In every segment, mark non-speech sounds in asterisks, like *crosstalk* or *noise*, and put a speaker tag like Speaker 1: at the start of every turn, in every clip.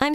Speaker 1: I'm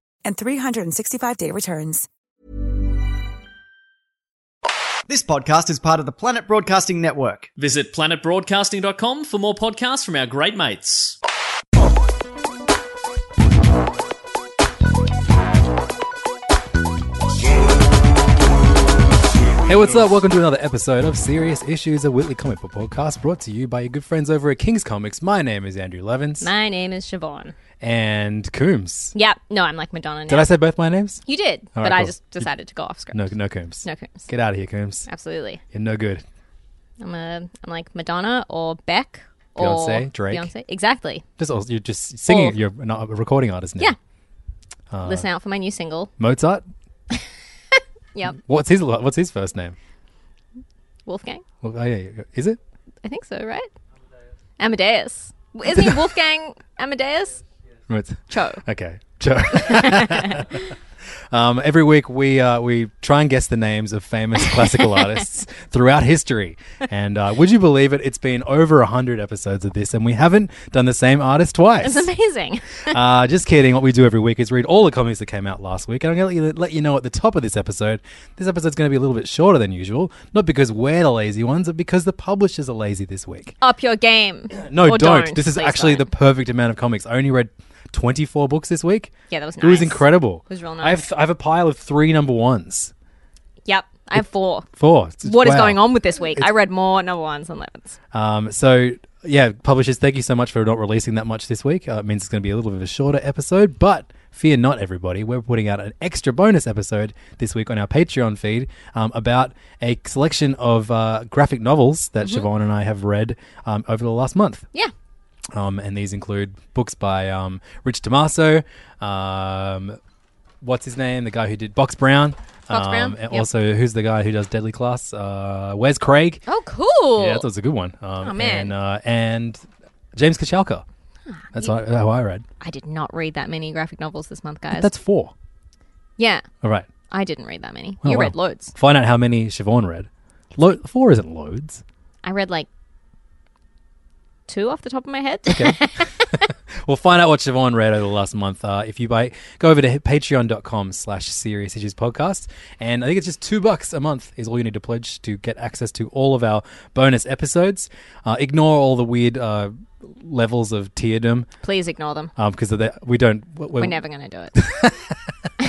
Speaker 2: and 365-day returns.
Speaker 3: This podcast is part of the Planet Broadcasting Network.
Speaker 4: Visit planetbroadcasting.com for more podcasts from our great mates.
Speaker 5: Hey, what's up? Welcome to another episode of Serious Issues, a Whitley comic book podcast brought to you by your good friends over at King's Comics. My name is Andrew Levins
Speaker 6: My name is Siobhan.
Speaker 5: and Coombs.
Speaker 6: Yep. No, I'm like Madonna now.
Speaker 5: Did I say both my names?
Speaker 6: you did,
Speaker 5: All
Speaker 6: but
Speaker 5: right,
Speaker 6: I
Speaker 5: cool.
Speaker 6: just decided to go off script.
Speaker 5: No, no Coombs.
Speaker 6: No Coombs.
Speaker 5: Get out of here, Coombs.
Speaker 6: Absolutely.
Speaker 5: You're no good.
Speaker 6: I'm a. I'm like Madonna or Beck or
Speaker 5: Beyonce, Drake.
Speaker 6: Beyonce. Exactly.
Speaker 5: Just also, you're just singing.
Speaker 6: Or-
Speaker 5: You're not a recording artist now.
Speaker 6: Yeah.
Speaker 5: Uh,
Speaker 6: Listen out for my new single.
Speaker 5: Mozart.
Speaker 6: *laughs* Yep.
Speaker 5: What's his lo- What's his first name?
Speaker 6: Wolfgang.
Speaker 5: Well, oh, yeah, yeah. Is it?
Speaker 6: I think so, right? Amadeus. Isn't he
Speaker 5: *laughs*
Speaker 6: Wolfgang Amadeus?
Speaker 5: Moz-
Speaker 6: Cho.
Speaker 5: Okay, sure. *laughs* um, every week we uh, we try and guess the names of
Speaker 6: *laughs*
Speaker 5: famous classical artists throughout history, and uh, would you believe it? It's been over hundred episodes of this, and we haven't done the same artist twice.
Speaker 6: It's amazing.
Speaker 5: *laughs* uh, just kidding. What we do every week is read all the comics that came out last week, and I'm going to let you, let you know at the top of this episode. This episode's going to be a little bit shorter than usual, not because we're the lazy ones, but because the publishers are lazy this week.
Speaker 6: Up your game.
Speaker 5: *clears throat* No,
Speaker 6: Or
Speaker 5: don't. This is
Speaker 6: Please
Speaker 5: actually
Speaker 6: don't.
Speaker 5: the perfect amount of comics. I only read 24 books this week.
Speaker 6: Yeah, that was
Speaker 5: It was
Speaker 6: nice.
Speaker 5: incredible. It
Speaker 6: was real
Speaker 5: I have, I have a pile of three number ones.
Speaker 6: Yep. I have four.
Speaker 5: Four. What is
Speaker 6: What is going on with this week? I read more number ones and elevens.
Speaker 5: Um, so, yeah, publishers, thank you so much for not releasing that much this week. Uh, it means it's going to be a little bit of a shorter episode, but fear not, everybody. We're putting out an extra bonus episode this week on our Patreon feed um, about a selection of uh, graphic novels that
Speaker 6: Mm-hmm.
Speaker 5: Siobhan and I have read um, over the last month.
Speaker 6: Yeah.
Speaker 5: Um, and these include books by um, Rich Tomaso, um, what's his name, the guy who did Box Brown,
Speaker 6: Box
Speaker 5: um,
Speaker 6: Brown,
Speaker 5: and
Speaker 6: yep.
Speaker 5: also who's the guy who does Deadly Class? Uh, Where's Craig?
Speaker 6: Oh, cool.
Speaker 5: Yeah, that was a good one. Um,
Speaker 6: Oh, man. Ah,
Speaker 5: and, uh, and James Kachalka. That's how, how I read.
Speaker 6: I did not read that many graphic novels this month, guys.
Speaker 5: That's four.
Speaker 6: yeah.
Speaker 5: All right.
Speaker 6: I didn't read that many.
Speaker 5: Oh,
Speaker 6: you
Speaker 5: wow.
Speaker 6: read loads.
Speaker 5: Find out how many Siobhan read. Lo- four isn't loads.
Speaker 6: I read like two off the top of my head.
Speaker 5: We'll find out what Siobhan read over the last month. Uh, if you buy, go over to patreon.com slash serious issues podcast. And I think it's just two bucks a month is all you need to pledge to get access to all of our bonus episodes. Uh, ignore all the weird uh, levels of um, tierdom
Speaker 6: *laughs* Please ignore them.
Speaker 5: because we don't. We're,
Speaker 6: We're never going to
Speaker 5: *laughs*
Speaker 6: do it.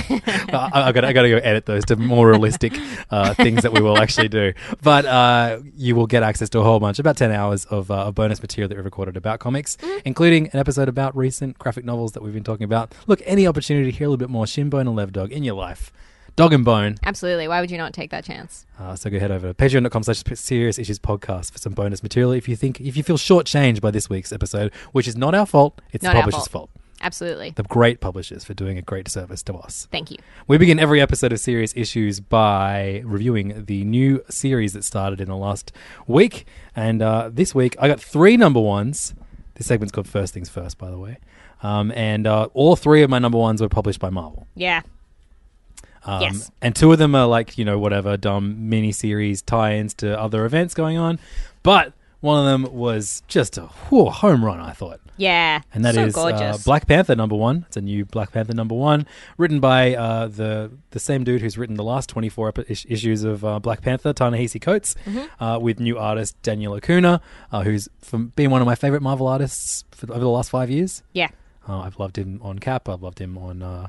Speaker 5: I, I, gotta, I gotta go edit those to more realistic uh, things that we will actually do. But uh, you will get access to a whole bunch, about 10 hours of, uh, of bonus material that we recorded about comics,
Speaker 6: Mm-hmm.
Speaker 5: including an episode about recent graphic novels that we've been talking about. Look, any opportunity to hear a little bit more Shinbone and Lev Dog in your life. Dog and Bone.
Speaker 6: Absolutely. Why would you not take that chance?
Speaker 5: Uh, so go head over to patreon.com slash serious issues podcast for some bonus material if you think if you feel shortchanged by this week's episode, which is not our fault, it's
Speaker 6: Not
Speaker 5: the
Speaker 6: our
Speaker 5: publisher's fault.
Speaker 6: fault. Absolutely.
Speaker 5: The great publishers for doing a great service to us.
Speaker 6: Thank you.
Speaker 5: We begin every episode of Serious Issues by reviewing the new series that started in the last week. And uh, this week, I got three number ones. This segment's called First Things First, by the way. Um, and uh, all three of my number ones were published by Marvel.
Speaker 6: Yeah.
Speaker 5: Um,
Speaker 6: Yes.
Speaker 5: And two of them are like, you know, whatever, dumb mini series tie ins to other events going on. But one of them was just a whew, home run, I thought.
Speaker 6: Yeah.
Speaker 5: And that
Speaker 6: so
Speaker 5: is uh,
Speaker 6: gorgeous.
Speaker 5: Black Panther number one. It's a new Black Panther number one, written by uh, the the same dude who's written the last twenty four is- issues of uh, Black Panther, Ta-Nehisi Coates,
Speaker 6: Mm-hmm.
Speaker 5: uh, with new artist Daniel Acuna, uh, who's from, been one of my favorite Marvel artists for, over the last five years.
Speaker 6: yeah.
Speaker 5: Uh, I've loved him on Cap. I've loved him on uh,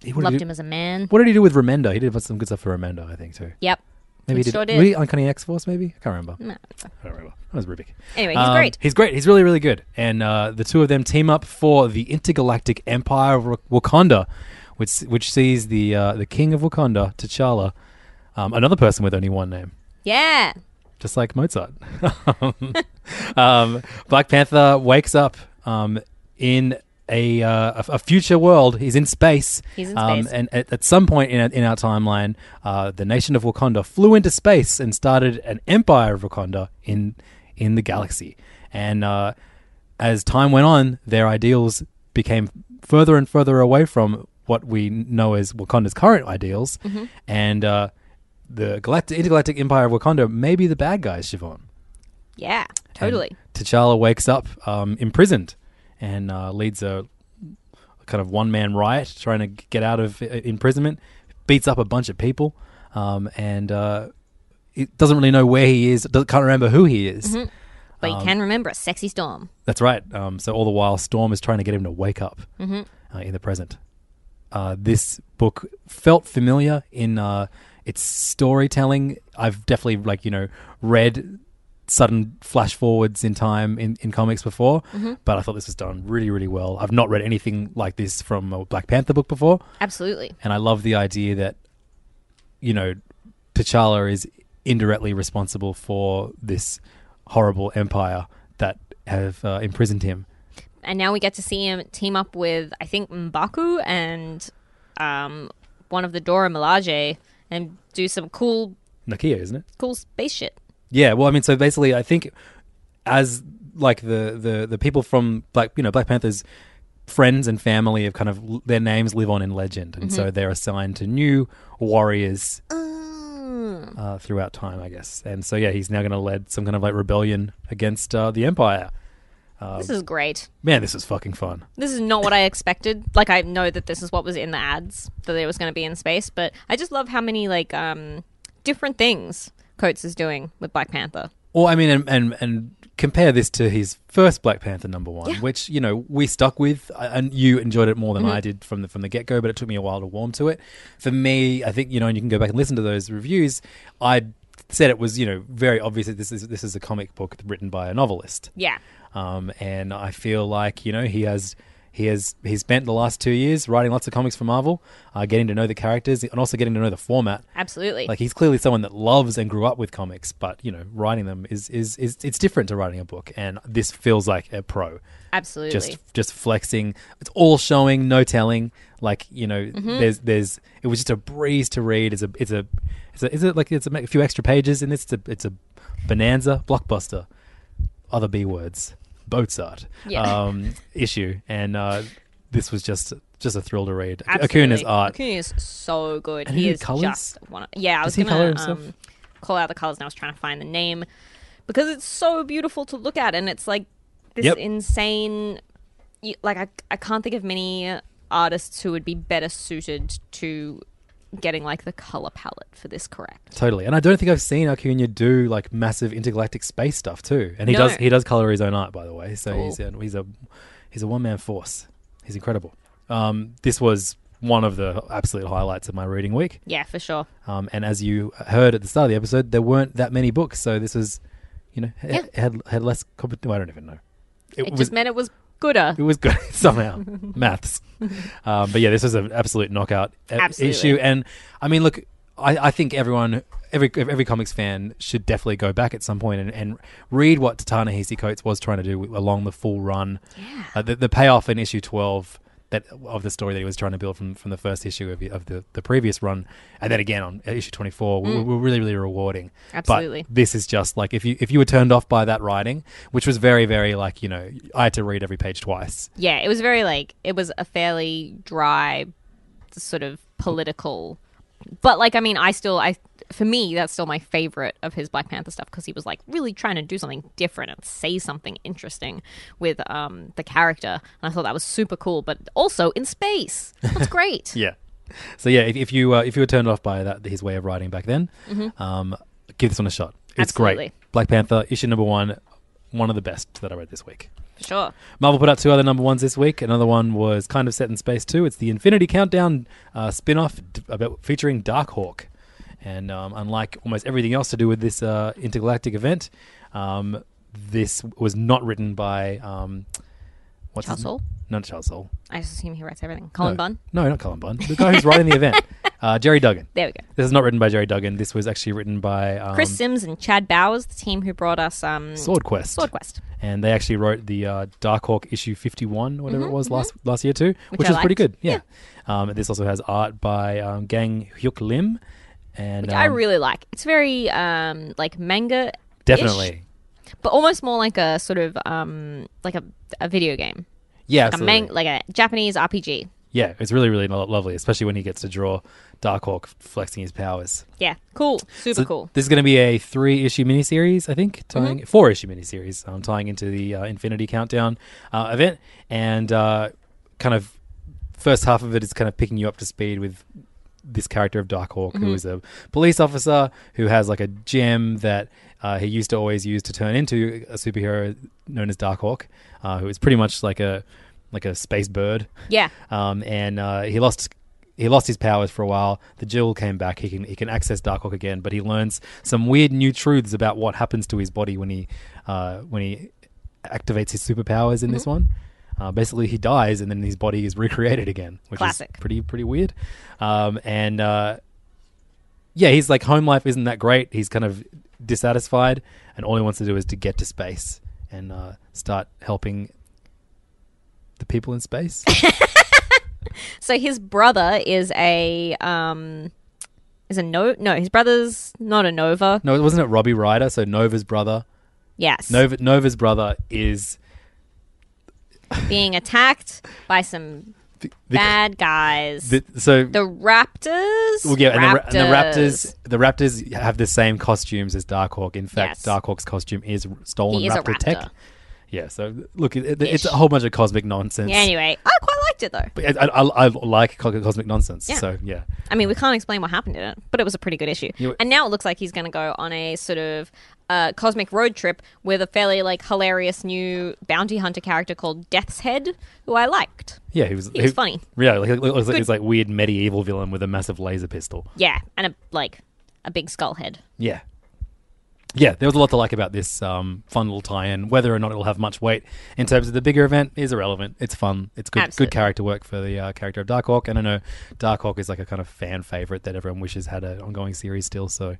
Speaker 5: He, what,
Speaker 6: Loved
Speaker 5: did he,
Speaker 6: him as a man.
Speaker 5: what did he do with Remender? He did some good stuff for Remender, I think, too.
Speaker 6: Yep.
Speaker 5: Maybe he
Speaker 6: He
Speaker 5: did.
Speaker 6: sure did.
Speaker 5: was he Uncanny X Force, maybe? I can't remember.
Speaker 6: No.
Speaker 5: I don't remember. That was Rubik. Um,
Speaker 6: Anyway, he's great.
Speaker 5: He's great. He's really, really good. And uh, the two of them team up for the intergalactic empire of Wa- Wakanda, which which sees the uh, the king of Wakanda, T'Challa, um, another person with only one name,
Speaker 6: Yeah.
Speaker 5: just like Mozart. *laughs* um, Black Panther wakes up um, in a, uh, a a future world. He's in space.
Speaker 6: He's in
Speaker 5: Um,
Speaker 6: space.
Speaker 5: and at, at some point in our, in our timeline, uh, the nation of Wakanda flew into space and started an empire of Wakanda in in the galaxy. And uh, as time went on, their ideals became further and further away from what we know as Wakanda's current ideals. And uh, the galactic, intergalactic empire of Wakanda may be the bad guys, Siobhan.
Speaker 6: Yeah. Totally.
Speaker 5: And T'Challa wakes up um, imprisoned and uh, leads a kind of one man riot trying to g- get out of i- imprisonment, beats up a bunch of people, um, and uh, he doesn't really know where he is, doesn't, can't remember who he is.
Speaker 6: But
Speaker 5: um,
Speaker 6: you can remember a sexy storm.
Speaker 5: That's right. Um, so all the while, Storm is trying to get him to wake up uh, in the present. Uh, this book felt familiar in uh, its storytelling. I've definitely, like you know, read sudden flash forwards in time in, in comics before, but I thought this was done really, really well. I've not read anything like this from a Black Panther book before,
Speaker 6: Absolutely.
Speaker 5: and I love the idea that you know T'Challa is indirectly responsible for this horrible empire that have uh, imprisoned him.
Speaker 6: And now we get to see him team up with I think Mbaku and um, one of the Dora Milaje and do some cool
Speaker 5: Nakia, isn't it?
Speaker 6: cool space shit.
Speaker 5: Yeah. Well, I mean, so basically, I think as like the the the people from Black, you know, Black Panther's friends and family have kind of l- their names live on in legend, and so they're assigned to new warriors uh, throughout time, I guess. And so yeah, he's now going to lead some kind of like rebellion against uh, the Empire. Um,
Speaker 6: This is great.
Speaker 5: Man, this is fucking fun.
Speaker 6: This is not what I expected. Like I know that this is what was in the ads that it was going to be in space, but I just love how many like um different things Coates is doing with Black Panther.
Speaker 5: Well, I mean, and, and and compare this to his first Black Panther number one, which you know we stuck with, I- and you enjoyed it more than I did from the from the get go. But it took me a while to warm to it. For me, I think you know, and you can go back and listen to those reviews. I said it was you know very obvious that this is this is a comic book written by a novelist
Speaker 6: Yeah.
Speaker 5: um, and I feel like you know he has he has he spent the last two years writing lots of comics for Marvel, uh, getting to know the characters and also getting to know the format.
Speaker 6: Absolutely.
Speaker 5: Like he's clearly someone that loves and grew up with comics, but you know writing them is is, is it's different to writing a book, and this feels like a pro.
Speaker 6: Absolutely.
Speaker 5: Just just flexing. It's all showing, no telling. Like you know,
Speaker 6: Mm-hmm.
Speaker 5: there's there's it was just a breeze to read. It's a it's a it's a, it's a like it's a, ma- few extra pages in this. It's a it's a bonanza blockbuster. Other B words, Mozart
Speaker 6: Yeah.
Speaker 5: um, issue, and uh, this was just just a thrill to read.
Speaker 6: Absolutely.
Speaker 5: Akuna's art.
Speaker 6: Acuna is so good.
Speaker 5: And
Speaker 6: he
Speaker 5: he did
Speaker 6: is
Speaker 5: colours?
Speaker 6: just one. Of, yeah, I
Speaker 5: Does
Speaker 6: was
Speaker 5: he
Speaker 6: gonna
Speaker 5: colour himself?
Speaker 6: um, call out the colors, and I was trying to find the name because it's so beautiful to look at, and it's like this
Speaker 5: Yep.
Speaker 6: insane. you- Like I, I can't think of many artists who would be better suited to getting like the color palette for this correct.
Speaker 5: Totally, and I don't think I've seen Acuna do like massive intergalactic space stuff too. And he
Speaker 6: No.
Speaker 5: does he does color his own art, by the way. So he's
Speaker 6: Cool.
Speaker 5: a, he's a he's a one man force. He's incredible. Um, this was one of the absolute highlights of my reading week.
Speaker 6: Yeah, for sure.
Speaker 5: Um, and as you heard at the start of the episode, there weren't that many books, so this was you know
Speaker 6: Yeah.
Speaker 5: had had, had less competition. I don't even know.
Speaker 6: It, just meant it was gooder.
Speaker 5: *laughs* It was good somehow. Maths. Um, but yeah, this was an absolute knockout e-
Speaker 6: Absolutely.
Speaker 5: issue. And I mean, look, I, I think everyone, every every comics fan should definitely go back at some point and, and read what Ta-Nehisi Coates was trying to do wi- along the full run. Yeah. Uh, the, the payoff in issue 12 that of the story that he was trying to build from, from the first issue of, the- of the, the previous run. And then again on uh, issue 24, were, were really, really rewarding.
Speaker 6: Absolutely.
Speaker 5: But this is just like if you if you were turned off by that writing, which was very very like you know I had to read every page twice.
Speaker 6: Yeah, it was very like it was a fairly dry sort of political. But like I mean, I still I for me that's still my favorite of his Black Panther stuff because he was like really trying to do something different and say something interesting with um the character. And I thought that was super cool, but also in space. That's
Speaker 5: *laughs*
Speaker 6: great.
Speaker 5: Yeah. So yeah, if, if you uh, if you were turned off by that his way of writing back then, um, give this one a shot. It's
Speaker 6: Mm-hmm. Absolutely.
Speaker 5: great. Black Panther issue number one, one of the best that I read this week.
Speaker 6: for Sure.
Speaker 5: Marvel put out two other number ones this week. Another one was kind of set in space too. It's the Infinity Countdown uh, spin-off d- about featuring Darkhawk. And um, unlike almost everything else to do with this uh, intergalactic event, um, this was not written by um, what's his
Speaker 6: Charles
Speaker 5: n-
Speaker 6: Soule?
Speaker 5: Not Charles Soule.
Speaker 6: I just assume he writes everything. Colin
Speaker 5: no.
Speaker 6: Bunn.
Speaker 5: No, not Colin Bunn. The guy who's writing the
Speaker 6: *laughs*
Speaker 5: event, uh, Jerry Duggan.
Speaker 6: There we go.
Speaker 5: This is not written by Jerry Duggan. This was actually written by um,
Speaker 6: Chris Sims and Chad Bowers, the team who brought us um,
Speaker 5: Sword Quest.
Speaker 6: Sword Quest.
Speaker 5: and they actually wrote the uh, Dark Hawk issue 51, whatever it was last last year too, which,
Speaker 6: Mm-hmm, I
Speaker 5: was pretty
Speaker 6: liked.
Speaker 5: good. Yeah. Um, and this also has art by um, Gang Hyuk Lim, and
Speaker 6: Which I
Speaker 5: um,
Speaker 6: really like. It's very um, like manga,
Speaker 5: definitely,
Speaker 6: but almost more like a sort of um, like a, a video game,
Speaker 5: yeah,
Speaker 6: like a
Speaker 5: absolutely.
Speaker 6: manga, like a Japanese RPG.
Speaker 5: yeah, it's really really lo- lovely, especially when he gets to draw Dark Hawk flexing his powers.
Speaker 6: Yeah, cool, super
Speaker 5: So
Speaker 6: cool.
Speaker 5: This is going to be a three issue miniseries, I think, tying four issue miniseries, um, tying into the uh, Infinity Countdown uh, event, and uh, kind of first half of it is kind of picking you up to speed with this character of Darkhawk, who is a police officer who has like a gem that uh, he used to always use to turn into a superhero known as Darkhawk, uh, who is pretty much like a like a space bird *laughs*
Speaker 6: Yeah,
Speaker 5: um, and uh, he lost he lost his powers for a while. The Jill came back. He can he can access Darkhawk again, but he learns some weird new truths about what happens to his body when he uh, when he activates his superpowers in this one. Uh, basically, he dies, and then his body is *laughs* recreated again, which
Speaker 6: Classic.
Speaker 5: is pretty pretty weird. Um, and uh, yeah, he's like home life isn't that great. He's kind of dissatisfied, and all he wants to do is to get to space and uh, start helping the people in space.
Speaker 6: so his brother is a um, is a no no his brother's not a Nova.
Speaker 5: No, wasn't it Robbie Ryder? So Nova's brother.
Speaker 6: Yes,
Speaker 5: Nova, Nova's brother is
Speaker 6: being attacked by some
Speaker 5: the,
Speaker 6: bad guys.
Speaker 5: the, so.
Speaker 6: the Raptors.
Speaker 5: well, yeah, and the, Ra- and the Raptors, the Raptors have the same costumes as Darkhawk. In fact,
Speaker 6: Yes.
Speaker 5: Darkhawk's costume is r- stolen
Speaker 6: He is a
Speaker 5: Raptor,
Speaker 6: raptor.
Speaker 5: tech. Yeah, so look, it, it- it's a
Speaker 6: Ish.
Speaker 5: whole bunch of cosmic nonsense.
Speaker 6: Yeah, anyway, I quite liked it though.
Speaker 5: But I, I, I like co- cosmic nonsense.
Speaker 6: Yeah.
Speaker 5: So yeah,
Speaker 6: I mean, we can't explain what happened in it, but it was a pretty good issue.
Speaker 5: You-
Speaker 6: and now it looks like he's going to go on a sort of uh, cosmic road trip with a fairly like hilarious new bounty hunter character called Death's Head, who I liked.
Speaker 5: yeah, he was.
Speaker 6: He was funny.
Speaker 5: Yeah, like, like, like, like
Speaker 6: Good.
Speaker 5: he's like weird medieval villain with a massive laser pistol.
Speaker 6: Yeah, and a like a big skull head.
Speaker 5: Yeah. Yeah, there was a lot to like about this um, fun little tie-in. Whether or not it'll have much weight in terms of the bigger event is irrelevant. It's fun. It's good.
Speaker 6: Absolutely.
Speaker 5: Good character work for the uh, character of Darkhawk, and I know Darkhawk is like a kind of fan favorite that everyone wishes had an ongoing series still. So,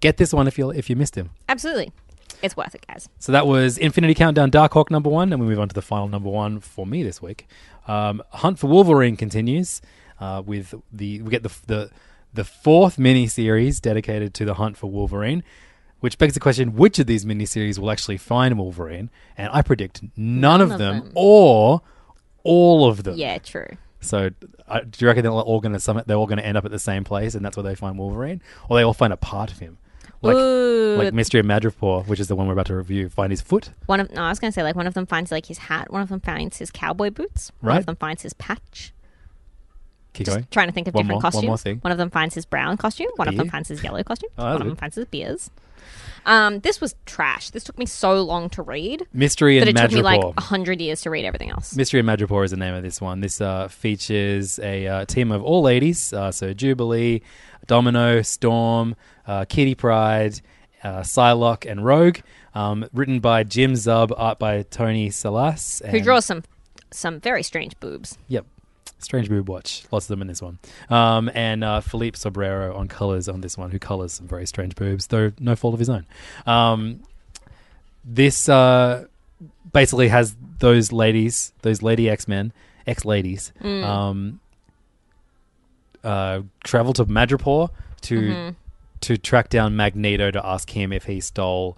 Speaker 5: get this one if you if you missed him.
Speaker 6: Absolutely, it's worth it, guys.
Speaker 5: So that was Infinity Countdown Darkhawk number one, and we move on to the final number one for me this week. Um, Hunt for Wolverine continues uh, with the we get the the the fourth miniseries dedicated to the hunt for Wolverine, which begs the question: which of these miniseries will actually find Wolverine? And I predict none, of,
Speaker 6: of
Speaker 5: them,
Speaker 6: them.
Speaker 5: or all of them.
Speaker 6: Yeah, true.
Speaker 5: So uh, do you reckon they're all going to summit? They're all going to end up at the same place, and that's where they find Wolverine, or they all find a part of him. Like,
Speaker 6: Ooh.
Speaker 5: like Mystery of Madripoor, which is the one we're about to review, find his foot.
Speaker 6: One of no, I was going to say like one of them finds like his hat, one of them finds his cowboy boots, one
Speaker 5: Right.
Speaker 6: of them finds his patch.
Speaker 5: Keep
Speaker 6: Just
Speaker 5: going.
Speaker 6: trying to think of
Speaker 5: One
Speaker 6: different
Speaker 5: more-
Speaker 6: costumes.
Speaker 5: One more thing.
Speaker 6: of them finds his brown costume. One of them
Speaker 5: Beer?
Speaker 6: finds his yellow costume.
Speaker 5: Oh,
Speaker 6: One
Speaker 5: that's
Speaker 6: of them
Speaker 5: good.
Speaker 6: finds his beers. Um, this was trash. This took me so long to read
Speaker 5: Mystery
Speaker 6: that
Speaker 5: and
Speaker 6: it took me like
Speaker 5: Madripoor.
Speaker 6: hundred years to read everything else.
Speaker 5: Mystery and Madripoor is the name of this one. This uh, features a uh, team of all ladies, uh, so Jubilee, Domino, Storm, uh, Kitty Pride, uh, Psylocke, and Rogue. Um, written by Jim Zub, art by Tony Salas.
Speaker 6: Who
Speaker 5: and-
Speaker 6: draws some some very strange boobs?
Speaker 5: Yep. Strange Boob Watch. Lots of them in this one. Um, and uh, Felipe Sobrero on colors on this one, who colors some very strange boobs, though no fault of his own. Um, this uh, basically has those ladies, those lady X Men, ex ladies, um, uh, travel to Madripoor to to track down Magneto to ask him if he stole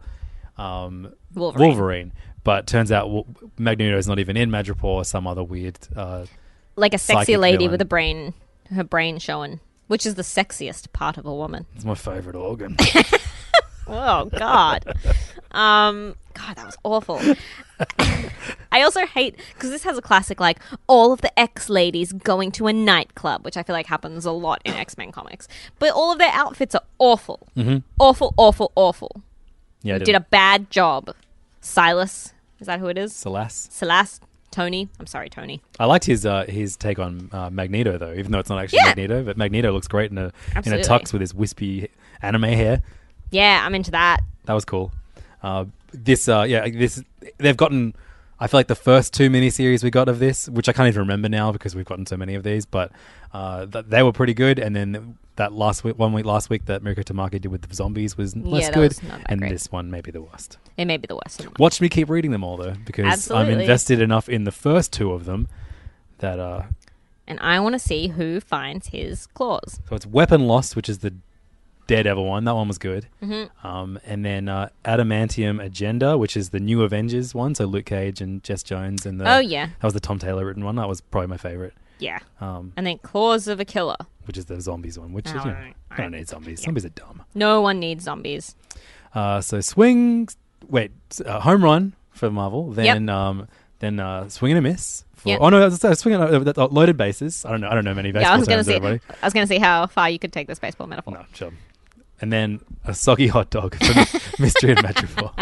Speaker 5: um,
Speaker 6: Wolverine.
Speaker 5: But turns out Wo- Magneto is not even in Madripoor. Some other weird. Uh,
Speaker 6: Like a sexy
Speaker 5: Psychic
Speaker 6: lady
Speaker 5: villain.
Speaker 6: with a brain, her brain showing, which is the sexiest part of a woman.
Speaker 5: it's my favorite
Speaker 6: *laughs*
Speaker 5: organ.
Speaker 6: Oh God. um, God, that was awful. I also hate because this has a classic like all of the X ladies going to a nightclub, which I feel like happens a lot in X Men comics. But all of their outfits are awful, awful, awful, awful.
Speaker 5: Mm-hmm. Yeah, I
Speaker 6: You did a bad job, Silas. Is that who it is?
Speaker 5: Salas.
Speaker 6: Salas, Tony. I'm sorry, Tony.
Speaker 5: I liked his uh, his take on uh, Magneto though, even though it's not actually
Speaker 6: Yeah.
Speaker 5: Magneto, but Magneto looks great in a
Speaker 6: Absolutely.
Speaker 5: in a tux with his wispy anime hair.
Speaker 6: Yeah, I'm into that.
Speaker 5: That was cool. Uh, this uh, yeah, this they've gotten. I feel like the first two miniseries we got of this, which I can't even remember now because we've gotten so many of these, but uh, th- they were pretty good. And then that last week, one week last week that Mirko Tamaki did with the zombies was less
Speaker 6: that
Speaker 5: good,
Speaker 6: was not that
Speaker 5: and
Speaker 6: great.
Speaker 5: this one may be the worst.
Speaker 6: It may be the worst.
Speaker 5: Watch me keep reading them all though, because I'm
Speaker 6: Absolutely.
Speaker 5: invested enough in the first two of them that uh,
Speaker 6: And I want to see who finds his claws.
Speaker 5: So it's Weapon Lost, which is the Daredevil one. That one was good.
Speaker 6: Mm-hmm.
Speaker 5: Um, and then uh, Adamantium Agenda, which is the New Avengers one. So Luke Cage and Jess Jones and the
Speaker 6: Oh, yeah.
Speaker 5: that was the Tom Taylor written one. That was probably my favorite, um,
Speaker 6: Yeah. and then claws of a killer.
Speaker 5: which is the zombies one. Which is, you
Speaker 6: Oh,
Speaker 5: know,
Speaker 6: right,
Speaker 5: I don't need zombies. Zombies are dumb.
Speaker 6: No one needs zombies.
Speaker 5: Uh, so swing, wait, uh, home run for Marvel. Then um, then uh, swing and a miss. For,
Speaker 6: Yep.
Speaker 5: Oh no, that's, that's swing and uh, that's, uh, loaded bases. I don't know. I don't know many baseball
Speaker 6: yeah, I was gonna
Speaker 5: terms.
Speaker 6: see.
Speaker 5: everybody.
Speaker 6: I was gonna see how far you could take this baseball metaphor.
Speaker 5: No, sure. And then a soggy hot dog for *laughs* mystery and metaphor.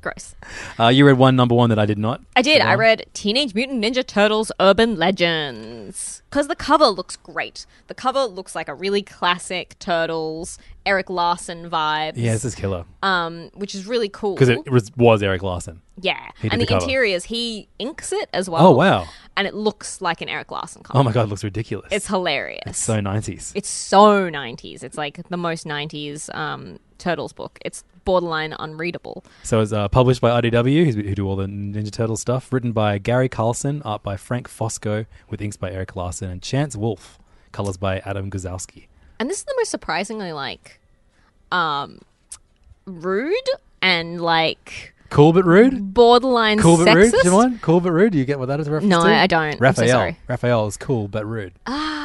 Speaker 6: Gross.
Speaker 5: Uh, you read one number one that I did not.
Speaker 6: I did. I
Speaker 5: Well.
Speaker 6: read Teenage Mutant Ninja Turtles Urban Legends. Because the cover looks great. The cover looks like a really classic Turtles, Eric Larson vibes.
Speaker 5: Yeah, this is killer
Speaker 6: Um, which is really cool.
Speaker 5: because it was, was Eric Larson.
Speaker 6: yeah.
Speaker 5: he did
Speaker 6: And
Speaker 5: the
Speaker 6: the,
Speaker 5: cover.
Speaker 6: interiors, he inks it as well.
Speaker 5: Oh wow!
Speaker 6: And it looks like an Eric Larson comic.
Speaker 5: Oh my god, it looks ridiculous.
Speaker 6: It's hilarious.
Speaker 5: so nineties.
Speaker 6: it's so 90s. It's like the most 90s um, Turtles book. It's borderline unreadable.
Speaker 5: So it's uh, published by IDW, who's- who do all the Ninja Turtle stuff. Written by Gary Carlson, art by Frank Fosco, with inks by Eric Larson and Chance Wolfe. Colors by Adam Guzowski.
Speaker 6: And this is the most surprisingly like um rude and like
Speaker 5: Cool but rude.
Speaker 6: borderline
Speaker 5: Cool but rude.
Speaker 6: sexist.
Speaker 5: Do you mind? Cool but rude. Do you get what that is a reference
Speaker 6: No,
Speaker 5: to?
Speaker 6: I don't. I'm so
Speaker 5: Raphael.
Speaker 6: sorry. Ah.
Speaker 5: Raphael is cool but rude.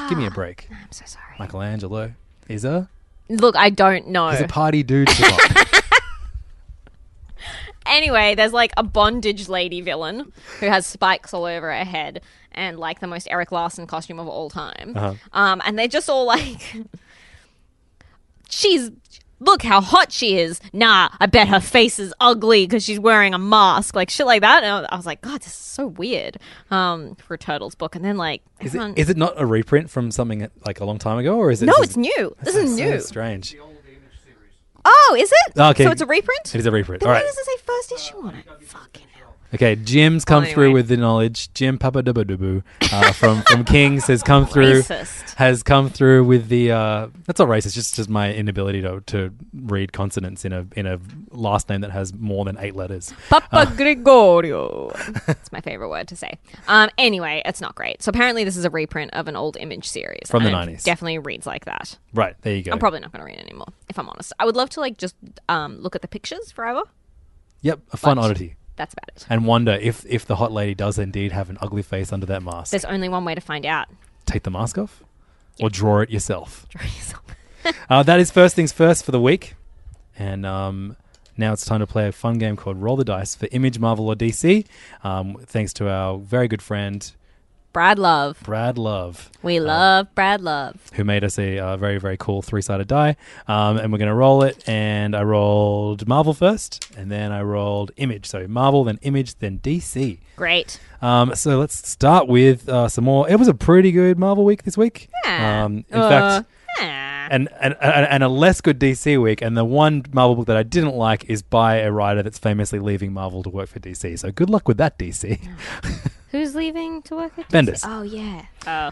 Speaker 5: Give me a break.
Speaker 6: I'm so sorry.
Speaker 5: Michelangelo is a
Speaker 6: Look, I don't know.
Speaker 5: he's a party dude. Chibok.
Speaker 6: *laughs* anyway, there's like a bondage lady villain who has spikes all over her head and like the most Eric Larson costume of all time.
Speaker 5: Uh-huh.
Speaker 6: Um, and they're just all like, *laughs* she's. Look how hot she is. Nah, I bet her face is ugly because she's wearing a mask, like shit like that. And I was like, God, this is so weird um, for a Turtles book. And then like,
Speaker 5: is,
Speaker 6: everyone-
Speaker 5: it, is it not a reprint from something like a long time ago, or is it?
Speaker 6: no,
Speaker 5: just-
Speaker 6: it's new. This is
Speaker 5: so
Speaker 6: new.
Speaker 5: Strange.
Speaker 6: Oh, is it?
Speaker 5: Okay.
Speaker 6: So it's a reprint.
Speaker 5: It is a reprint.
Speaker 6: Then
Speaker 5: All
Speaker 6: why
Speaker 5: right.
Speaker 6: does it say first issue on it? Fucking hell.
Speaker 5: Okay, Jim's come
Speaker 6: Anyway.
Speaker 5: through with the knowledge. Jim Papadubadubu uh, from from Kings has
Speaker 6: *laughs*
Speaker 5: come through.
Speaker 6: Racist.
Speaker 5: Has come through with the. Uh, that's not racist. Just just my inability to to read consonants in a in a last name that has more than eight letters.
Speaker 6: Papa *laughs* Gregorio. It's my favorite word to say. Um, anyway, it's not great. So apparently, this is a reprint of an old image series
Speaker 5: From the
Speaker 6: and it
Speaker 5: 90s.
Speaker 6: Definitely reads like that.
Speaker 5: Right there you go.
Speaker 6: I'm probably not going to read it anymore, if I'm honest. I would love to like just um, look at the pictures forever.
Speaker 5: yep, a fun oddity.
Speaker 6: That's about it.
Speaker 5: And wonder if if the hot lady does indeed have an ugly face under that mask.
Speaker 6: There's only one way to find out. *laughs*
Speaker 5: Take the mask off, or draw it yourself.
Speaker 6: Draw yourself.
Speaker 5: Uh, that is first things first for the week. And um, now it's time to play a fun game called Roll the Dice for Image, Marvel, or DC. Um, thanks to our very good friend,
Speaker 6: Brad Love.
Speaker 5: Brad Love,
Speaker 6: We love Brad Love.
Speaker 5: who made us a uh, very, very cool three sided die. Um, and we're going to roll it. And I rolled Marvel first, and then I rolled Image. So Marvel, then Image, then DC.
Speaker 6: Great.
Speaker 5: Um, so let's start with uh, some more. It was a pretty good Marvel week this week.
Speaker 6: Yeah.
Speaker 5: Um, in
Speaker 6: Uh,
Speaker 5: fact,
Speaker 6: yeah.
Speaker 5: and, and and and a less good DC week. And the one Marvel book that I didn't like is by a writer that's famously leaving Marvel to work for DC. So good luck with that, *laughs* DC.
Speaker 6: Who's leaving to work at DC?
Speaker 5: Bendis.
Speaker 6: Oh, yeah. Oh.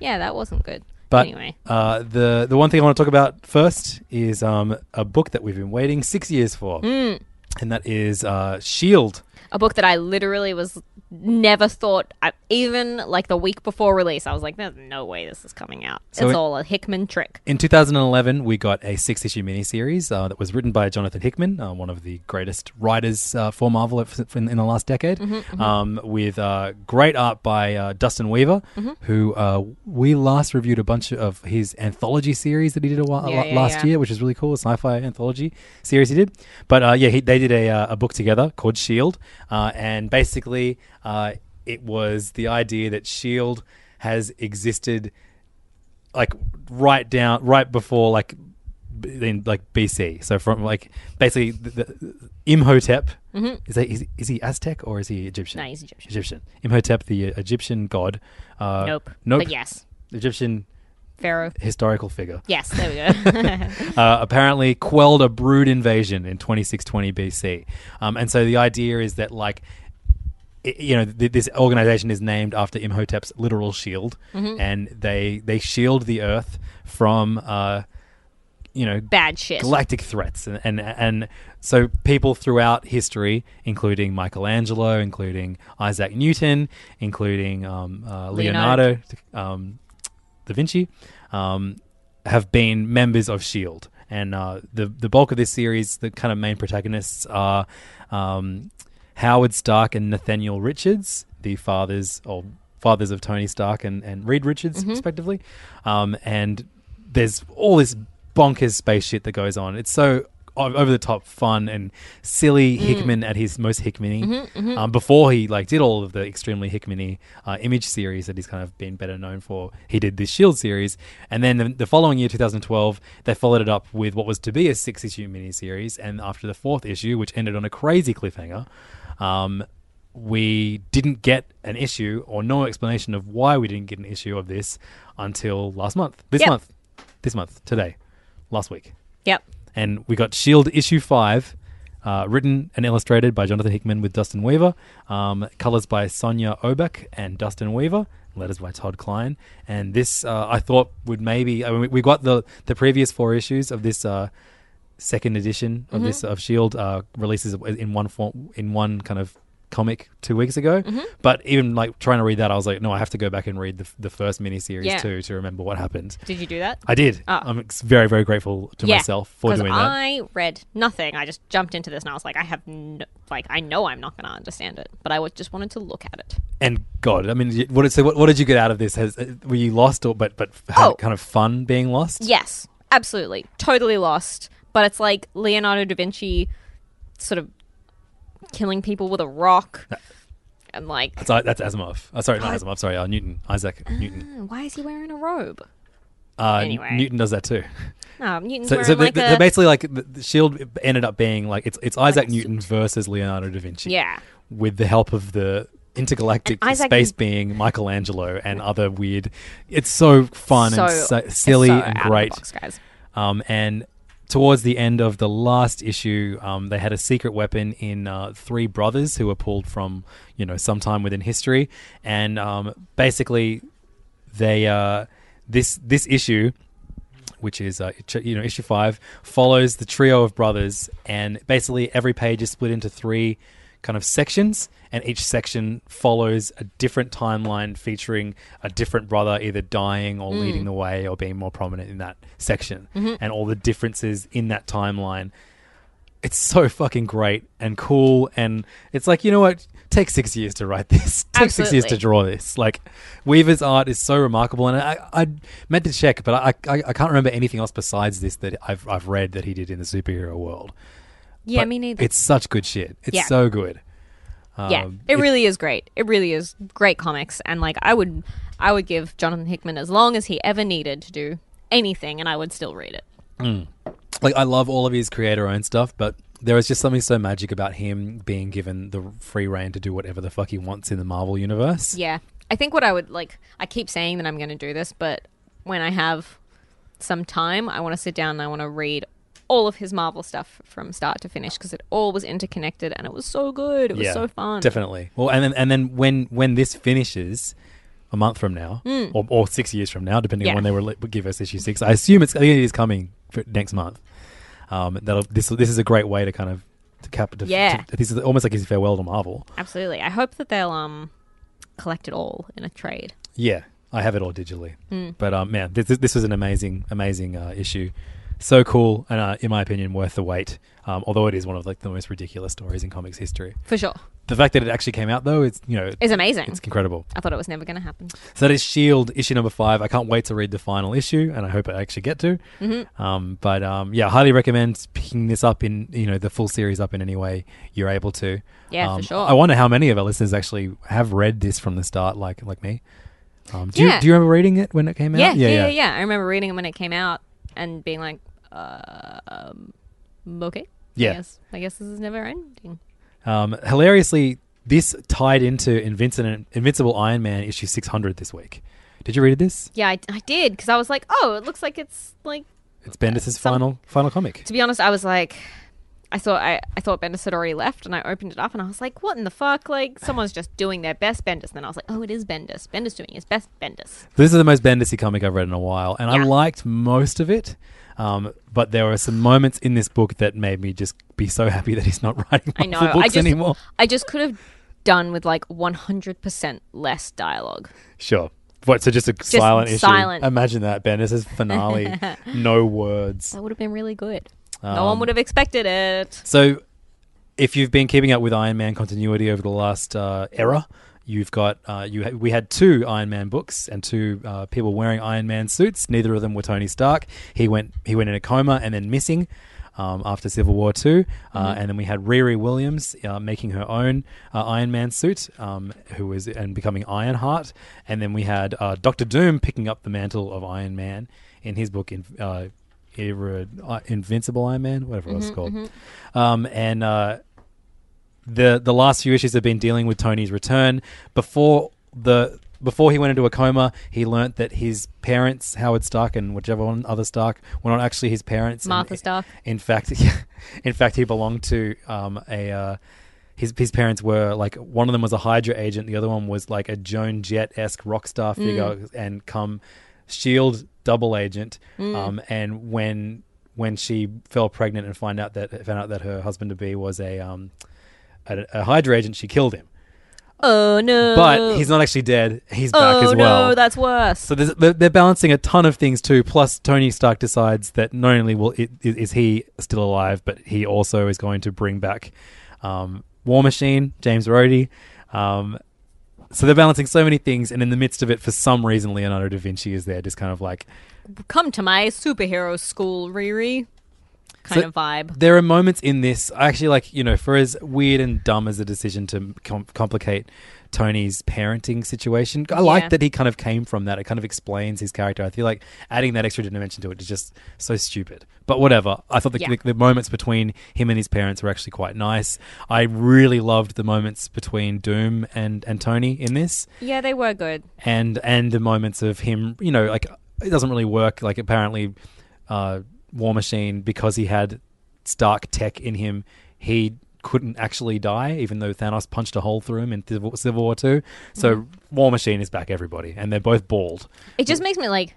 Speaker 6: Yeah, that wasn't good.
Speaker 5: But
Speaker 6: anyway.
Speaker 5: uh, the the one thing I want to talk about first is um, a book that we've been waiting six years for, and that is uh, Shield.
Speaker 6: a book that I literally was never thought I, even like the week before release. I was like, "There's no way this is coming out.
Speaker 5: So
Speaker 6: it's
Speaker 5: it-
Speaker 6: all a Hickman trick."
Speaker 5: In 2011, we got a six issue miniseries uh, that was written by Jonathan Hickman, uh, one of the greatest writers uh, for Marvel f- f- in, in the last decade,
Speaker 6: Mm-hmm,
Speaker 5: Um, with uh, great art by uh, Dustin Weaver,
Speaker 6: Mm-hmm.
Speaker 5: who uh, we last reviewed a bunch of his anthology series that he did a while,
Speaker 6: Yeah,
Speaker 5: la-
Speaker 6: yeah,
Speaker 5: last
Speaker 6: yeah.
Speaker 5: year, which is really cool, a sci fi anthology series he did. But uh, yeah, he, they did a, uh, a book together called S.H.I.E.L.D., uh, and basically uh, it was the idea that S.H.I.E.L.D. has existed like right down right before like b- in like BC. So from like basically the, the Imhotep is, that, is is he Aztec or is he Egyptian?
Speaker 6: Mm-hmm. No, he's Egyptian.
Speaker 5: Egyptian. Imhotep, the uh, Egyptian god. Uh,
Speaker 6: nope.
Speaker 5: Nope.
Speaker 6: But yes,
Speaker 5: Egyptian
Speaker 6: Pharaoh.
Speaker 5: historical figure.
Speaker 6: Yes, there we go.
Speaker 5: *laughs*
Speaker 6: *laughs*
Speaker 5: uh, apparently quelled a brood invasion in 2620 BC. Um, and so the idea is that, like, i you know, th- this organization is named after Imhotep's literal shield, and they they shield the Earth from, uh, you know,
Speaker 6: Bad shit.
Speaker 5: galactic threats and, and and so people throughout history including michelangelo including isaac newton including um, uh, leonardo,
Speaker 6: Leonardo.
Speaker 5: um, da vinci um, have been members of shield E and uh, the the bulk of this series the kind of main protagonists are um, howard stark and nathaniel richards the fathers or fathers of tony stark and, and reed richards respectively um, and there's all this bonkers space shit that goes on. It's so over the top fun and silly Hickman at his most Hickmany. Um, before he like did all of the extremely Hickmany uh, image series that he's kind of been better known for, he did this Shield E series, and then the, the following year, 2012, they followed it up with what was to be a six issue miniseries, and after the fourth issue, which ended on a crazy cliffhanger. Um, we didn't get an issue or no explanation of why we didn't get an issue of this until last month. This
Speaker 6: Yep.
Speaker 5: month. This month, today, last week.
Speaker 6: Yep.
Speaker 5: And we got Shield issue five, uh, written and illustrated by Jonathan Hickman with Dustin Weaver, um, colors by Sonia Obeck and Dustin Weaver, letters by Todd Klein. And this, uh, I thought, would maybe. I mean, we- we got the the previous four issues of this. Uh, second edition of this of Shield uh, releases in one form in one kind of comic two weeks ago. But even like trying to read that, I was like, no, I have to go back and read the, the first miniseries
Speaker 6: Yeah.
Speaker 5: too to remember what happened.
Speaker 6: Did you do that?
Speaker 5: I did.
Speaker 6: Ah.
Speaker 5: I'm ex- very very grateful to myself for
Speaker 6: 'cause
Speaker 5: doing that.
Speaker 6: I read nothing. I just jumped into this and I was like, I have no, like, I know I'm not going to understand it, but I w- just wanted to look at it.
Speaker 5: And God, I mean, you- what did so what, what did you get out of this? Has uh, were you lost or but but had
Speaker 6: Oh.
Speaker 5: it kind of fun being lost?
Speaker 6: Yes, absolutely, totally lost. But it's like Leonardo da Vinci, sort of killing people with a rock, and like,
Speaker 5: So that's Asimov. Uh, sorry, not Asimov. Sorry, uh, Newton. Isaac Newton.
Speaker 6: "Hmm, why is he wearing a robe?
Speaker 5: Uh,
Speaker 6: Ah, Anyway.
Speaker 5: Newton does that too.
Speaker 6: No, Newton's
Speaker 5: So,
Speaker 6: wearing
Speaker 5: so the-
Speaker 6: like
Speaker 5: the-
Speaker 6: a
Speaker 5: so basically, like the, the Shield ended up being like it's it's Isaac
Speaker 6: a
Speaker 5: Newton versus Leonardo da Vinci.
Speaker 6: Yeah.
Speaker 5: with the help of the intergalactic
Speaker 6: And Isaac
Speaker 5: space
Speaker 6: Newton-
Speaker 5: being Michelangelo and other weird. It's so fun and so,
Speaker 6: it's
Speaker 5: silly
Speaker 6: so
Speaker 5: and
Speaker 6: out of the
Speaker 5: great.
Speaker 6: box, guys.
Speaker 5: Um, and towards the end of the last issue, um, they had a secret weapon in uh, three brothers who were pulled from, you know, sometime within history. And um, basically, they uh, this this issue, which is uh, ch- you know issue five, follows the trio of brothers, and basically every page is split into three kind of sections, and each section follows a different timeline featuring a different brother either dying or leading the way or being more prominent in that section, and all the differences in that timeline it's so fucking great and cool and it's like you know what take six years to write this *laughs* take six years to
Speaker 6: Absolutely.
Speaker 5: draw this like weaver's art is so remarkable and i, I meant to check but I, I I can't remember anything else besides this that i've, I've read that he did in the superhero world
Speaker 6: Yeah,
Speaker 5: But
Speaker 6: me neither.
Speaker 5: it's such good shit it's
Speaker 6: Yeah.
Speaker 5: so good
Speaker 6: yeah,
Speaker 5: Um,
Speaker 6: it really is great. It really is great comics, and like I would, I would give Jonathan Hickman as long as he ever needed to do anything, and I would still read it.
Speaker 5: like I love all of his creator owned stuff, but there is just something so magic about him being given the free reign to do whatever the fuck he wants in the Marvel universe.
Speaker 6: Yeah. I think what I would like, I keep saying that I'm going to do this, but when I have some time, I want to sit down and I want to read all of his Marvel stuff from start to finish because it all was interconnected and it was so good. It was so fun.
Speaker 5: Definitely. Well, and then and then when when this finishes. A month from now, or, or six years from now, depending on
Speaker 6: Mm. Yeah.
Speaker 5: when they will give us issue six. I assume it's I think it is coming for next month. Um, that'll this this is a great way to kind of to cap. To,
Speaker 6: Yeah.
Speaker 5: to- this is almost like his farewell to Marvel.
Speaker 6: Absolutely. I hope that they'll um collect it all in a trade.
Speaker 5: Yeah, I have it all digitally.
Speaker 6: Mm.
Speaker 5: But um, man, this this was an amazing, amazing uh, issue. So cool, and uh, in my opinion, worth the wait. Um, although it is one of like the most ridiculous stories in comics history.
Speaker 6: For sure.
Speaker 5: The fact that it actually came out though, it's you know,
Speaker 6: It's amazing.
Speaker 5: it's incredible.
Speaker 6: I thought it was never going to happen.
Speaker 5: So that is Shield issue number five. I can't wait to read the final issue, and I hope I actually get to.
Speaker 6: Mm-hmm.
Speaker 5: Um, but um, yeah, highly recommend picking this up in you know the full series up in any way you're able to.
Speaker 6: Yeah, for
Speaker 5: Um,
Speaker 6: sure.
Speaker 5: I wonder how many of our listeners actually have read this from the start, like like me. Um, do
Speaker 6: Yeah.
Speaker 5: you do you remember reading it when it came out?
Speaker 6: Yeah yeah, yeah, yeah, I remember reading it when it came out and being like, um, okay.
Speaker 5: Yeah.
Speaker 6: I guess, I guess this is never ending.
Speaker 5: Um, hilariously, this tied into Invincin- Invincible Iron Man issue 600 this week. Did you read this?
Speaker 6: Yeah, I, I did because I was like, oh, it looks like it's like.
Speaker 5: It's Bendis'
Speaker 6: Some-
Speaker 5: final final comic.
Speaker 6: To be honest, I was like, I thought I, I thought Bendis had already left, and I opened it up, and I was like, what in the fuck? Like someone's just doing their best Bendis. And then I was like, oh, it is Bendis. Bendis doing his best Bendis.
Speaker 5: This is the most Bendisy comic I've read in a while, and I
Speaker 6: Yeah.
Speaker 5: liked most of it. Um, but there were some moments in this book that made me just be so happy that he's not *laughs* writing
Speaker 6: I know.
Speaker 5: Marvel
Speaker 6: I
Speaker 5: books
Speaker 6: just
Speaker 5: anymore.
Speaker 6: I just could have done with like 100% less dialogue.
Speaker 5: Sure. What? So just a silent issue.
Speaker 6: silent.
Speaker 5: Imagine that Bendis's
Speaker 6: *laughs*
Speaker 5: finale, no words.
Speaker 6: That would have been really good. no
Speaker 5: Um,
Speaker 6: one would have expected it.
Speaker 5: So, if you've been keeping up with Iron Man continuity over the last uh, era, you've got uh, you. Ha- we had two Iron Man books and two uh, people wearing Iron Man suits. Neither of them were Tony Stark. He went he went in a coma and then missing. Um, after Civil War Two, uh, and then we had Riri Williams uh, making her own uh, Iron Man suit, um, who was and becoming Ironheart, and then we had uh, Doctor Doom picking up the mantle of Iron Man in his book in, uh, Irre- uh, Invincible Iron Man, whatever it was called. Um, and uh, the the last few issues have been dealing with Tony's return. Before the before he went into a coma, he learnt that his parents, Howard Stark and whichever one other Stark, were not actually his parents. and
Speaker 6: Martha Stark.
Speaker 5: In fact, *laughs* in fact, he belonged to um, a. Uh, his, his parents were like one of them was a Hydra agent, the other one was like a Joan Jett esque rock star
Speaker 6: Mm.
Speaker 5: figure and come Shield double agent.
Speaker 6: Mm.
Speaker 5: Um, and when when she fell pregnant and find out that found out that her husband to be was a um, a, a Hydra agent, she killed him.
Speaker 6: Oh no.
Speaker 5: But he's not actually dead. He's back
Speaker 6: oh
Speaker 5: as well.
Speaker 6: no, that's worse.
Speaker 5: so there's, they're they're balancing a ton of things too. Plus, Tony Stark decides that not only will it, is, is he still alive, but he also is going to bring back um, War Machine, James Rhodey. Um, so they're balancing so many things, and in the midst of it, for some reason, Leonardo da Vinci is there, just kind of like
Speaker 6: Come to my superhero school, Riri. Kind
Speaker 5: So-
Speaker 6: of vibe.
Speaker 5: there are moments in this I actually like you know for as weird and dumb as a decision to com- complicate tony's parenting situation i like
Speaker 6: Yeah.
Speaker 5: that he kind of came from that it kind of explains his character i feel like adding that extra dimension to it is just so stupid but whatever i thought the,
Speaker 6: Yeah.
Speaker 5: the, the moments between him and his parents were actually quite nice i really loved the moments between doom and, and tony in this
Speaker 6: Yeah, they were good.
Speaker 5: and and the moments of him you know like it doesn't really work like apparently uh war machine because he had stark tech in him he couldn't actually die even though thanos punched a hole through him in Civil- civil war 2 so
Speaker 6: Mm-hmm.
Speaker 5: war machine is back everybody and they're both bald
Speaker 6: It just makes me like,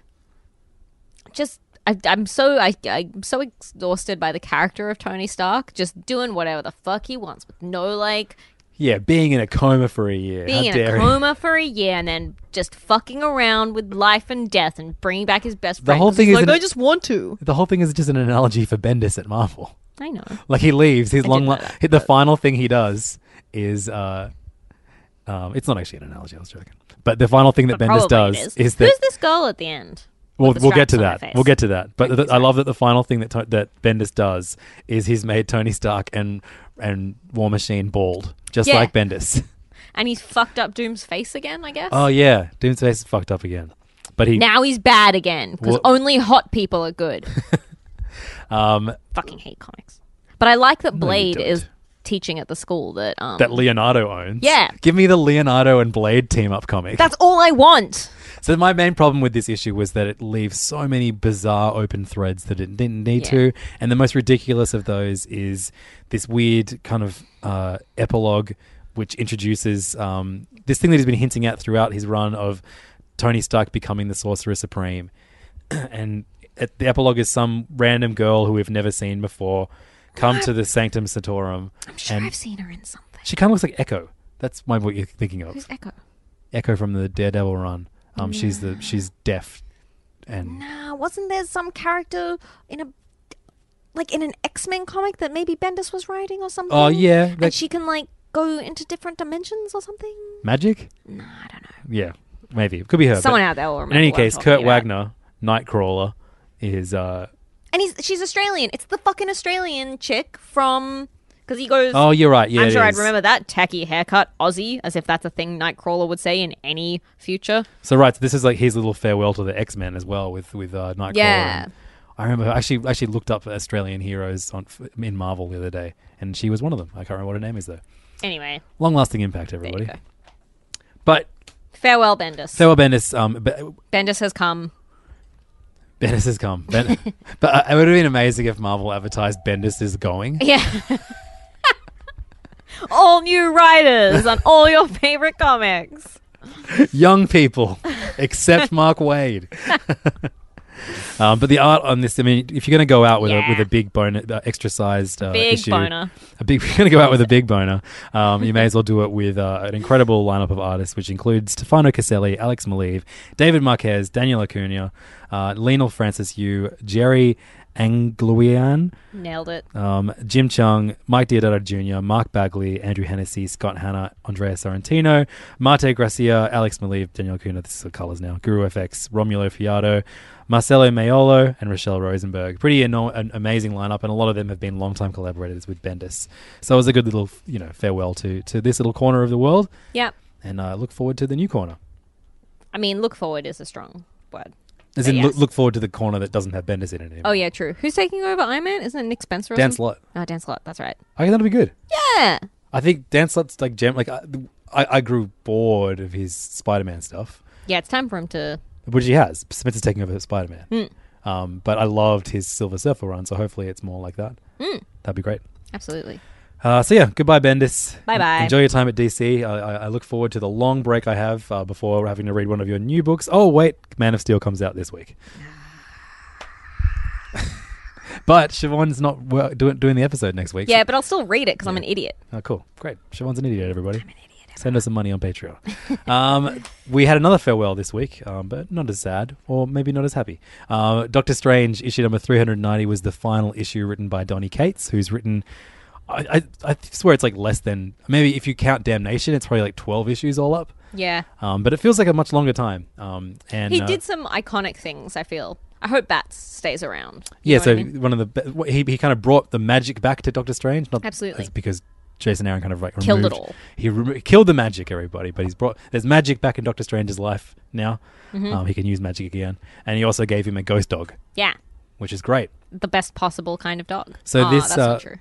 Speaker 6: just I, I'm so I, I'm so exhausted by the character of Tony Stark, just doing whatever the fuck he wants with no like
Speaker 5: yeah being in a coma for a year
Speaker 6: being
Speaker 5: how
Speaker 6: in
Speaker 5: dare
Speaker 6: a
Speaker 5: he.
Speaker 6: coma for a year and then just fucking around with life and death and bringing back his best
Speaker 5: the
Speaker 6: friend.
Speaker 5: whole
Speaker 6: 'cause
Speaker 5: thing
Speaker 6: he's
Speaker 5: is
Speaker 6: like,
Speaker 5: an-
Speaker 6: I just want to.
Speaker 5: the whole thing is just an analogy for bendis at marvel
Speaker 6: I know.
Speaker 5: Like he leaves his
Speaker 6: I
Speaker 5: long.
Speaker 6: did know
Speaker 5: Li-
Speaker 6: that,
Speaker 5: the final thing he does is, uh, um, it's not actually an analogy. I was joking. But the final thing that
Speaker 6: But
Speaker 5: Bendis
Speaker 6: probably
Speaker 5: does
Speaker 6: it is.
Speaker 5: is. that
Speaker 6: who's this girl at the end?
Speaker 5: we'll,
Speaker 6: the
Speaker 5: we'll get
Speaker 6: straps
Speaker 5: to
Speaker 6: on her
Speaker 5: that.
Speaker 6: face?
Speaker 5: We'll get to that. But th- I love that the final thing that to- that Bendis does is he's made Tony Stark and and War Machine bald, just
Speaker 6: Yeah.
Speaker 5: like Bendis.
Speaker 6: And he's fucked up Doom's face again, I guess.
Speaker 5: *laughs* oh yeah, Doom's face is fucked up again. But he
Speaker 6: now he's bad again because
Speaker 5: Well-
Speaker 6: only hot people are good.
Speaker 5: um
Speaker 6: Fucking hate comics. But I like that Blade
Speaker 5: don't.
Speaker 6: is teaching at the school that um
Speaker 5: that Leonardo owns.
Speaker 6: Yeah.
Speaker 5: give me the Leonardo and Blade team up comic.
Speaker 6: that's all I want.
Speaker 5: So my main problem with this issue was that it leaves so many bizarre open threads that it didn't need
Speaker 6: Yeah.
Speaker 5: to, and the most ridiculous of those is this weird kind of uh, epilogue, which introduces um, this thing that he's been hinting at throughout his run of Tony Stark becoming the Sorcerer Supreme, *clears throat* and at the epilogue is some random girl who we've never seen before come to the Sanctum Sanctorum,
Speaker 6: I'm sure
Speaker 5: and
Speaker 6: I've seen her in something.
Speaker 5: she kind of looks like Echo. That's my what you're thinking of.
Speaker 6: Who's Echo?
Speaker 5: Echo from the Daredevil run. Um, she's the she's deaf, and
Speaker 6: Nah, wasn't there some character in a like in an X Men comic that maybe Bendis was writing or something?
Speaker 5: Oh, yeah, that-
Speaker 6: and she can like go into different dimensions or something.
Speaker 5: magic. No, I don't know. Yeah, maybe it could be her.
Speaker 6: Someone
Speaker 5: but
Speaker 6: out there will remember.
Speaker 5: In any
Speaker 6: what I'm
Speaker 5: case,
Speaker 6: talking
Speaker 5: Kurt
Speaker 6: about.
Speaker 5: Wagner, Nightcrawler, is uh
Speaker 6: and he's she's Australian. It's the fucking Australian chick from because he goes.
Speaker 5: oh, you're right. Yeah,
Speaker 6: I'm
Speaker 5: it
Speaker 6: sure I'd
Speaker 5: is.
Speaker 6: remember that tacky haircut, Aussie, as if that's a thing Nightcrawler would say in any future.
Speaker 5: So right, so this is like his little farewell to the X Men as well with with uh, Nightcrawler.
Speaker 6: Yeah.
Speaker 5: and I remember I actually actually looked up Australian heroes on f- in Marvel the other day, and she was one of them. I can't remember what her name is though.
Speaker 6: Anyway,
Speaker 5: Long lasting impact,
Speaker 6: there
Speaker 5: everybody.
Speaker 6: you go.
Speaker 5: But
Speaker 6: Farewell, Bendis.
Speaker 5: Sarah Bendis, um, Be-
Speaker 6: Bendis has come.
Speaker 5: Bendis has come.
Speaker 6: *laughs*
Speaker 5: Ben- but uh, it would have been amazing if Marvel advertised Bendis is going.
Speaker 6: Yeah. *laughs* all new writers on all your favorite comics.
Speaker 5: young people, except Mark
Speaker 6: *laughs*
Speaker 5: Wade. um, but the art on this, I mean, if you're going to go out with a with
Speaker 6: Yeah.
Speaker 5: a big boner, uh, extra sized uh,
Speaker 6: Big
Speaker 5: issue,
Speaker 6: boner.
Speaker 5: a big, *laughs* if you're going to go out with a big boner, um, you may as well do it with uh, an incredible lineup of artists, which includes Stefano Caselli, Alex Maleev, David Marquez, Daniel Acuna, uh, Lionel Francis Yu, Jerry Angluian,
Speaker 6: Nailed it.
Speaker 5: um, Jim Chung, Mike Diodato Jr., Mark Bagley, Andrew Hennessy, Scott Hanna, Andrea Sorrentino, Marte Gracia, Alex Maleev, Daniel Kuna, this is the colors now, Guru FX, Romulo Fiato, Marcelo Maiolo, and Rochelle Rosenberg. Pretty eno- an amazing lineup, and a lot of them have been longtime collaborators with Bendis. So it was a good little, you know, farewell to, to this little corner of the world,
Speaker 6: Yep.
Speaker 5: and uh, look forward to the new corner.
Speaker 6: I mean, look forward is a strong word.
Speaker 5: As in,
Speaker 6: Uh, Yes.
Speaker 5: look, look forward to the corner that doesn't have Bendis in it anymore.
Speaker 6: Oh yeah, true. Who's taking over Iron Man? Isn't it Nick Spencer? Or
Speaker 5: Dan
Speaker 6: something?
Speaker 5: Slott.
Speaker 6: Oh, Dan Slott. That's right.
Speaker 5: I think that'll be good.
Speaker 6: Yeah.
Speaker 5: I think Dan Slott's like gem. Like I, I, I grew bored of his Spider-Man stuff,
Speaker 6: Yeah, it's time for him to.
Speaker 5: which he has. Smith is taking over Spider-Man, um, but I loved his Silver Surfer run, so hopefully it's more like that. That'd be great.
Speaker 6: Absolutely.
Speaker 5: Uh, so yeah, goodbye, Bendis.
Speaker 6: Bye-bye.
Speaker 5: En- Enjoy your time at DC. I, I, I look forward to the long break I have uh, before having to read one of your new books. Oh wait, Man of Steel comes out this week. *laughs* but Siobhan's not wor- doing, doing the episode next week.
Speaker 6: Yeah, but I'll still read it because I'm an idiot.
Speaker 5: Oh, cool. Great. Siobhan's an idiot, everybody. I'm an idiot. Send us some money on *laughs* Patreon. um, we had another farewell this week, um, but not as sad, or maybe not as happy. Uh, Doctor Strange, issue number 390, was the final issue written by Donny Cates, who's written. I, I, I swear it's like less than. Maybe if you count Damnation, it's probably like 12 issues all up.
Speaker 6: Yeah.
Speaker 5: Um, but it feels like a much longer time. Um, and
Speaker 6: He
Speaker 5: uh,
Speaker 6: did some iconic things. I feel. I hope Bats stays around. You
Speaker 5: Yeah,
Speaker 6: know
Speaker 5: so
Speaker 6: what I mean?
Speaker 5: one of the be- wh- he he kind of brought the magic back to Doctor Strange. Not
Speaker 6: Absolutely.
Speaker 5: it's because Jason Aaron kind of like
Speaker 6: Killed it
Speaker 5: removed-
Speaker 6: all.
Speaker 5: He remo- killed the magic, everybody. But he's brought there's magic back in Doctor Strange's life now.
Speaker 6: Mm-hmm.
Speaker 5: Um, he can use magic again, and he also gave him a ghost dog,
Speaker 6: yeah,
Speaker 5: which is great.
Speaker 6: the best possible kind of dog.
Speaker 5: So
Speaker 6: Ah,
Speaker 5: this,
Speaker 6: That's not
Speaker 5: uh,
Speaker 6: true.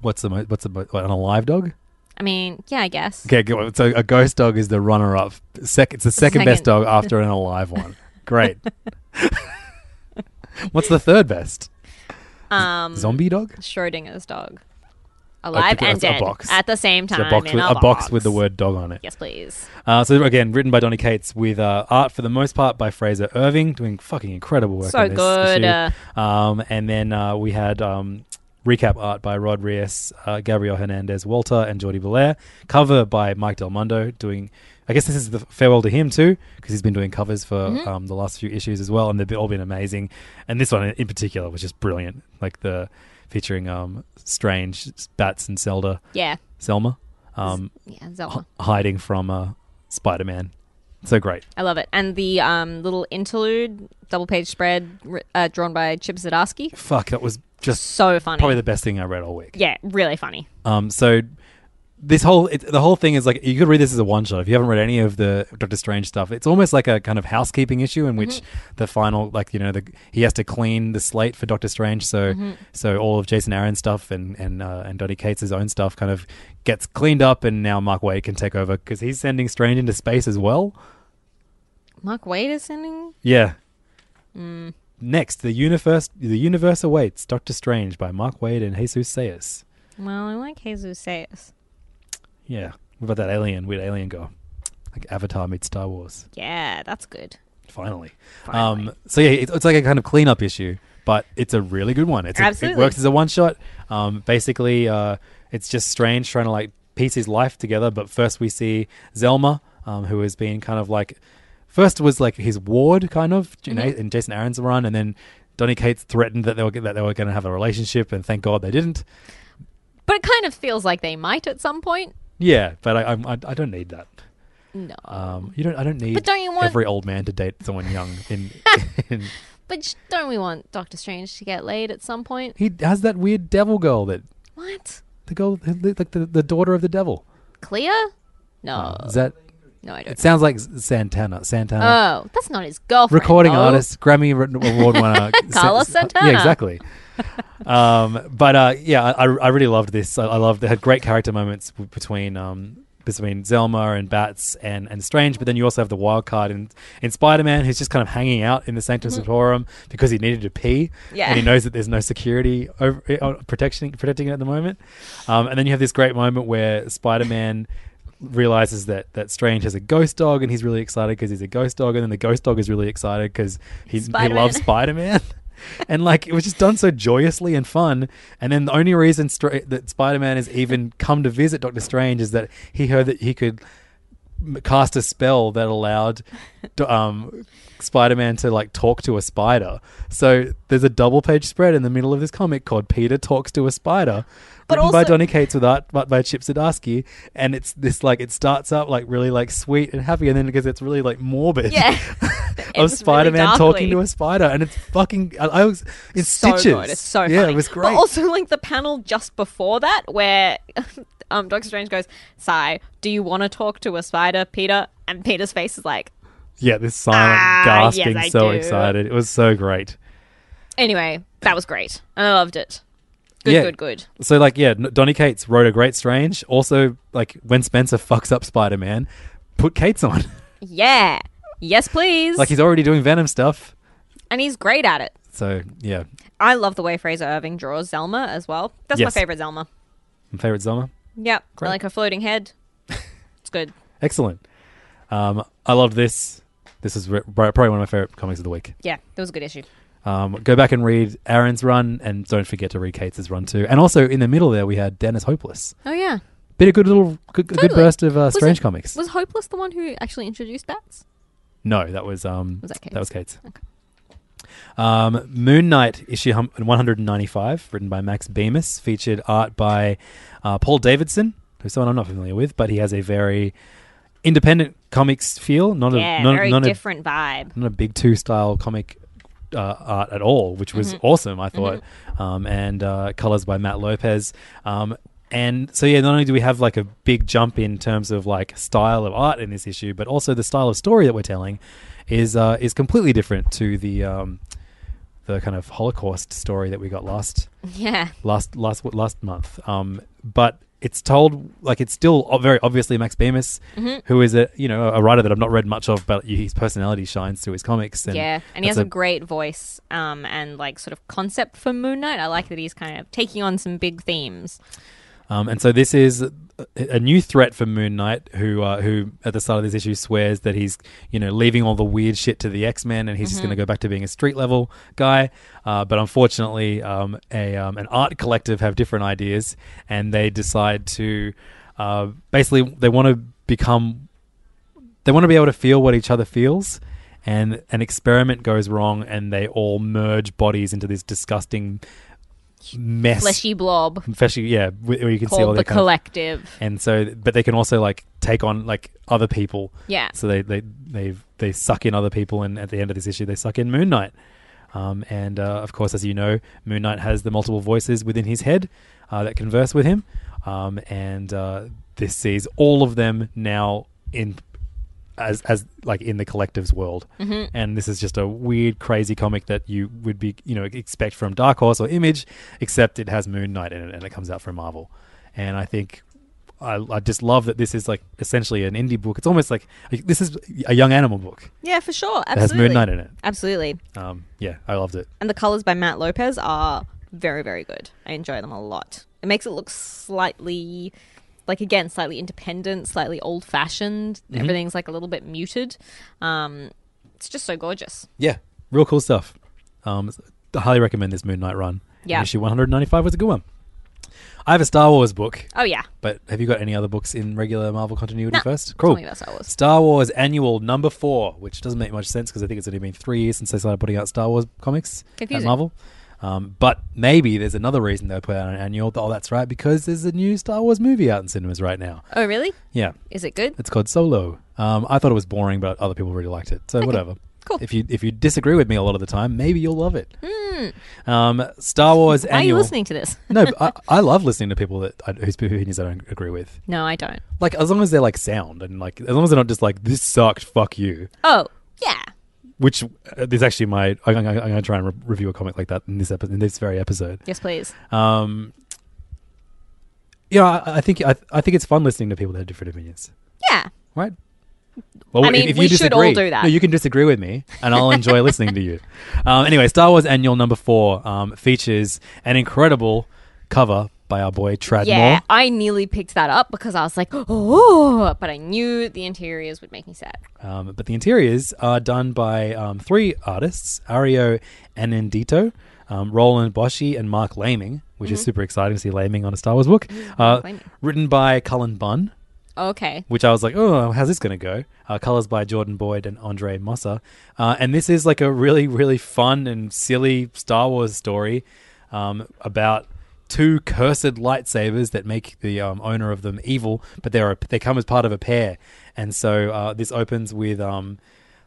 Speaker 5: What's the mo- what's the mo- what, an alive dog?
Speaker 6: I mean, yeah, I guess.
Speaker 5: Okay, go- so a ghost dog is the runner up. Sec- it's the second, best
Speaker 6: Second.
Speaker 5: dog after an alive one.
Speaker 6: *laughs*
Speaker 5: Great. *laughs* what's the third best?
Speaker 6: Um,
Speaker 5: Zombie dog?
Speaker 6: Schrodinger's dog, alive
Speaker 5: because
Speaker 6: and
Speaker 5: it's a
Speaker 6: dead
Speaker 5: box.
Speaker 6: at the same
Speaker 5: It's
Speaker 6: time.
Speaker 5: a box
Speaker 6: in
Speaker 5: with,
Speaker 6: a,
Speaker 5: a box with the word dog on it.
Speaker 6: Yes, please.
Speaker 5: Uh, so again, written by Donny Cates with uh, art for the most part by Fraser Irving, doing fucking incredible work.
Speaker 6: So
Speaker 5: on this
Speaker 6: good, uh.
Speaker 5: issue. Um, and then uh, we had um, recap art by Rod Reyes, uh, Gabriel Hernandez, Walter, and Jordi Belair. Cover by Mike Del Mundo. Doing, I guess this is the farewell to him too, because he's been doing covers for
Speaker 6: Mm-hmm.
Speaker 5: um, the last few issues as well, and they've all been amazing. And this one in particular was just brilliant, like the featuring um, Strange, Bats, and Zelda,
Speaker 6: Yeah,
Speaker 5: Selma. Um,
Speaker 6: yeah, Zelda.
Speaker 5: hiding from uh, Spider Man. So great.
Speaker 6: I love it. And the um, little interlude, double page spread, ri- uh, drawn by Chip Zdarsky.
Speaker 5: Fuck, that was just
Speaker 6: So funny.
Speaker 5: probably the best thing I read all week.
Speaker 6: yeah, really funny.
Speaker 5: Um, so this whole it, the whole thing is like you could read this as a one shot if you haven't read any of the Doctor Strange stuff. It's almost like a kind of housekeeping issue in which
Speaker 6: Mm-hmm.
Speaker 5: the final like you know the he has to clean the slate for Doctor Strange. So
Speaker 6: Mm-hmm.
Speaker 5: so all of Jason Aaron's stuff and and uh, and Donny Cates' own stuff kind of gets cleaned up, and now Mark Wade can take over because he's sending Strange into space as well.
Speaker 6: Mark Wade is sending.
Speaker 5: Yeah. Next, the universe the universe awaits Doctor Strange by Mark Wade and Jesus Sayers.
Speaker 6: Well, I like Jesus says.
Speaker 5: Yeah. What about that alien? Weird alien girl. Like Avatar meets Star Wars.
Speaker 6: Yeah, that's good.
Speaker 5: Finally. Um, so yeah, it's, it's like a kind of cleanup issue, but it's a really good one. It's a- it
Speaker 6: Absolutely.
Speaker 5: works as a one shot. Um, basically, uh, it's just Strange trying to like piece his life together. But first, we see Zelma, um, who has been kind of like first was like his ward, kind of, you know,
Speaker 6: Mm-hmm.
Speaker 5: in Jason Aaron's run, and then. Donny Cates threatened that they were that they were going to have a relationship, and thank God they didn't.
Speaker 6: But it kind of feels like they might at some point.
Speaker 5: Yeah, but I I'm- I, I don't need that.
Speaker 6: No.
Speaker 5: Um, you don't I don't need
Speaker 6: But don't you want-
Speaker 5: every old man to date someone young. In, *laughs* in
Speaker 6: But sh- don't we want Doctor Strange to get laid at some point?
Speaker 5: he has that weird devil girl that
Speaker 6: What?
Speaker 5: the girl like the, the daughter of the devil.
Speaker 6: Clea? No.
Speaker 5: Is that
Speaker 6: No, I don't.
Speaker 5: It sounds like S- Santana. Santana.
Speaker 6: oh, that's not his girlfriend.
Speaker 5: recording
Speaker 6: though. *laughs*
Speaker 5: artist, Grammy re- award winner San-
Speaker 6: Carlos Santana.
Speaker 5: Yeah, exactly. um, but uh, yeah, I, I really loved this. I, I loved it. Had great character moments w- between um, between Zelma and Bats and, and Strange. But then you also have the wild card in, in Spider Man, who's just kind of hanging out in the Sanctum Sanctorum because he needed to pee.
Speaker 6: Yeah.
Speaker 5: and he knows that there's no security over, uh, protection protecting it at the moment. Um, and then you have this great moment where Spider Man realizes that that Strange has a ghost dog, and he's really excited because he's a ghost dog, and then the ghost dog is really excited because he
Speaker 6: Spider-Man.
Speaker 5: loves Spider
Speaker 6: *laughs*
Speaker 5: Man. and like it was just done so joyously and fun. And then the only reason Stra- that Spider Man has even come to visit Doctor Strange is that he heard that he could m- cast a spell that allowed d- um, Spider-Man to like talk to a spider. So there's a double page spread in the middle of this comic called Peter Talks to a Spider.
Speaker 6: But
Speaker 5: written by
Speaker 6: also-
Speaker 5: Donny Cates with art but by Chip Zdarsky, and it's this like it starts up like really like sweet and happy, and then because it's really like morbid *laughs*
Speaker 6: Yeah. It
Speaker 5: of
Speaker 6: was really
Speaker 5: Spider-Man talking
Speaker 6: darkly.
Speaker 5: to a spider, and it's fucking I, I was it's
Speaker 6: so
Speaker 5: stitches.
Speaker 6: good. It's so
Speaker 5: yeah,
Speaker 6: funny.
Speaker 5: it was great.
Speaker 6: But also, like the panel just before that, where *laughs* um, Doctor Strange goes, "Sigh, do you want to talk to a spider, Peter?" And Peter's face is like,
Speaker 5: yeah, this silent
Speaker 6: Ah, yes,
Speaker 5: gasping,
Speaker 6: I
Speaker 5: so
Speaker 6: do.
Speaker 5: excited. It was so great.
Speaker 6: "Anyway, that was great. I loved it. Good,
Speaker 5: Yeah.
Speaker 6: good, good."
Speaker 5: So like yeah, N- Donny Cates wrote a great Strange. Also like when Spencer *laughs* fucks up Spider Man, put Cates on. *laughs*
Speaker 6: Yeah. Yes, please.
Speaker 5: like he's already doing Venom stuff.
Speaker 6: and he's great at it.
Speaker 5: So yeah,
Speaker 6: I love the way Fraser Irving draws Zelma as well. That's
Speaker 5: Yes.
Speaker 6: my favorite Zelma.
Speaker 5: my favorite Zelma.
Speaker 6: Yep.
Speaker 5: Great.
Speaker 6: I like her floating head. *laughs* It's good.
Speaker 5: Excellent. Um, I loved this. This is re- probably one of my favorite comics of the week.
Speaker 6: Yeah, that was a good issue.
Speaker 5: Um, go back and read Aaron's run, and don't forget to read Cates' run too. And also in the middle there we had Dennis Hopeless.
Speaker 6: Oh yeah.
Speaker 5: Bit of good little good, good
Speaker 6: Totally.
Speaker 5: burst of uh,
Speaker 6: Was
Speaker 5: Strange
Speaker 6: it-
Speaker 5: comics.
Speaker 6: Was Hopeless the one who actually introduced bats?
Speaker 5: No, that was um
Speaker 6: Was that Kate's?
Speaker 5: that was Kate's. Um, Moon Knight issue hum- 195, written by Max Bemis, featured art by uh, Paul Davidson, who's someone I'm not familiar with, but he has a very independent comics feel, not
Speaker 6: yeah,
Speaker 5: a not,
Speaker 6: very
Speaker 5: not a
Speaker 6: different vibe.
Speaker 5: not a big two style comic uh, art at all, which was awesome, I thought. Um, and uh, colors by Matt Lopez. Um, and so, yeah, not only do we have like a big jump in terms of like style of art in this issue, but also the style of story that we're telling is uh, is completely different to the um, the kind of Holocaust story that we got last
Speaker 6: *laughs* Yeah.
Speaker 5: last last last month. Um, but it's told like it's still o- very obviously Max Bemis,
Speaker 6: Mm-hmm.
Speaker 5: who is a you know a writer that I've not read much of, but his personality shines through his comics. And
Speaker 6: yeah, and he
Speaker 5: that's
Speaker 6: has a, great voice um, and like sort of concept for Moon Knight. I like that he's kind of taking on some big themes.
Speaker 5: Um, and so this is a- a new threat for Moon Knight, who uh, who at the start of this issue swears that he's you know leaving all the weird shit to the X Men, and he's just going to go back to being a street level guy. Uh, but unfortunately, um, a um, an art collective have different ideas, and they decide to uh, basically they want to become they want to be able to feel what each other feels and an experiment goes wrong and they all merge bodies into this disgusting mess
Speaker 6: Fleshy blob
Speaker 5: Especially, yeah, wh- where you can see all
Speaker 6: called
Speaker 5: their
Speaker 6: the
Speaker 5: kind of-
Speaker 6: Collective.
Speaker 5: and so, but they can also like take on like other people.
Speaker 6: Yeah.
Speaker 5: So they they they they suck in other people, and at the end of this issue, they suck in Moon Knight. Um, and uh, of course, as you know, Moon Knight has the multiple voices within his head uh, that converse with him, um, and uh, this sees all of them now in as as like in the collective's world. And this is just a weird, crazy comic that you would be you know expect from Dark Horse or Image, except it has Moon Knight in it, and it comes out from Marvel. And I think I, I just love that this is like essentially an indie book. It's almost like this is a young animal book
Speaker 6: Yeah, for sure. Absolutely.
Speaker 5: that has Moon Knight in it.
Speaker 6: Absolutely.
Speaker 5: Um, yeah, I loved it.
Speaker 6: And the colors by Matt Lopez are very, very good. I enjoy them a lot. It makes it look slightly, like again, slightly independent, slightly old fashioned.
Speaker 5: Mm-hmm.
Speaker 6: Everything's like a little bit muted. Um, it's just so gorgeous.
Speaker 5: Yeah, real cool stuff. Um, I highly recommend this Moon Knight run.
Speaker 6: Yeah.
Speaker 5: issue one hundred ninety five was a good one. I have a Star Wars book,
Speaker 6: Oh yeah,
Speaker 5: but have you got any other books in regular Marvel continuity
Speaker 6: No,
Speaker 5: first?
Speaker 6: tell
Speaker 5: Cool.
Speaker 6: me about Star Wars.
Speaker 5: Star Wars Annual Number Four, which doesn't make much sense because I think it's only been three years since they started putting out Star Wars comics at
Speaker 6: Confusing.
Speaker 5: Marvel. Um, but maybe there's another reason they put out an annual. Oh, that's right, because there's a new Star Wars movie out in cinemas right now.
Speaker 6: Oh really?
Speaker 5: Yeah,
Speaker 6: Is it good?
Speaker 5: it's called Solo. Um, I thought it was boring, but other people really liked it. So whatever.
Speaker 6: Cool.
Speaker 5: If you if you disagree with me a lot of the time, maybe you'll love it. Um, Star Wars
Speaker 6: Hmm. Why are you
Speaker 5: annual.
Speaker 6: listening to this?
Speaker 5: no, but
Speaker 6: *laughs*
Speaker 5: I, I love listening to people that I, whose opinions I don't agree with.
Speaker 6: No, I don't.
Speaker 5: Like as long as they're like sound and like as long as they're not just like this sucked, fuck you.
Speaker 6: Oh, yeah.
Speaker 5: Which uh, is actually my I, I, I'm going to try and re- review a comic like that in this episode in this very episode.
Speaker 6: Yes, please.
Speaker 5: Um, you know, I, I think I, I think it's fun listening to people that have different opinions,
Speaker 6: Yeah.
Speaker 5: right? Well,
Speaker 6: I mean, we should all do that.
Speaker 5: No, you can disagree with me, and I'll
Speaker 6: *laughs*
Speaker 5: enjoy listening to you. Um, anyway, Star Wars Annual Number Four um, features an incredible cover by our boy Trad
Speaker 6: Yeah,
Speaker 5: Moore.
Speaker 6: I nearly picked that up because I was like, oh, but I knew the interiors would make me sad.
Speaker 5: Um, but the interiors are done by um, three artists Ario Anandito, um, Roland Boschi, and Mark Laming, which is super exciting to see Laming on a Star Wars book. Uh,
Speaker 6: Laming.
Speaker 5: written by Cullen Bunn,
Speaker 6: Okay.
Speaker 5: which I was like, oh, how's this going to go? Uh, colors by Jordan Boyd and Andre Mosser. Uh, and this is like a really, really fun and silly Star Wars story um, about two cursed lightsabers that make the um, owner of them evil, but they're a, they come as part of a pair. And so uh, this opens with um,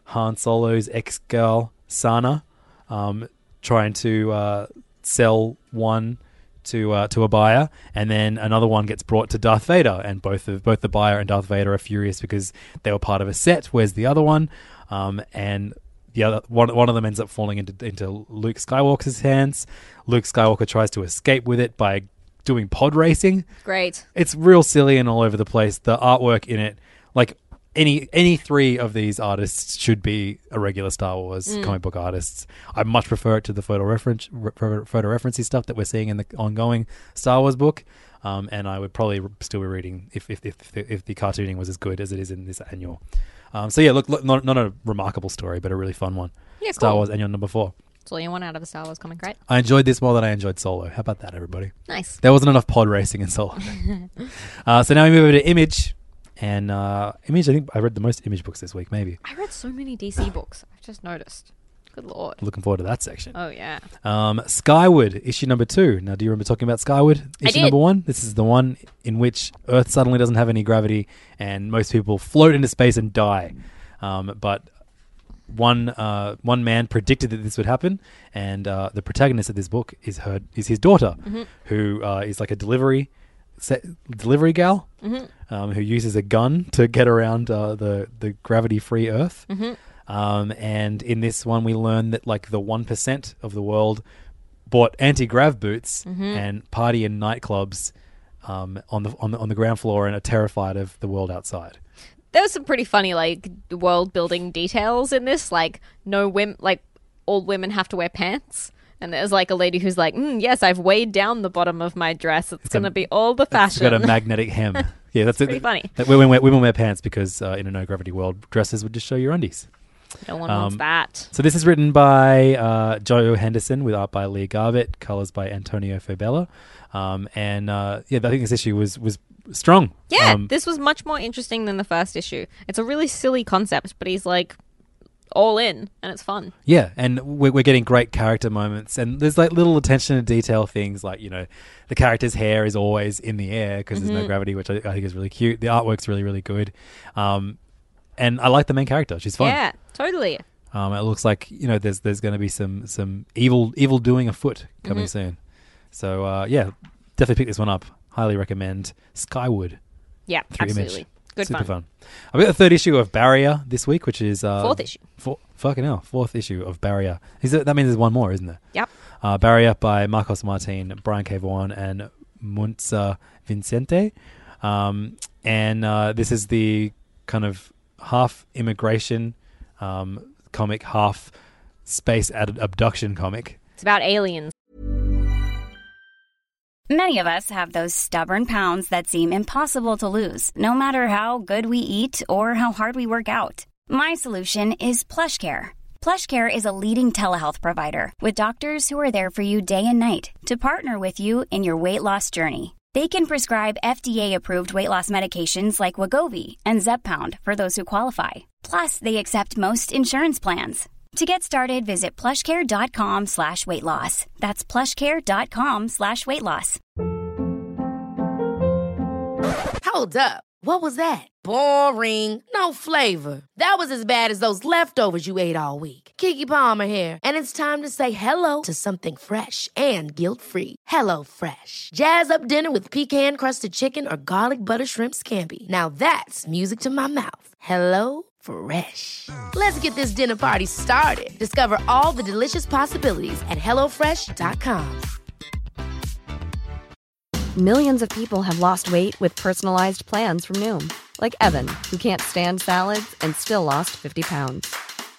Speaker 5: Han Solo's ex girl, Sana, um, trying to uh, sell one to uh, to a buyer, and then another one gets brought to Darth Vader, and both of both the buyer and Darth Vader are furious because they were part of a set. Where's the other one? Um, and the other one, one of them ends up falling into into Luke Skywalker's hands. Luke Skywalker tries to escape with it by doing pod racing.
Speaker 6: Great.
Speaker 5: It's real silly and all over the place. The artwork in it, like any any three of these artists should be a regular Star Wars
Speaker 6: Mm.
Speaker 5: comic book artists. I much prefer it to the photo reference re- photo photo referencey stuff that we're seeing in the ongoing Star Wars book. Um, and I would probably re- still be reading if if, if, the, if the cartooning was as good as it is in this annual. Um, so yeah, look, look not, not a remarkable story, but a really fun one.
Speaker 6: Yeah,
Speaker 5: Star
Speaker 6: cool.
Speaker 5: Wars annual number four.
Speaker 6: That's all you want out of a Star Wars comic, right?
Speaker 5: I enjoyed this more than I enjoyed Solo. How about that, everybody?
Speaker 6: Nice.
Speaker 5: There wasn't enough pod racing and so on. uh, so now we move over to Image. And uh, Image, I think I read the most Image books this week, maybe.
Speaker 6: I read so many DC books. I've just noticed. Good lord.
Speaker 5: Looking forward to that section.
Speaker 6: Oh, yeah.
Speaker 5: Um, Skyward, issue number two. Now, do you remember talking about Skyward, issue
Speaker 6: did.
Speaker 5: number one? This is the one in which Earth suddenly doesn't have any gravity and most people float into space and die. Um, but one uh, one man predicted that this would happen, and uh, the protagonist of this book is her is his daughter, who uh, is like a delivery se- delivery gal um, who uses a gun to get around uh, the the gravity free Earth. Um, and in this one, we learn that like the one percent of the world bought anti grav boots
Speaker 6: Mm-hmm.
Speaker 5: and party in nightclubs um, on the on the on the ground floor and are terrified of the world outside.
Speaker 6: there was some pretty funny like world building details in this like no women like all women have to wear pants and there's like a lady who's like mm, yes i've weighed down the bottom of my dress it's, gonna be all the
Speaker 5: She's got a
Speaker 6: fashion
Speaker 5: magnetic hem. Yeah, that's
Speaker 6: pretty
Speaker 5: it.
Speaker 6: funny.
Speaker 5: That women, wear, women wear pants because uh, in a no gravity world, dresses would just show your undies.
Speaker 6: *laughs* no one wants
Speaker 5: um,
Speaker 6: that
Speaker 5: So this is written by uh, Joe Henderson with art by Lee Garbutt, colors by Antonio Fabella, um, and uh, yeah, I think this issue was was strong.
Speaker 6: yeah
Speaker 5: Um,
Speaker 6: this was much more interesting than the first issue it's a really silly concept but he's like all in and it's fun
Speaker 5: yeah, and we're, we're getting great character moments, and there's like little attention to detail things, like you know, the character's hair is always in the air because there's no gravity, which I, I think is really cute. The artwork's really really good, um, and I like the main character. She's fun.
Speaker 6: yeah totally
Speaker 5: Um, it looks like you know there's there's going to be some some evil evil doing afoot coming soon. So uh, yeah, definitely pick this one up. Highly recommend Skyward
Speaker 6: yeah
Speaker 5: through
Speaker 6: absolutely
Speaker 5: Image.
Speaker 6: good
Speaker 5: Super
Speaker 6: fun.
Speaker 5: fun. I've got the third issue of Barrier this week, which is uh,
Speaker 6: Fourth issue.
Speaker 5: Four, fucking hell, fourth issue of Barrier. Is that, that means there's one more, isn't there?
Speaker 6: yep
Speaker 5: Uh, Barrier by Marcos Martin, Brian K. Vaughan, and Munza Vincente. Um, and uh, this is the kind of half immigration um, comic, half space ad- abduction comic.
Speaker 6: it's about aliens
Speaker 7: Many of us have those stubborn pounds that seem impossible to lose, no matter how good we eat or how hard we work out. My solution is PlushCare. PlushCare is a leading telehealth provider with doctors who are there for you day and night to partner with you in your weight loss journey. They can prescribe FDA-approved weight loss medications like Wagovi and Zepbound for those who qualify. Plus, they accept most insurance plans. To get started, visit plushcare.com slash weight loss. That's plushcare.com slash weight loss.
Speaker 8: Hold up. What was that? Boring. No flavor. That was as bad as those leftovers you ate all week. Kiki Palmer here, and it's time to say hello to something fresh and guilt-free. Hello Fresh. Jazz up dinner with pecan-crusted chicken or garlic butter shrimp scampi. Now that's music to my mouth. Hello Fresh. Let's get this dinner party started. Discover all the delicious possibilities at hellofresh.com.
Speaker 9: Millions of people have lost weight with personalized plans from Noom, like Evan, who can't stand salads and still lost 50 pounds.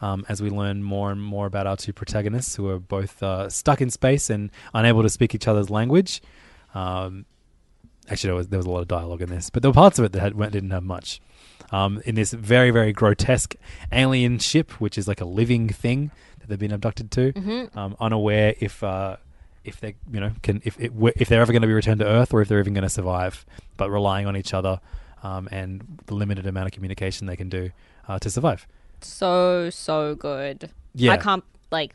Speaker 5: um, as we learn more and more about our two protagonists who are both uh, stuck in space and unable to speak each other's language. Um, actually, there was, there was a lot of dialogue in this, but there were parts of it that had, weren't- didn't have much. Um, in this very, very grotesque alien ship, which is like a living thing that they've been abducted to, um, unaware if. Uh, if they, you know, can if it, were- if they're ever going to be returned to Earth or if they're even going to survive, but relying on each other um, and the limited amount of communication they can do uh, to survive.
Speaker 6: so so good.
Speaker 5: Yeah.
Speaker 6: I can't like.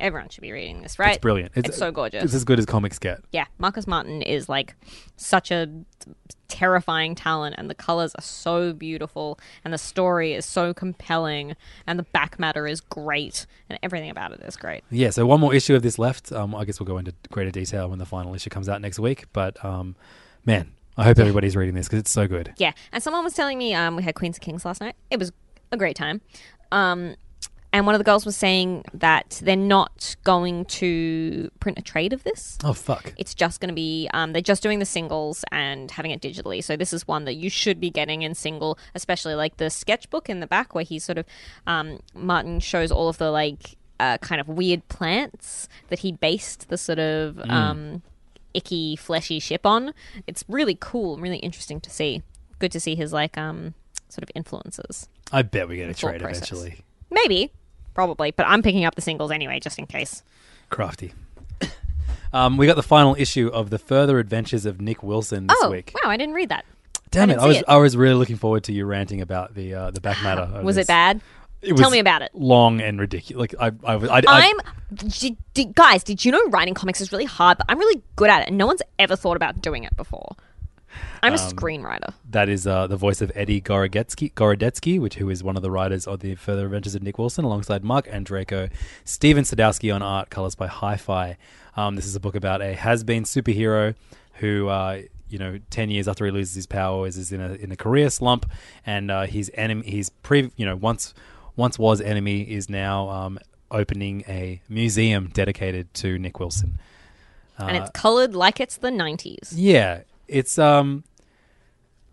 Speaker 6: Everyone should be reading this, right?
Speaker 5: It's brilliant.
Speaker 6: It's, so gorgeous.
Speaker 5: It's as good as comics get.
Speaker 6: yeah, Marcus Martin is like such a terrifying talent, and the colors are so beautiful, and the story is so compelling, and the back matter is great, and everything about it is great.
Speaker 5: Yeah, so one more issue of this left. Um, I guess we'll go into greater detail when the final issue comes out next week. But um, man, I hope everybody's reading this because it's so good.
Speaker 6: Yeah, and someone was telling me um, we had Queens of Kings last night. It was a great time. Um, and one of the girls was saying that they're not going to print a trade of this.
Speaker 5: Oh fuck!
Speaker 6: It's just going to be, um, they're just doing the singles and having it digitally. So, this is one that you should be getting in single, especially like the sketchbook in the back where he sort of, um, Martin shows all of the like uh, kind of weird plants that he based the sort of um, icky, fleshy ship on. It's really cool and really interesting to see. Good to see his like um, sort of influences.
Speaker 5: I bet we get a
Speaker 6: Thought
Speaker 5: trade
Speaker 6: process.
Speaker 5: eventually.
Speaker 6: Maybe, probably, but I'm picking up the singles anyway, just in case.
Speaker 5: Crafty. *coughs* um, we got the final issue of the Further Adventures of Nick Wilson this
Speaker 6: oh,
Speaker 5: week.
Speaker 6: wow, I didn't read that.
Speaker 5: Damn
Speaker 6: I
Speaker 5: it!
Speaker 6: didn't
Speaker 5: I
Speaker 6: see
Speaker 5: was
Speaker 6: it.
Speaker 5: I was really looking forward to you ranting about the uh, the back matter. of
Speaker 6: Was
Speaker 5: this.
Speaker 6: it bad?
Speaker 5: It
Speaker 6: Tell
Speaker 5: was
Speaker 6: me about it.
Speaker 5: Long and ridiculous. Like I, I, was- I, I
Speaker 6: I'm, d- d- guys. Did you know writing comics is really hard? But I'm really good at it, and no one's ever thought about doing it before. I'm
Speaker 5: Um,
Speaker 6: a screenwriter.
Speaker 5: That is uh, the voice of Eddie Gorodetsky, Gorodetsky, which who is one of the writers of the Further Adventures of Nick Wilson, alongside Mark Andreyko, Steven Sadowski on art, colors by Hi-Fi. Um, this is a book about a has-been superhero who, uh, you know, ten years after he loses his powers, is in a in a career slump, and uh, his enemy, his pre, you know, once once was enemy is now um, opening a museum dedicated to Nick Wilson.
Speaker 6: and
Speaker 5: uh,
Speaker 6: it's colored like it's the 90s.
Speaker 5: Yeah, it's um,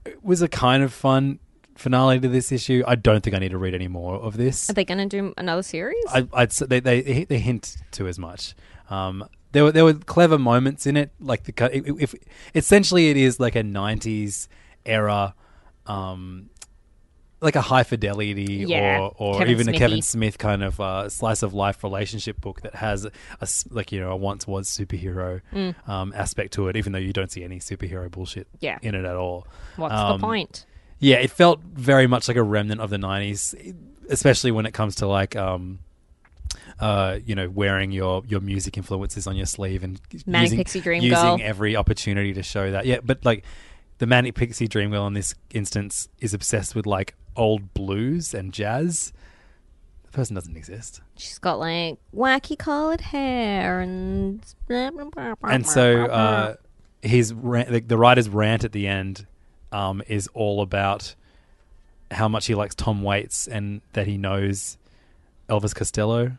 Speaker 5: it was a kind of fun finale to this issue. I don't think I need to read any more of this.
Speaker 6: Are they going to do another series?
Speaker 5: I, I'd say they, they they hint to as much. Um, there were there were clever moments in it, like the cut- if, if essentially it is like a '90s era, um, like a high fidelity
Speaker 6: Yeah,
Speaker 5: or or
Speaker 6: Kevin
Speaker 5: even a Kevin
Speaker 6: Smithy.
Speaker 5: Smith kind of uh, slice of life relationship book that has a s- like you know a once was superhero um, aspect to it, even though you don't see any superhero bullshit
Speaker 6: Mm. Yeah.
Speaker 5: in it at all.
Speaker 6: What's
Speaker 5: Um,
Speaker 6: the point?
Speaker 5: yeah, it felt very much like a remnant of the '90s, especially when it comes to like, um, uh, you know, wearing your your music influences on your sleeve and
Speaker 6: Manic
Speaker 5: using,
Speaker 6: Pixie Dream
Speaker 5: using
Speaker 6: Girl.
Speaker 5: every opportunity to show that. Yeah, but like the Manic Pixie Dream Girl in this instance is obsessed with like old blues and jazz. The person doesn't exist,
Speaker 6: She's got like wacky colored hair and
Speaker 5: and so uh, his rant, the, the writer's rant at the end um, is all about how much he likes Tom Waits and that he knows Elvis Costello.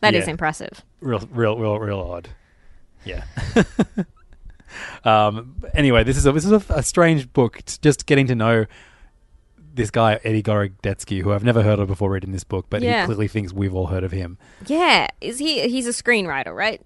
Speaker 6: that is
Speaker 5: yeah.
Speaker 6: impressive.
Speaker 5: *laughs* real, real, real, real odd. Yeah. *laughs* um. but Anyway, this is a this is a, a strange book. It's just getting to know this guy Eddie Gorodetsky, who I've never heard of before reading this book, but he
Speaker 6: Yeah.
Speaker 5: clearly thinks we've all heard of him.
Speaker 6: Yeah, is he? He's a screenwriter, right?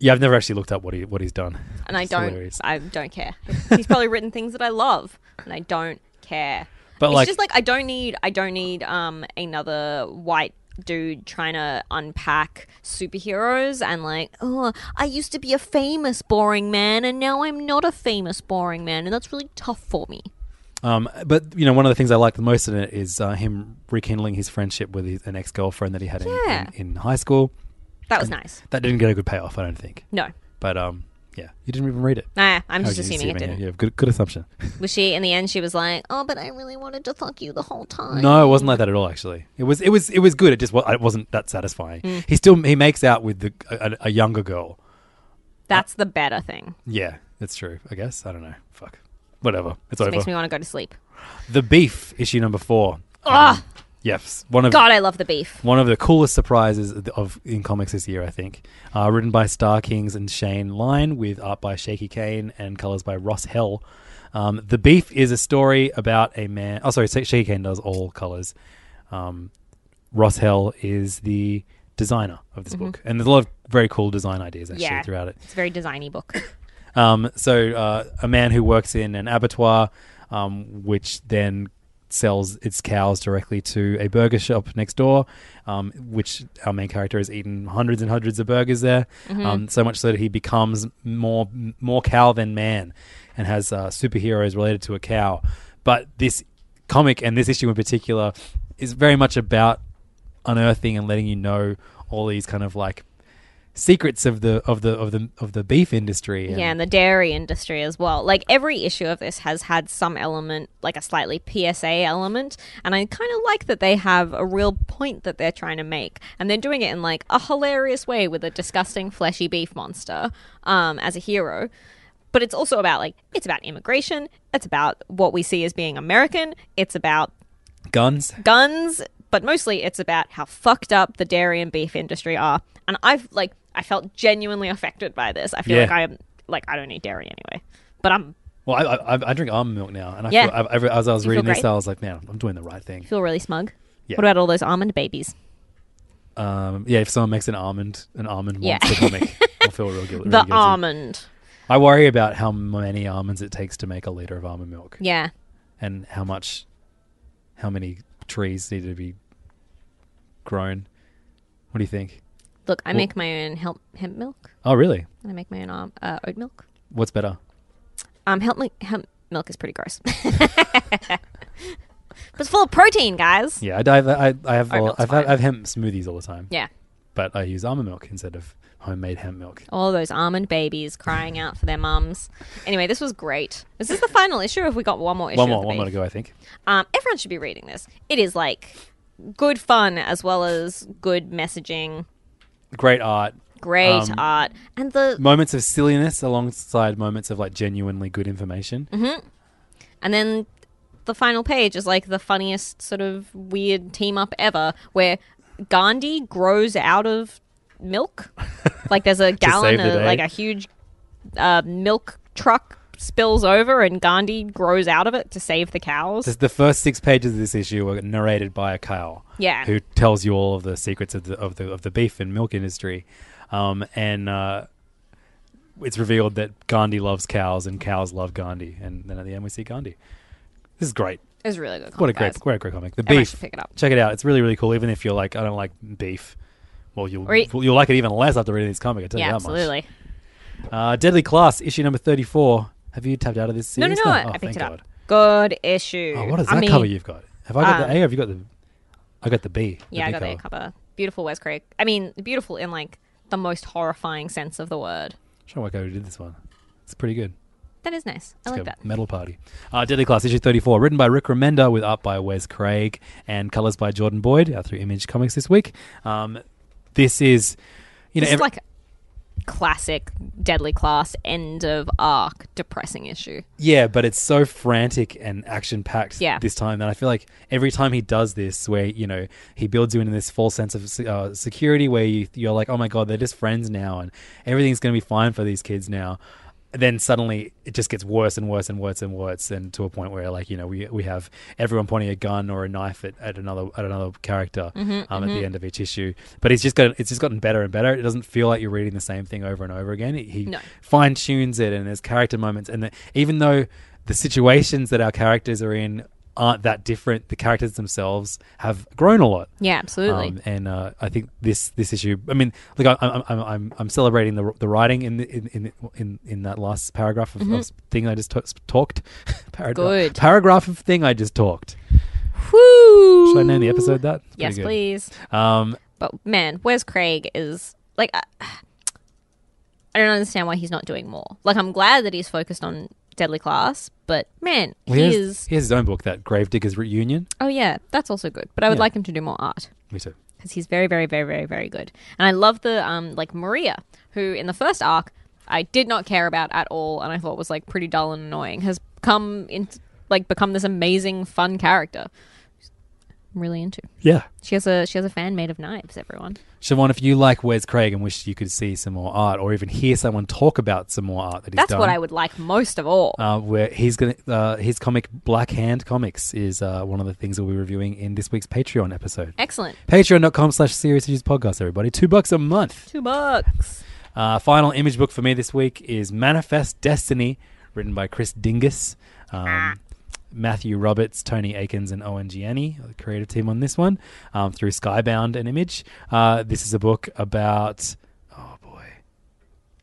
Speaker 5: Yeah, I've never actually looked up what he what he's done.
Speaker 6: and I
Speaker 5: It's
Speaker 6: don't.
Speaker 5: hilarious.
Speaker 6: I don't care. He's probably written things that I love, and I don't care.
Speaker 5: But,
Speaker 6: it's
Speaker 5: like-
Speaker 6: just like I don't need. I don't need um another white dude trying to unpack superheroes and like oh i used to be a famous boring man and now i'm not a famous boring man and that's really tough for me
Speaker 5: Um, but you know, one of the things I like the most in it is uh, him rekindling his friendship with his, an ex girlfriend that he had in,
Speaker 6: Yeah.
Speaker 5: in, in high school.
Speaker 6: that was
Speaker 5: And
Speaker 6: nice
Speaker 5: That didn't get a good payoff, I don't think.
Speaker 6: no
Speaker 5: But um, yeah, you didn't even read it.
Speaker 6: Nah, I'm
Speaker 5: How did
Speaker 6: just
Speaker 5: you
Speaker 6: assuming it
Speaker 5: assume
Speaker 6: didn't.
Speaker 5: Yeah, good, good
Speaker 6: *laughs*
Speaker 5: assumption.
Speaker 6: was she in the end she was like oh but i really wanted to fuck you the whole time
Speaker 5: No, it wasn't like that at all. Actually, it was it was it was good. It just wa- it wasn't that satisfying.
Speaker 6: Mm.
Speaker 5: He still he makes out with the, a, a younger girl.
Speaker 6: that's the better thing
Speaker 5: Yeah, that's true. I guess I don't know. Fuck, whatever. It's
Speaker 6: Just
Speaker 5: over.
Speaker 6: makes me want to go to sleep
Speaker 5: the beef issue number four.
Speaker 6: Ah,
Speaker 5: Yes, one of
Speaker 6: God, I love the beef.
Speaker 5: One of the coolest surprises of, of in comics this year, I think. Uh, written by Star Kings and Shane Line, with art by Shaky Kane and colors by Ross Hell. Um, the beef is a story about a man. Oh, sorry, Sha- Shaky Kane does all colors. Um, Ross Hell is the designer of this
Speaker 6: Mhm.
Speaker 5: book, and there's a lot of very cool design ideas actually
Speaker 6: yeah,
Speaker 5: throughout it.
Speaker 6: It's a very designy book.
Speaker 5: Um, so uh, a man who works in an abattoir, um, which then sells its cows directly to a burger shop next door, um, which our main character has eaten hundreds and hundreds of burgers there.
Speaker 10: Mhm.
Speaker 5: Um, so much so that he becomes more more cow than man, and has uh, superheroes related to a cow. But this comic and this issue in particular is very much about unearthing and letting you know all these kind of like secrets of the of the of the of the beef industry
Speaker 6: yeah, and the dairy industry as well. Like every issue of this has had some element, like a slightly PSA element, and I kind of like that they have a real point that they're trying to make, and they're doing it in like a hilarious way with a disgusting fleshy beef monster um, as a hero. But it's also about like it's about immigration. It's about what we see as being American. It's about
Speaker 5: guns
Speaker 6: guns, but mostly it's about how fucked up the dairy and beef industry are. And I've like I felt genuinely affected by this. I feel
Speaker 5: Yeah.
Speaker 6: like I'm like I don't eat dairy anyway, but I'm
Speaker 5: Well, I, I, I drink almond milk now, and I
Speaker 6: Yeah.
Speaker 5: feel, I, I, as I was
Speaker 6: You feel
Speaker 5: reading this,
Speaker 6: great?
Speaker 5: I was like, man, I'm doing the right
Speaker 6: I
Speaker 5: thing.
Speaker 6: feel really smug.
Speaker 5: Yeah.
Speaker 6: What about all those almond babies?
Speaker 5: Um, yeah, if someone makes an almond, an almond
Speaker 6: Yeah.
Speaker 5: monster
Speaker 6: *laughs*
Speaker 5: comic, I'll feel real guilty.
Speaker 6: the almond.
Speaker 5: I worry about how many almonds it takes to make a liter of almond milk,
Speaker 6: Yeah.
Speaker 5: and how much, how many trees need to be grown. What do you think?
Speaker 6: Look, I
Speaker 5: Well-
Speaker 6: make my own hemp, hemp milk.
Speaker 5: Oh, really?
Speaker 6: And I make my own um, uh, oat milk.
Speaker 5: What's better?
Speaker 6: Um, hemp milk, hemp milk is pretty gross. *laughs* but it's full of protein, guys.
Speaker 5: Yeah, I, I, I, I have
Speaker 6: Oat
Speaker 5: all,
Speaker 6: milk's
Speaker 5: I've, had, I've hemp smoothies all the time.
Speaker 6: Yeah.
Speaker 5: but I use almond milk instead of homemade hemp milk.
Speaker 6: All those almond babies crying out for their mums. Anyway, this was great. Is this the final issue? Or have we got one more issue?
Speaker 5: one
Speaker 6: of
Speaker 5: more,
Speaker 6: the
Speaker 5: one more to
Speaker 6: beef?
Speaker 5: go, I think.
Speaker 6: Um, everyone should be reading this. It is like good fun as well as good messaging,
Speaker 5: Great art.
Speaker 6: great
Speaker 5: Um,
Speaker 6: art, and the
Speaker 5: moments of silliness alongside moments of like genuinely good information.
Speaker 6: hmm and then the final page is like the funniest sort of weird team up ever, where Gandhi grows out of
Speaker 5: *laughs*
Speaker 6: milk. like there's a
Speaker 11: save
Speaker 6: gallon,
Speaker 11: the
Speaker 6: of,
Speaker 11: day.
Speaker 6: like a huge uh, milk truck spills over, and Gandhi grows out of it to save the cows.
Speaker 5: Just the first six pages of this issue were narrated by a cow,
Speaker 6: Yeah.
Speaker 5: who tells you all of the secrets of the of the of the beef and milk industry, um, and uh, it's revealed that Gandhi loves cows and cows love Gandhi, and then at the end we see Gandhi. This is great.
Speaker 6: It was a really good. Comic,
Speaker 5: what a great,
Speaker 6: guys.
Speaker 5: what a great comic. The
Speaker 6: Oh, Everyone
Speaker 5: beef.
Speaker 6: should pick it up.
Speaker 5: Check it out. It's really, really cool. Even if you're like, I don't like beef, well, you'll
Speaker 6: Or e-
Speaker 5: well, you'll like it even less after reading this comic. I tell
Speaker 6: Yeah,
Speaker 5: you that
Speaker 6: absolutely.
Speaker 5: much. Uh, Deadly Class, issue number thirty-four. Have you tapped out of this
Speaker 6: No,
Speaker 5: series?
Speaker 6: no, no.
Speaker 5: Oh,
Speaker 6: I
Speaker 5: thank
Speaker 6: picked it
Speaker 5: God.
Speaker 6: up. Good issue.
Speaker 5: Oh, what is
Speaker 6: I
Speaker 5: that
Speaker 6: mean-
Speaker 5: cover you've got? Have I got
Speaker 6: Um,
Speaker 5: the A or have you got the? I got the B. the
Speaker 6: Yeah, I
Speaker 5: B
Speaker 6: got that cover. Beautiful West Creek. I mean, beautiful in like the most horrifying sense of the word.
Speaker 5: Show what cover did this one. It's pretty good.
Speaker 6: That is nice. I
Speaker 5: It's
Speaker 6: like
Speaker 5: got
Speaker 6: that.
Speaker 5: Metal Party. Uh, Deadly Class issue thirty-four, written by Rick Remender with art by Wes Craig and colors by Jordan Boyd out through Image Comics this week. Um, this is, you know,
Speaker 6: This is
Speaker 5: every-
Speaker 6: like classic Deadly Class end of arc depressing issue.
Speaker 5: Yeah, but it's so frantic and action packed
Speaker 6: Yeah.
Speaker 5: this time that I feel like every time he does this, where you know he builds you into this false sense of se- uh, security, where you you're like, oh my god, they're just friends now, and everything's gonna be fine for these kids now. then suddenly it just gets worse and worse and worse and worse, and to a point where like you know we we have everyone pointing a gun or a knife at, at another at another character
Speaker 10: Mhm,
Speaker 5: um, at
Speaker 10: mhm.
Speaker 5: the end of each issue. But it's just got it's just gotten better and better. It doesn't feel like you're reading the same thing over and over again. He- He
Speaker 10: No.
Speaker 5: fine tunes it, and there's character moments, and the, even though the situations that our characters are in aren't that different, the characters themselves have grown a lot.
Speaker 6: Yeah, absolutely.
Speaker 5: Um, and uh, I think this this issue. I mean, look, I, I'm I'm I'm I'm celebrating the the writing in the, in, in in in that last paragraph of, of
Speaker 6: Mhm.
Speaker 5: thing I just t- talked. *laughs* paragraph,
Speaker 6: Good.
Speaker 5: paragraph of thing I just talked.
Speaker 6: Woo!
Speaker 5: Should I name the episode that? It's
Speaker 6: Yes,
Speaker 5: pretty good.
Speaker 6: please.
Speaker 5: Um,
Speaker 6: But man, where's Craig is like I, I don't understand why he's not doing more. Like I'm glad that he's focused on Deadly Class, but man,
Speaker 5: well,
Speaker 6: he
Speaker 5: he, has,
Speaker 6: is.
Speaker 5: he has his own book, that Gravediggers Reunion.
Speaker 6: Oh yeah, that's also good. But I would
Speaker 5: Yeah.
Speaker 6: like him to do more art
Speaker 5: Me too.
Speaker 6: because he's very, very, very, very, very good. And I love the um like Maria, who in the first arc I did not care about at all, and I thought was like pretty dull and annoying, has come in like become this amazing, fun character. I'm really into.
Speaker 5: Yeah.
Speaker 6: She has a she has a fan made of knives. Everyone.
Speaker 5: Siobhan, if you like Where's Craig and wish you could see some more art or even hear someone talk about some more art that he's
Speaker 6: That's
Speaker 5: done.
Speaker 6: what I would like most of all.
Speaker 5: Uh, where he's gonna uh, his comic Black Hand Comics is uh, one of the things we'll be reviewing in this week's Patreon episode.
Speaker 6: Excellent.
Speaker 5: Patreon.com slash serious issues podcast, everybody. Two bucks a month.
Speaker 6: Two bucks.
Speaker 5: Uh, final image book for me this week is Manifest Destiny, written by Chris Dingus. Um, Matthew Roberts, Tony Akins, and Owen Gianni, the creative team on this one, um, through Skybound and Image. Uh, this is a book about, oh boy,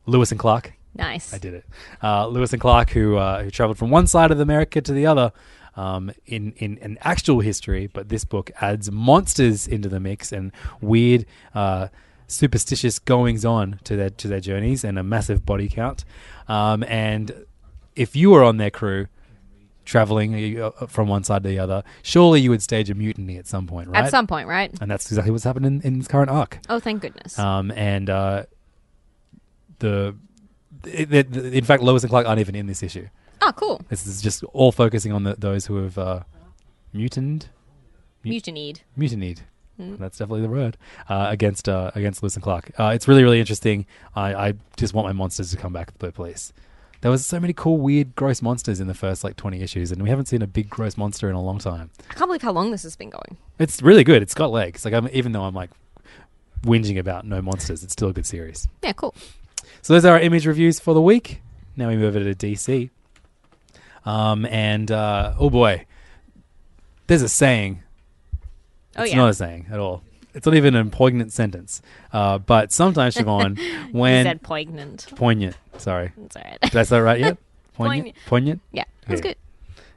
Speaker 5: Lewis and Clark.
Speaker 6: Nice.
Speaker 5: I did it. Uh, Lewis and Clark, who uh, who traveled from one side of America to the other, um, in in an actual history, but this book adds monsters into the mix and weird. Uh, superstitious goings on to their to their journeys and a massive body count um, and if you were on their crew traveling uh, from one side to the other surely you would stage a mutiny at some point right
Speaker 6: At some point, right?
Speaker 5: and that's exactly what's happened in, in this current arc
Speaker 6: Oh, thank goodness.
Speaker 5: um, and uh, the, the, the- in fact, Lois and Clark aren't even in this issue.
Speaker 6: Oh, cool.
Speaker 5: This is just all focusing on the, those who have uh, mutined, mu-
Speaker 6: Mutinied.
Speaker 5: mutinied.
Speaker 6: Mm.
Speaker 5: That's definitely the word uh, against uh, against Lewis and Clark. Uh, it's really really interesting. I, I just want my monsters to come back, but please. There was so many cool, weird, gross monsters in the first like twenty issues, and we haven't seen a big gross monster in a long time.
Speaker 6: I can't believe how long this has been going.
Speaker 5: It's really good. It's got legs. Like I'm, even though I'm like whinging about no monsters, it's still a good series.
Speaker 6: Yeah, cool.
Speaker 5: So those are our image reviews for the week. Now we move over to DC. Um, and uh, oh boy, there's a saying.
Speaker 6: Oh,
Speaker 5: it's
Speaker 6: yeah.
Speaker 5: not a saying at all. It's not even an poignant sentence. Uh, but sometimes, Siobhan, when
Speaker 6: *laughs* You said poignant.
Speaker 5: poignant, sorry,
Speaker 6: It's all right.
Speaker 5: did I say it right yet? Poignant,
Speaker 6: Poignant.
Speaker 5: poignant.
Speaker 6: *laughs* Yeah, that's good.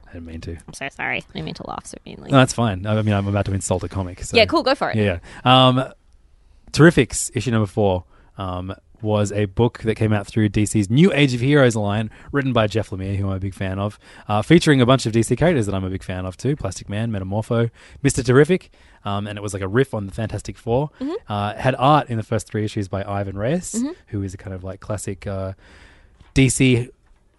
Speaker 5: I didn't mean to.
Speaker 6: I'm so sorry. I didn't mean to laugh so meanly.
Speaker 5: No, that's fine. I mean, I'm about to insult a comic. So.
Speaker 6: Yeah, cool, go for it.
Speaker 5: Yeah. yeah. Um, Terrifics, issue number four, um, was a book that came out through DC's New Age of Heroes line, written by Jeff Lemire, who I'm a big fan of, uh, featuring a bunch of DC characters that I'm a big fan of too Plastic Man, Metamorpho, Mr. Terrific. Um, and it was like a riff on the Fantastic 4
Speaker 10: Mhm.
Speaker 5: Uh, it had art in the first three issues by Ivan Reyes,
Speaker 10: Mhm.
Speaker 5: who is a kind of like classic uh, DC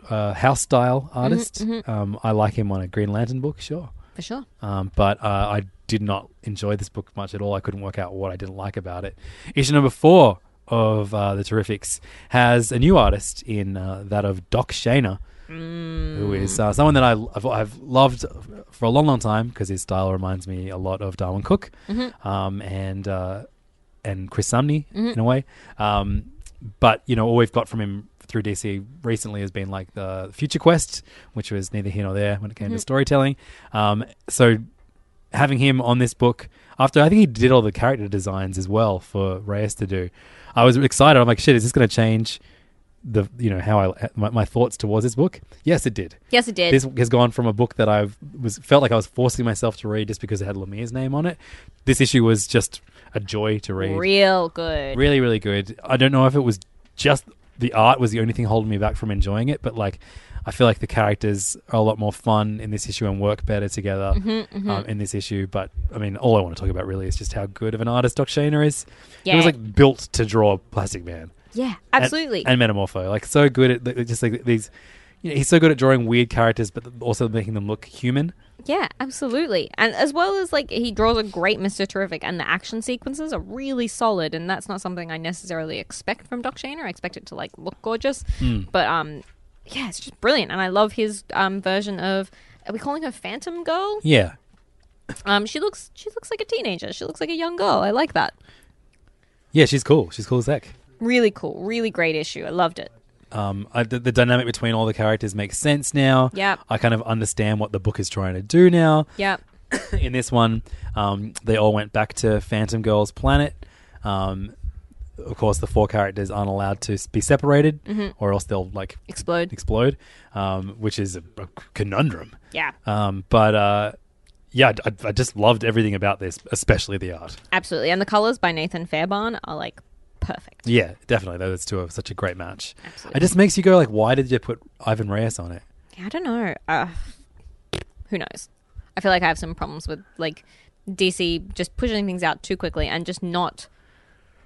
Speaker 5: uh, house style artist.
Speaker 6: mhm.
Speaker 5: Um, I like him on a Green Lantern book, sure.
Speaker 6: For sure.
Speaker 5: Um, but uh, I did not enjoy this book much at all. I couldn't work out what I didn't like about it. Issue number four of uh, The Terrifics has a new artist in uh, that of Doc Shaner, who is uh, someone that I, I've, I've loved for a long, long time because his style reminds me a lot of Darwin Cook
Speaker 10: Mhm.
Speaker 5: um, and uh, and Chris Sumney
Speaker 10: Mhm.
Speaker 5: in a way. Um, but you know, all we've got from him through DC recently has been like the Future Quest, which was neither here nor there when it came to
Speaker 10: Mhm.
Speaker 5: storytelling. Um, so having him on this book after I think he did all the character designs as well for Reyes to do, I was excited. I'm like, shit, is this going to change? The you know how I my, my thoughts towards this book. Yes, it did.
Speaker 6: Yes, it did.
Speaker 5: This has gone from a book that I was felt like I was forcing myself to read just because it had Lemire's name on it. This issue was just a joy to read.
Speaker 6: Real good.
Speaker 5: Really, really good. I don't know if it was just the art was the only thing holding me back from enjoying it, but like I feel like the characters are a lot more fun in this issue and work better together
Speaker 10: Mhm, mhm.
Speaker 5: Um, in this issue. But I mean, all I want to talk about really is just how good of an artist Doc Shaner is. He
Speaker 6: Yeah.
Speaker 5: was like built to draw Plastic Man.
Speaker 6: Yeah,
Speaker 5: And-
Speaker 6: absolutely.
Speaker 5: And, Metamorpho, like so good at the- just like these. You know, he's so good at drawing weird characters, but also making them look human.
Speaker 6: Yeah, absolutely. And as well as like he draws a great Mr. Terrific and the action sequences are really solid
Speaker 5: Hmm.
Speaker 6: and that's not something I necessarily expect from Doc Shaner. I expect it to like look gorgeous.
Speaker 10: Mm.
Speaker 6: But um yeah, it's just brilliant, and I love his um, version of. Are we calling her
Speaker 5: *laughs*
Speaker 6: Phantom Girl?
Speaker 5: Yeah.
Speaker 6: Um, she looks she looks like a teenager. She looks like a young girl. I like that.
Speaker 5: Yeah, she's cool. She's cool as heck.
Speaker 6: Really cool. Really great issue. I loved it.
Speaker 5: Um, I, the, the dynamic between all the characters makes sense now.
Speaker 6: Yep.
Speaker 5: I kind of understand what the book is trying to do now.
Speaker 6: Yep.
Speaker 5: In this one, um, they all went back to Phantom Girl's planet. Um, of course, the four characters aren't allowed to s- be separated,
Speaker 6: Mhm.
Speaker 5: or else they'll like
Speaker 6: Explode.
Speaker 5: Explode, um, which is a, a conundrum.
Speaker 6: Yeah.
Speaker 5: Um, but uh, yeah, I, I just loved everything about this, especially the art.
Speaker 6: Absolutely. And the colors by Nathan Fairbairn are like perfect.
Speaker 5: Yeah, definitely. Those two are such a great match.
Speaker 6: Absolutely.
Speaker 5: It just makes you go like, why did you put Ivan Reyes on it?
Speaker 6: Yeah, I don't know. Uh, who knows? I feel like I have some problems with like DC just pushing things out too quickly and just not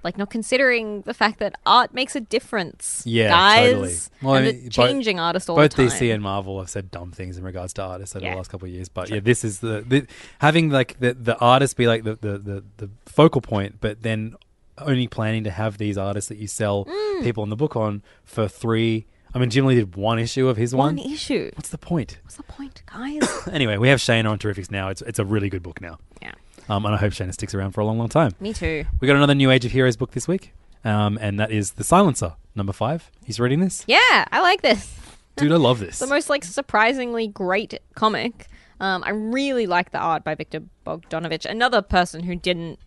Speaker 6: like not considering the fact that art makes a difference.
Speaker 5: Yeah,
Speaker 6: guys.
Speaker 5: totally. Well, I
Speaker 6: and
Speaker 5: mean,
Speaker 6: the
Speaker 5: both-
Speaker 6: changing artists all
Speaker 5: both
Speaker 6: the time.
Speaker 5: DC and Marvel have said dumb things in regards to artists over
Speaker 6: Yeah.
Speaker 5: the last couple of years, but yeah, this is the, the having like the the artist be like the, the the the focal point, but then only planning to have these artists that you sell
Speaker 6: Mm.
Speaker 5: people in the book on for three. I mean, Jim Lee did one issue of his
Speaker 6: one
Speaker 5: one.
Speaker 6: issue.
Speaker 5: What's the point?
Speaker 6: What's the point,
Speaker 5: *coughs*
Speaker 6: guys?
Speaker 5: Anyway, we have Shane on Terrifics now. It's it's a really good book now.
Speaker 6: Yeah.
Speaker 5: Um, and I hope Shane sticks around for a long, long time.
Speaker 6: Me too.
Speaker 5: We got another New Age of Heroes book this week, um, and that is The Silencer, number five. He's reading
Speaker 6: *laughs*
Speaker 5: this.
Speaker 6: Yeah, I like this.
Speaker 5: Dude, I love this.
Speaker 6: It's the most like surprisingly great comic. Um, I really like the art by Victor Bogdanovich, another person who didn't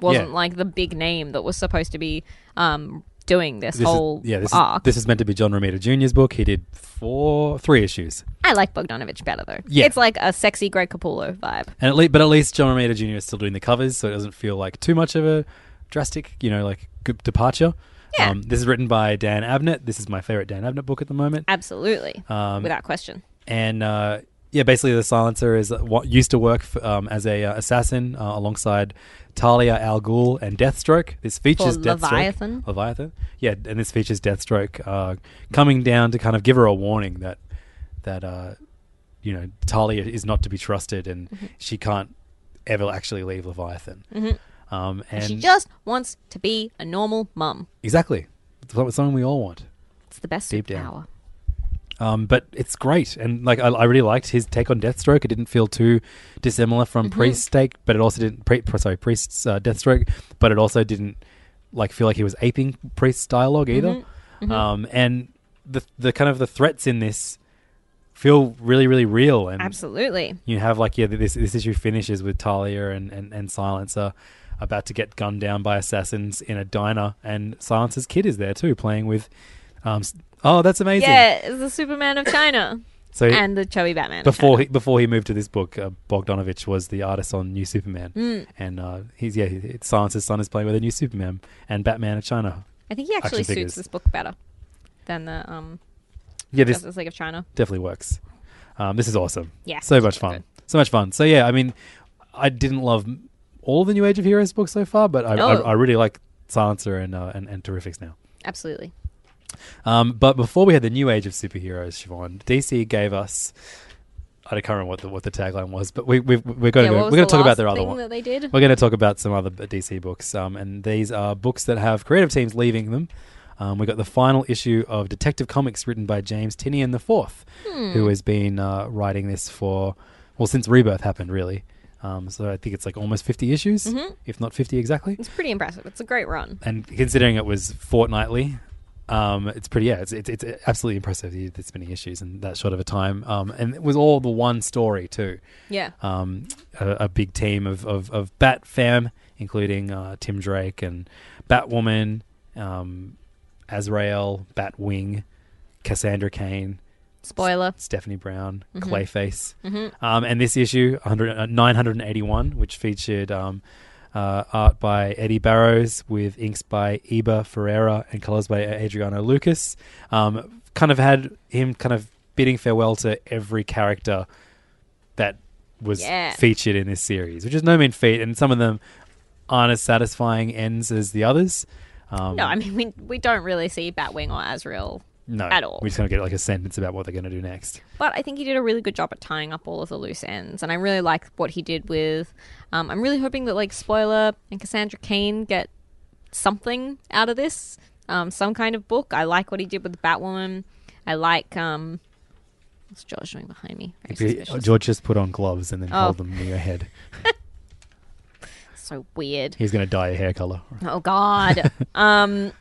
Speaker 6: wasn't
Speaker 5: Yeah.
Speaker 6: like the big name that was supposed to be um, doing this,
Speaker 5: This is-
Speaker 6: whole
Speaker 5: yeah, this
Speaker 6: arc.
Speaker 5: Is, this is meant to be John Romita Jr.'s book. He did four, three issues,
Speaker 6: I like Bogdanovich better though.
Speaker 5: Yeah.
Speaker 6: It's like a sexy Greg Capullo vibe.
Speaker 5: and at least, but at least John Romita Jr. is still doing the covers, so it doesn't feel like too much of a drastic, you know, like g- departure.
Speaker 6: Yeah.
Speaker 5: Um, this is written by Dan Abnett. This is my favorite Dan Abnett book at the moment.
Speaker 6: Absolutely.
Speaker 5: Um,
Speaker 6: Without question.
Speaker 5: and uh, yeah, basically the silencer is what used to work f um, as a uh, assassin uh, alongside Talia al Ghul and Deathstroke. This features Deathstroke,
Speaker 6: Leviathan?
Speaker 5: Leviathan, yeah, and this features Deathstroke uh, coming down to kind of give her a warning that that uh, you know Talia is not to be trusted, and
Speaker 6: Mm-hmm.
Speaker 5: she can't ever actually leave Leviathan.
Speaker 6: Mhm.
Speaker 5: Um, and
Speaker 6: she just wants to be a normal mum.
Speaker 5: exactly, it's what- it's something we all want.
Speaker 6: It's the best
Speaker 5: Deep down.
Speaker 6: superpower.
Speaker 5: Um, but it's great, and like I, I really liked his take on Deathstroke. It didn't feel too dissimilar from Priest's take, but it also didn't. Pre, pre- sorry, Priest's uh, Deathstroke, but it also didn't like feel like he was aping Priest's dialogue either. Um, and the the kind of the threats in this feel really, really real. And
Speaker 6: Absolutely.
Speaker 5: you have like yeah, this this issue finishes with Talia and and, and Silencer about to get gunned down by assassins in a diner, and Silencer's kid is there too, playing with. Um, s- oh, that's amazing!
Speaker 6: Yeah, it's the Superman of China.
Speaker 5: So
Speaker 6: and the chubby Batman.
Speaker 5: *laughs*
Speaker 6: of
Speaker 5: before
Speaker 6: *laughs* China.
Speaker 5: he before he moved to this book, uh, Bogdanovich was the artist on New Superman,
Speaker 6: Mm.
Speaker 5: and uh, he's yeah, he- it's Silence's son is playing with a new Superman and Batman of China.
Speaker 6: I think he actually
Speaker 5: action
Speaker 6: suits
Speaker 5: figures.
Speaker 6: this book better than the um
Speaker 5: Yeah, this
Speaker 6: Justice League of China.
Speaker 5: definitely works. Um, this is awesome.
Speaker 6: Yeah,
Speaker 5: so
Speaker 6: it's
Speaker 5: much
Speaker 6: really
Speaker 5: fun, so much fun. So yeah, I mean, I didn't love all the New Age of Heroes books so far, but I, I,
Speaker 6: No.
Speaker 5: I really like Silencer and uh, and, and Terrifics now.
Speaker 6: Absolutely.
Speaker 5: Um, but before we had the new age of superheroes, Siobhan, DC gave us. I don't can't remember what the, what the tagline was, but we, we, we're going
Speaker 6: Yeah,
Speaker 5: to
Speaker 6: what
Speaker 5: we're
Speaker 6: was
Speaker 5: going
Speaker 6: the
Speaker 5: to talk
Speaker 6: last
Speaker 5: about their other
Speaker 6: thing
Speaker 5: one.
Speaker 6: that they did?
Speaker 5: We're going to talk about some other b- DC books, um, and these are books that have creative teams leaving them. Um, we got the final issue of Detective Comics, written by James Tinian IV, Fourth,
Speaker 6: Hmm.
Speaker 5: who has been uh, writing this for well since Rebirth happened, really. Um, so I think it's like almost fifty issues,
Speaker 6: Mhm.
Speaker 5: if not fifty exactly
Speaker 6: It's pretty impressive. It's a great run.
Speaker 5: and considering it was fortnightly, um, it's pretty yeah, it's, it's it's absolutely impressive. that There's many issues in that short of a time, um, and it was all the one story too.
Speaker 6: Yeah.
Speaker 5: um, a, a big team of of, of Bat fam, including uh, Tim Drake and Batwoman, um, Azrael, Batwing, Cassandra Kane,
Speaker 6: Spoiler.
Speaker 5: Stephanie Brown,
Speaker 6: Mhm.
Speaker 5: Clayface.
Speaker 6: Mhm.
Speaker 5: Um, and this issue, 100, uh, 981, which featured um, uh, art by Eddie Barrows with inks by Eba Ferreira and colors by Adriano Lucas, um, kind of had him kind of bidding farewell to every character that was
Speaker 6: Yeah.
Speaker 5: featured in this series, which is no mean feat. And some of them aren't as satisfying ends as the others. Um,
Speaker 6: No, I mean we we don't really see Batwing or Azrael
Speaker 5: no,
Speaker 6: at all.
Speaker 5: We just kind of get like a sentence about what they're going to do next.
Speaker 6: But I think he did a really good job at tying up all of the loose ends, and I really like what he did with. Um, I'm really hoping that like Spoiler and Cassandra Kane get something out of this, um, some kind of book. I like what he did with Batwoman. I like um. What's George doing behind me? Very
Speaker 5: If you-
Speaker 6: suspicious.
Speaker 5: George just put on gloves and then
Speaker 6: Oh.
Speaker 5: hold them near your
Speaker 6: *laughs*
Speaker 5: head.
Speaker 6: So weird.
Speaker 5: He's going to dye your hair color. *laughs*
Speaker 6: Oh God. um,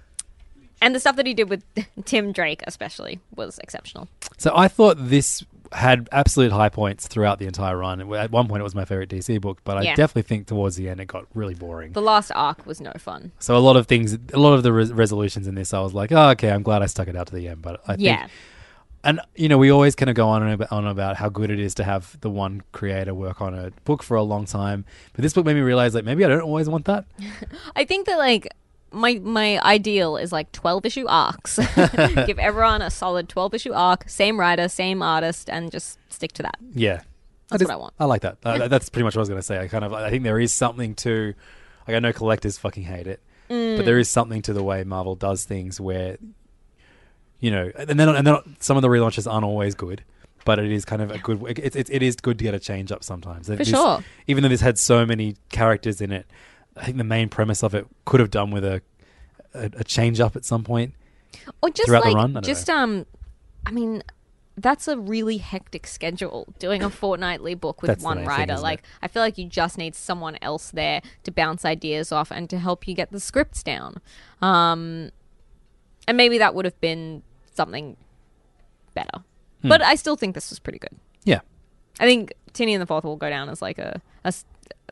Speaker 6: and the stuff that he did with *laughs* Tim Drake, especially, was exceptional.
Speaker 5: So I thought this had absolute high points throughout the entire run. It- At one point, it was my favorite DC book, but
Speaker 6: Yeah.
Speaker 5: I definitely think towards the end it got really boring.
Speaker 6: The last arc was no fun.
Speaker 5: So a lot of things, a lot of the res- resolutions in this, I was like, oh, okay, I'm glad I stuck it out to the end. But I
Speaker 6: Yeah.
Speaker 5: think, and you know, we always kind of go on and ab- on about how good it is to have the one creator work on a book for a long time. But this book made me realize, like, maybe I don't always want that.
Speaker 6: I think that like my my ideal is like twelve issue
Speaker 5: *laughs*
Speaker 6: arcs. Give everyone a solid twelve issue arc, same writer, same artist, and just stick to that.
Speaker 5: Yeah,
Speaker 6: That's what I want.
Speaker 5: I like that. Uh, that- That's pretty much what I was going to say. I kind of, I think there is something to, like, I know collectors fucking hate it,
Speaker 10: Mm.
Speaker 5: but there is something to the way Marvel does things where, you know, and then and then some of the relaunches aren't always good, but it is kind of a good. It, it, it is good to get a change up sometimes. For
Speaker 6: sure.
Speaker 5: Even though this had so many characters in it, I think the main premise of it could have done with a a, a change up at some point.
Speaker 6: Or just
Speaker 5: Throughout the
Speaker 6: like
Speaker 5: run? I don't
Speaker 6: just
Speaker 5: know.
Speaker 6: um, I mean. That's a really hectic schedule doing a fortnightly book with
Speaker 5: That's the
Speaker 6: one
Speaker 5: main thing,
Speaker 6: writer.
Speaker 5: isn't
Speaker 6: like,
Speaker 5: it?
Speaker 6: I feel like you just need someone else there to bounce ideas off and to help you get the scripts down. Um, and maybe that would have been something better.
Speaker 5: Hmm.
Speaker 6: But I still think this was pretty good.
Speaker 5: Yeah.
Speaker 6: I think Tinny and the Fourth will go down as like a, a s-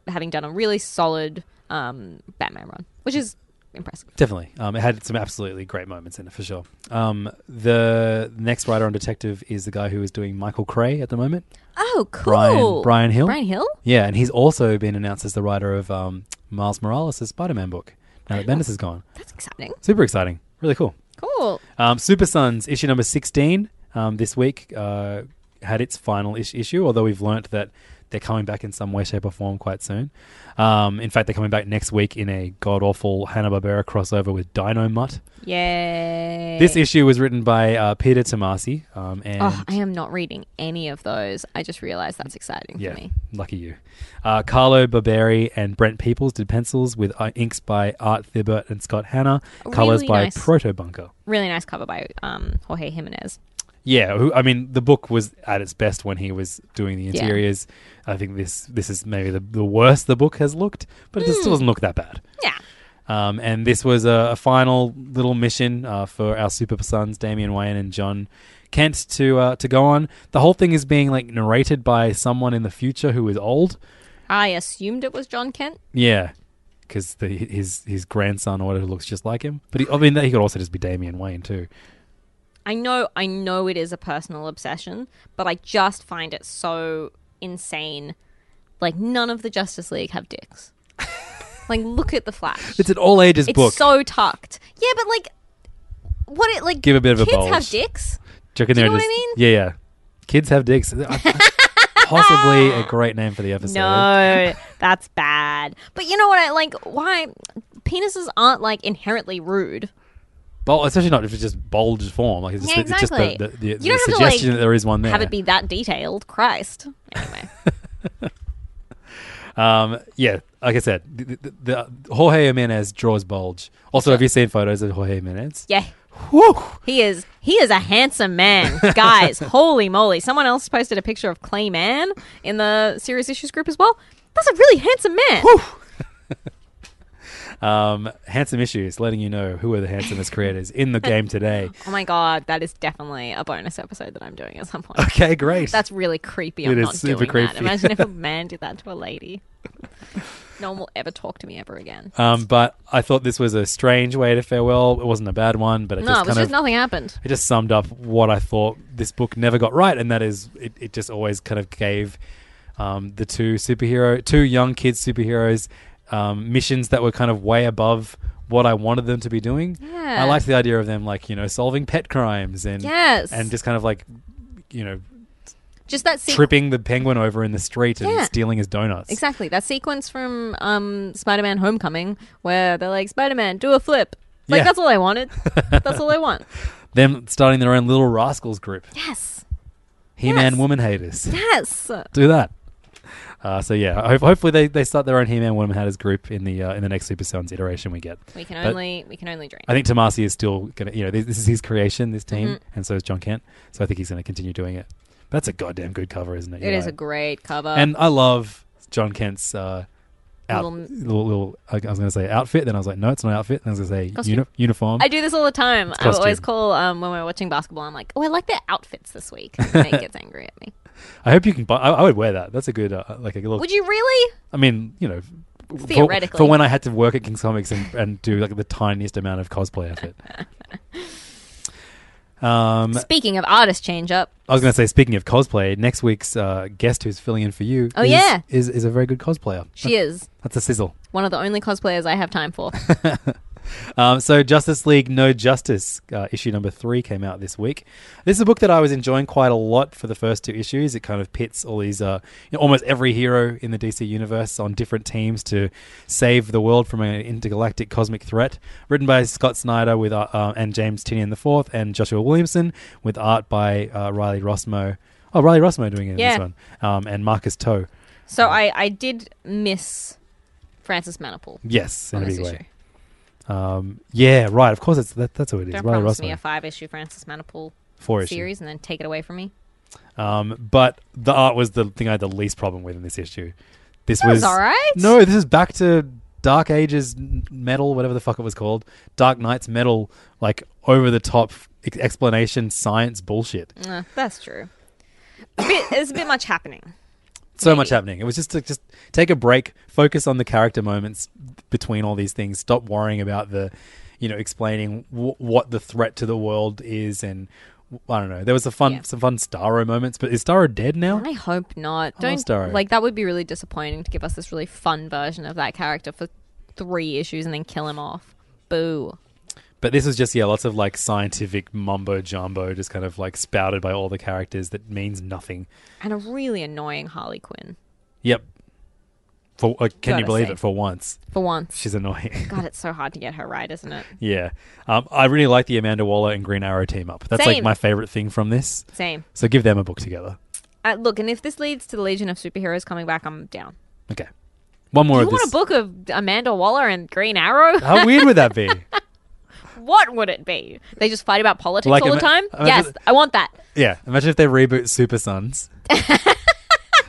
Speaker 6: having done a really solid um, Batman run, which is impressive.
Speaker 5: Definitely. Um, it had some absolutely great moments in it, for sure. Um, the next writer on Detective is the guy who is doing Michael Cray at the moment.
Speaker 6: Oh, cool.
Speaker 5: Brian, Brian Hill.
Speaker 6: Brian Hill?
Speaker 5: Yeah, and he's also been announced as the writer of um, Miles Morales' Spider Man book now that Bendis is gone.
Speaker 6: That's exciting.
Speaker 5: Super exciting. Really cool.
Speaker 6: Cool.
Speaker 5: Um, Super Sons, issue number 16 um, this week, uh, had its final ish- issue, although we've learnt that they're coming back in some way, shape, or form quite soon. Um, in fact, they're coming back next week in a god awful Hanna-Barbera crossover with Dino Mutt.
Speaker 6: Yay.
Speaker 5: This issue was written by uh, Peter Tomasi, um, and
Speaker 6: Oh, I am not reading any of those. I just realized that's exciting
Speaker 5: yeah,
Speaker 6: for me.
Speaker 5: lucky you. Uh, Carlo Barberi and Brent Peoples did pencils with uh, inks by Art Thibert and Scott Hanna, colors
Speaker 6: Really
Speaker 5: by
Speaker 6: nice.
Speaker 5: Proto Bunker.
Speaker 6: Really nice cover by um, Jorge Jimenez.
Speaker 5: Yeah, who, I mean, the book was at its best when he was doing the
Speaker 6: Yeah.
Speaker 5: interiors. I think this this is maybe the, the worst the book has looked, but it
Speaker 6: Mm.
Speaker 5: still doesn't look that bad.
Speaker 6: Yeah.
Speaker 5: Um, and this was a, a final little mission uh, for our super sons, Damian Wayne and John Kent, to uh, to go on. The whole thing is being like narrated by someone in the future who is old.
Speaker 6: I assumed it was John Kent.
Speaker 5: Yeah, because his his grandson or whatever looks just like him. But he, I mean, he could also just be Damian Wayne too.
Speaker 6: I know I know it is a personal obsession, but I just find it so insane. Like none of the Justice League have
Speaker 5: *laughs*
Speaker 6: dicks. like look at the Flash.
Speaker 5: It's an all ages
Speaker 6: it's
Speaker 5: book.
Speaker 6: so tucked. Yeah, but like what it like
Speaker 5: Give a bit of a
Speaker 6: kids have
Speaker 5: bulge.
Speaker 6: dicks?
Speaker 5: Chuck in
Speaker 6: Do
Speaker 5: there
Speaker 6: you know
Speaker 5: and
Speaker 6: what I
Speaker 5: just- Yeah, yeah. Kids have dicks.
Speaker 6: *laughs*
Speaker 5: Possibly a great name for the episode.
Speaker 6: No, that's bad. But you know what I like why penises aren't like inherently rude.
Speaker 5: Bul- especially not if it's just bulged form. Like it's just,
Speaker 6: yeah,
Speaker 5: the- it's just
Speaker 6: exactly.
Speaker 5: the, the, the,
Speaker 6: you
Speaker 5: the
Speaker 6: don't have
Speaker 5: suggestion
Speaker 6: to like
Speaker 5: that there is one there.
Speaker 6: have it be that detailed. Christ. Anyway.
Speaker 5: Um, yeah, like I said, the, the, the, Jorge Jimenez draws bulge. Also, have you seen photos of Jorge Jimenez?
Speaker 6: Yeah. He is he is a handsome man,
Speaker 5: *laughs*
Speaker 6: guys. holy moly! Someone else posted a picture of Clay Man in the Serious Issues group as well. That's a really handsome man.
Speaker 5: Um, handsome issues, letting you know who are the handsomest creators in the game today.
Speaker 6: Oh my god, that is definitely a bonus episode that I'm doing at some
Speaker 5: *laughs*
Speaker 6: point.
Speaker 5: Okay, great.
Speaker 6: That's really creepy.
Speaker 5: It
Speaker 6: I'm
Speaker 5: is
Speaker 6: not
Speaker 5: super
Speaker 6: doing that.
Speaker 5: creepy. *laughs*
Speaker 6: Imagine if a man did that to a lady. No one will ever talk to me ever again.
Speaker 5: Um, but I thought this was a strange way to farewell. It wasn't a bad one, but it
Speaker 6: no,
Speaker 5: just
Speaker 6: it was
Speaker 5: kind
Speaker 6: just
Speaker 5: of
Speaker 6: nothing happened.
Speaker 5: It just summed up what I thought this book never got right, and that is it, it just always kind of gave um, the two superhero, two young kids superheroes, um, missions that were kind of way above what I wanted them to be doing. I
Speaker 6: Yeah.
Speaker 5: liked the idea of them like you know solving pet crimes and
Speaker 6: Yes.
Speaker 5: and just kind of like you know
Speaker 6: Just that sequ-
Speaker 5: tripping the penguin over in the street and
Speaker 6: Yeah.
Speaker 5: stealing his donuts.
Speaker 6: Exactly. That sequence from um, Spider Man Homecoming where they're like, Spider Man, do a flip. It's Like,
Speaker 5: Yeah.
Speaker 6: that's all
Speaker 5: *laughs*
Speaker 6: I wanted. that's all I want.
Speaker 5: Them starting their own little rascals group.
Speaker 6: Yes.
Speaker 5: He-Man woman haters.
Speaker 6: Yes.
Speaker 5: Do that. Uh, so yeah, ho- hopefully they, they start their own He-Man Woman Hatters group in the uh, in the next Super Sons iteration we get.
Speaker 6: We can
Speaker 5: But
Speaker 6: only we can only dream.
Speaker 5: I think Tomasi is still gonna you know this, this is his creation, this team,
Speaker 6: Mhm.
Speaker 5: and so is John Kent. So I think he's gonna continue doing it. But that's a goddamn good cover, isn't it?
Speaker 6: It
Speaker 5: You're
Speaker 6: is a
Speaker 5: right.
Speaker 6: great cover.
Speaker 5: And I love John Kent's uh, out,
Speaker 6: Little-
Speaker 5: little, little, I I was going to say outfit. Then I was like, no, it's not outfit. Then I was going to say
Speaker 6: Costume.
Speaker 5: uni- uniform.
Speaker 6: I do this all the time.
Speaker 5: It's
Speaker 6: I always
Speaker 5: costume.
Speaker 6: call um, when we're watching basketball. I'm like, oh, I like their outfits this
Speaker 5: *laughs*
Speaker 6: week. And Nate gets angry at me.
Speaker 5: I hope you can buy. I, I would wear that. That's a good uh, like a little.
Speaker 6: Would you really?
Speaker 5: I mean, you know, for-
Speaker 6: Theoretically.
Speaker 5: for, when I had to work at King's Comics and, and do like the tiniest amount of cosplay
Speaker 6: *laughs*
Speaker 5: effort. um,
Speaker 6: Speaking of artist change up,
Speaker 5: I was going to say, speaking of cosplay, next week's uh, guest who's filling in for you.
Speaker 6: Oh,
Speaker 5: is,
Speaker 6: yeah.
Speaker 5: is is a very good cosplayer.
Speaker 6: she is
Speaker 5: That's a sizzle.
Speaker 6: one of the only cosplayers I have
Speaker 5: *laughs*
Speaker 6: time for.
Speaker 5: Um, so, Justice League No Justice, uh, issue number three, came out this week. This is a book that I was enjoying quite a lot for the first two issues. It kind of pits all these, uh, you know, almost every hero in the DC universe on different teams to save the world from an intergalactic cosmic threat. Written by Scott Snyder with uh, uh, and James Tinian IV and Joshua Williamson, with art by uh, Riley Rossmo. Oh, Riley Rossmo doing it in
Speaker 6: Yeah.
Speaker 5: this one, um, and Marcus Toe.
Speaker 6: So I, I did miss Francis Manipal.
Speaker 5: Yes, in
Speaker 6: on
Speaker 5: a
Speaker 6: this
Speaker 5: big
Speaker 6: issue.
Speaker 5: way. Um, yeah, right. Of course, it's, that, that's what it is.
Speaker 6: Don't
Speaker 5: Riley
Speaker 6: promise
Speaker 5: Rossmo.
Speaker 6: me a five issue Francis Manipal
Speaker 5: Four issue.
Speaker 6: series and then take it away from me.
Speaker 5: Um, but the art was the thing I had the least problem with in this issue. This
Speaker 6: That was alright.
Speaker 5: No, this is back to Dark Ages n- metal, whatever the fuck it was called. Dark Knights metal, like over the top ex- explanation science bullshit.
Speaker 6: Uh, that's true. A bit, there's a bit much happening.
Speaker 5: So much happening. It was just to just take a break, focus on the character moments between all these things. Stop worrying about the, you know, explaining w- what the threat to the world is and. I don't know. There was a fun, some fun Starro moments, but is Starro dead now?
Speaker 6: I hope not.
Speaker 5: I love
Speaker 6: Don't
Speaker 5: Starro.
Speaker 6: like that would be really disappointing to give us this really fun version of that character for three issues and then kill him off. Boo.
Speaker 5: But this was just yeah, lots of like scientific mumbo jumbo, just kind of like spouted by all the characters that means nothing.
Speaker 6: And a really annoying Harley Quinn
Speaker 5: Yep. For uh, can
Speaker 6: Gotta
Speaker 5: you believe
Speaker 6: say.
Speaker 5: it? For once,
Speaker 6: for once.
Speaker 5: she's annoying. *laughs*
Speaker 6: God, it's so hard to get her right, isn't it?
Speaker 5: yeah, um, I really like the Amanda Waller and Green Arrow team up. That's
Speaker 6: Same.
Speaker 5: like my favorite thing from this.
Speaker 6: Same.
Speaker 5: So give them a book together.
Speaker 6: Uh, look, and if this leads to the Legion of Superheroes coming back, I'm down.
Speaker 5: Okay, one more
Speaker 6: you
Speaker 5: of
Speaker 6: want
Speaker 5: this.
Speaker 6: a book of Amanda Waller and Green Arrow?
Speaker 5: How weird would that
Speaker 6: *laughs*
Speaker 5: be?
Speaker 6: what would it be? They just fight about politics
Speaker 5: Like,
Speaker 6: all the
Speaker 5: ima-
Speaker 6: time?
Speaker 5: imagine-
Speaker 6: yes, I want that.
Speaker 5: Yeah, imagine if they reboot Super
Speaker 6: *laughs*
Speaker 5: Sons.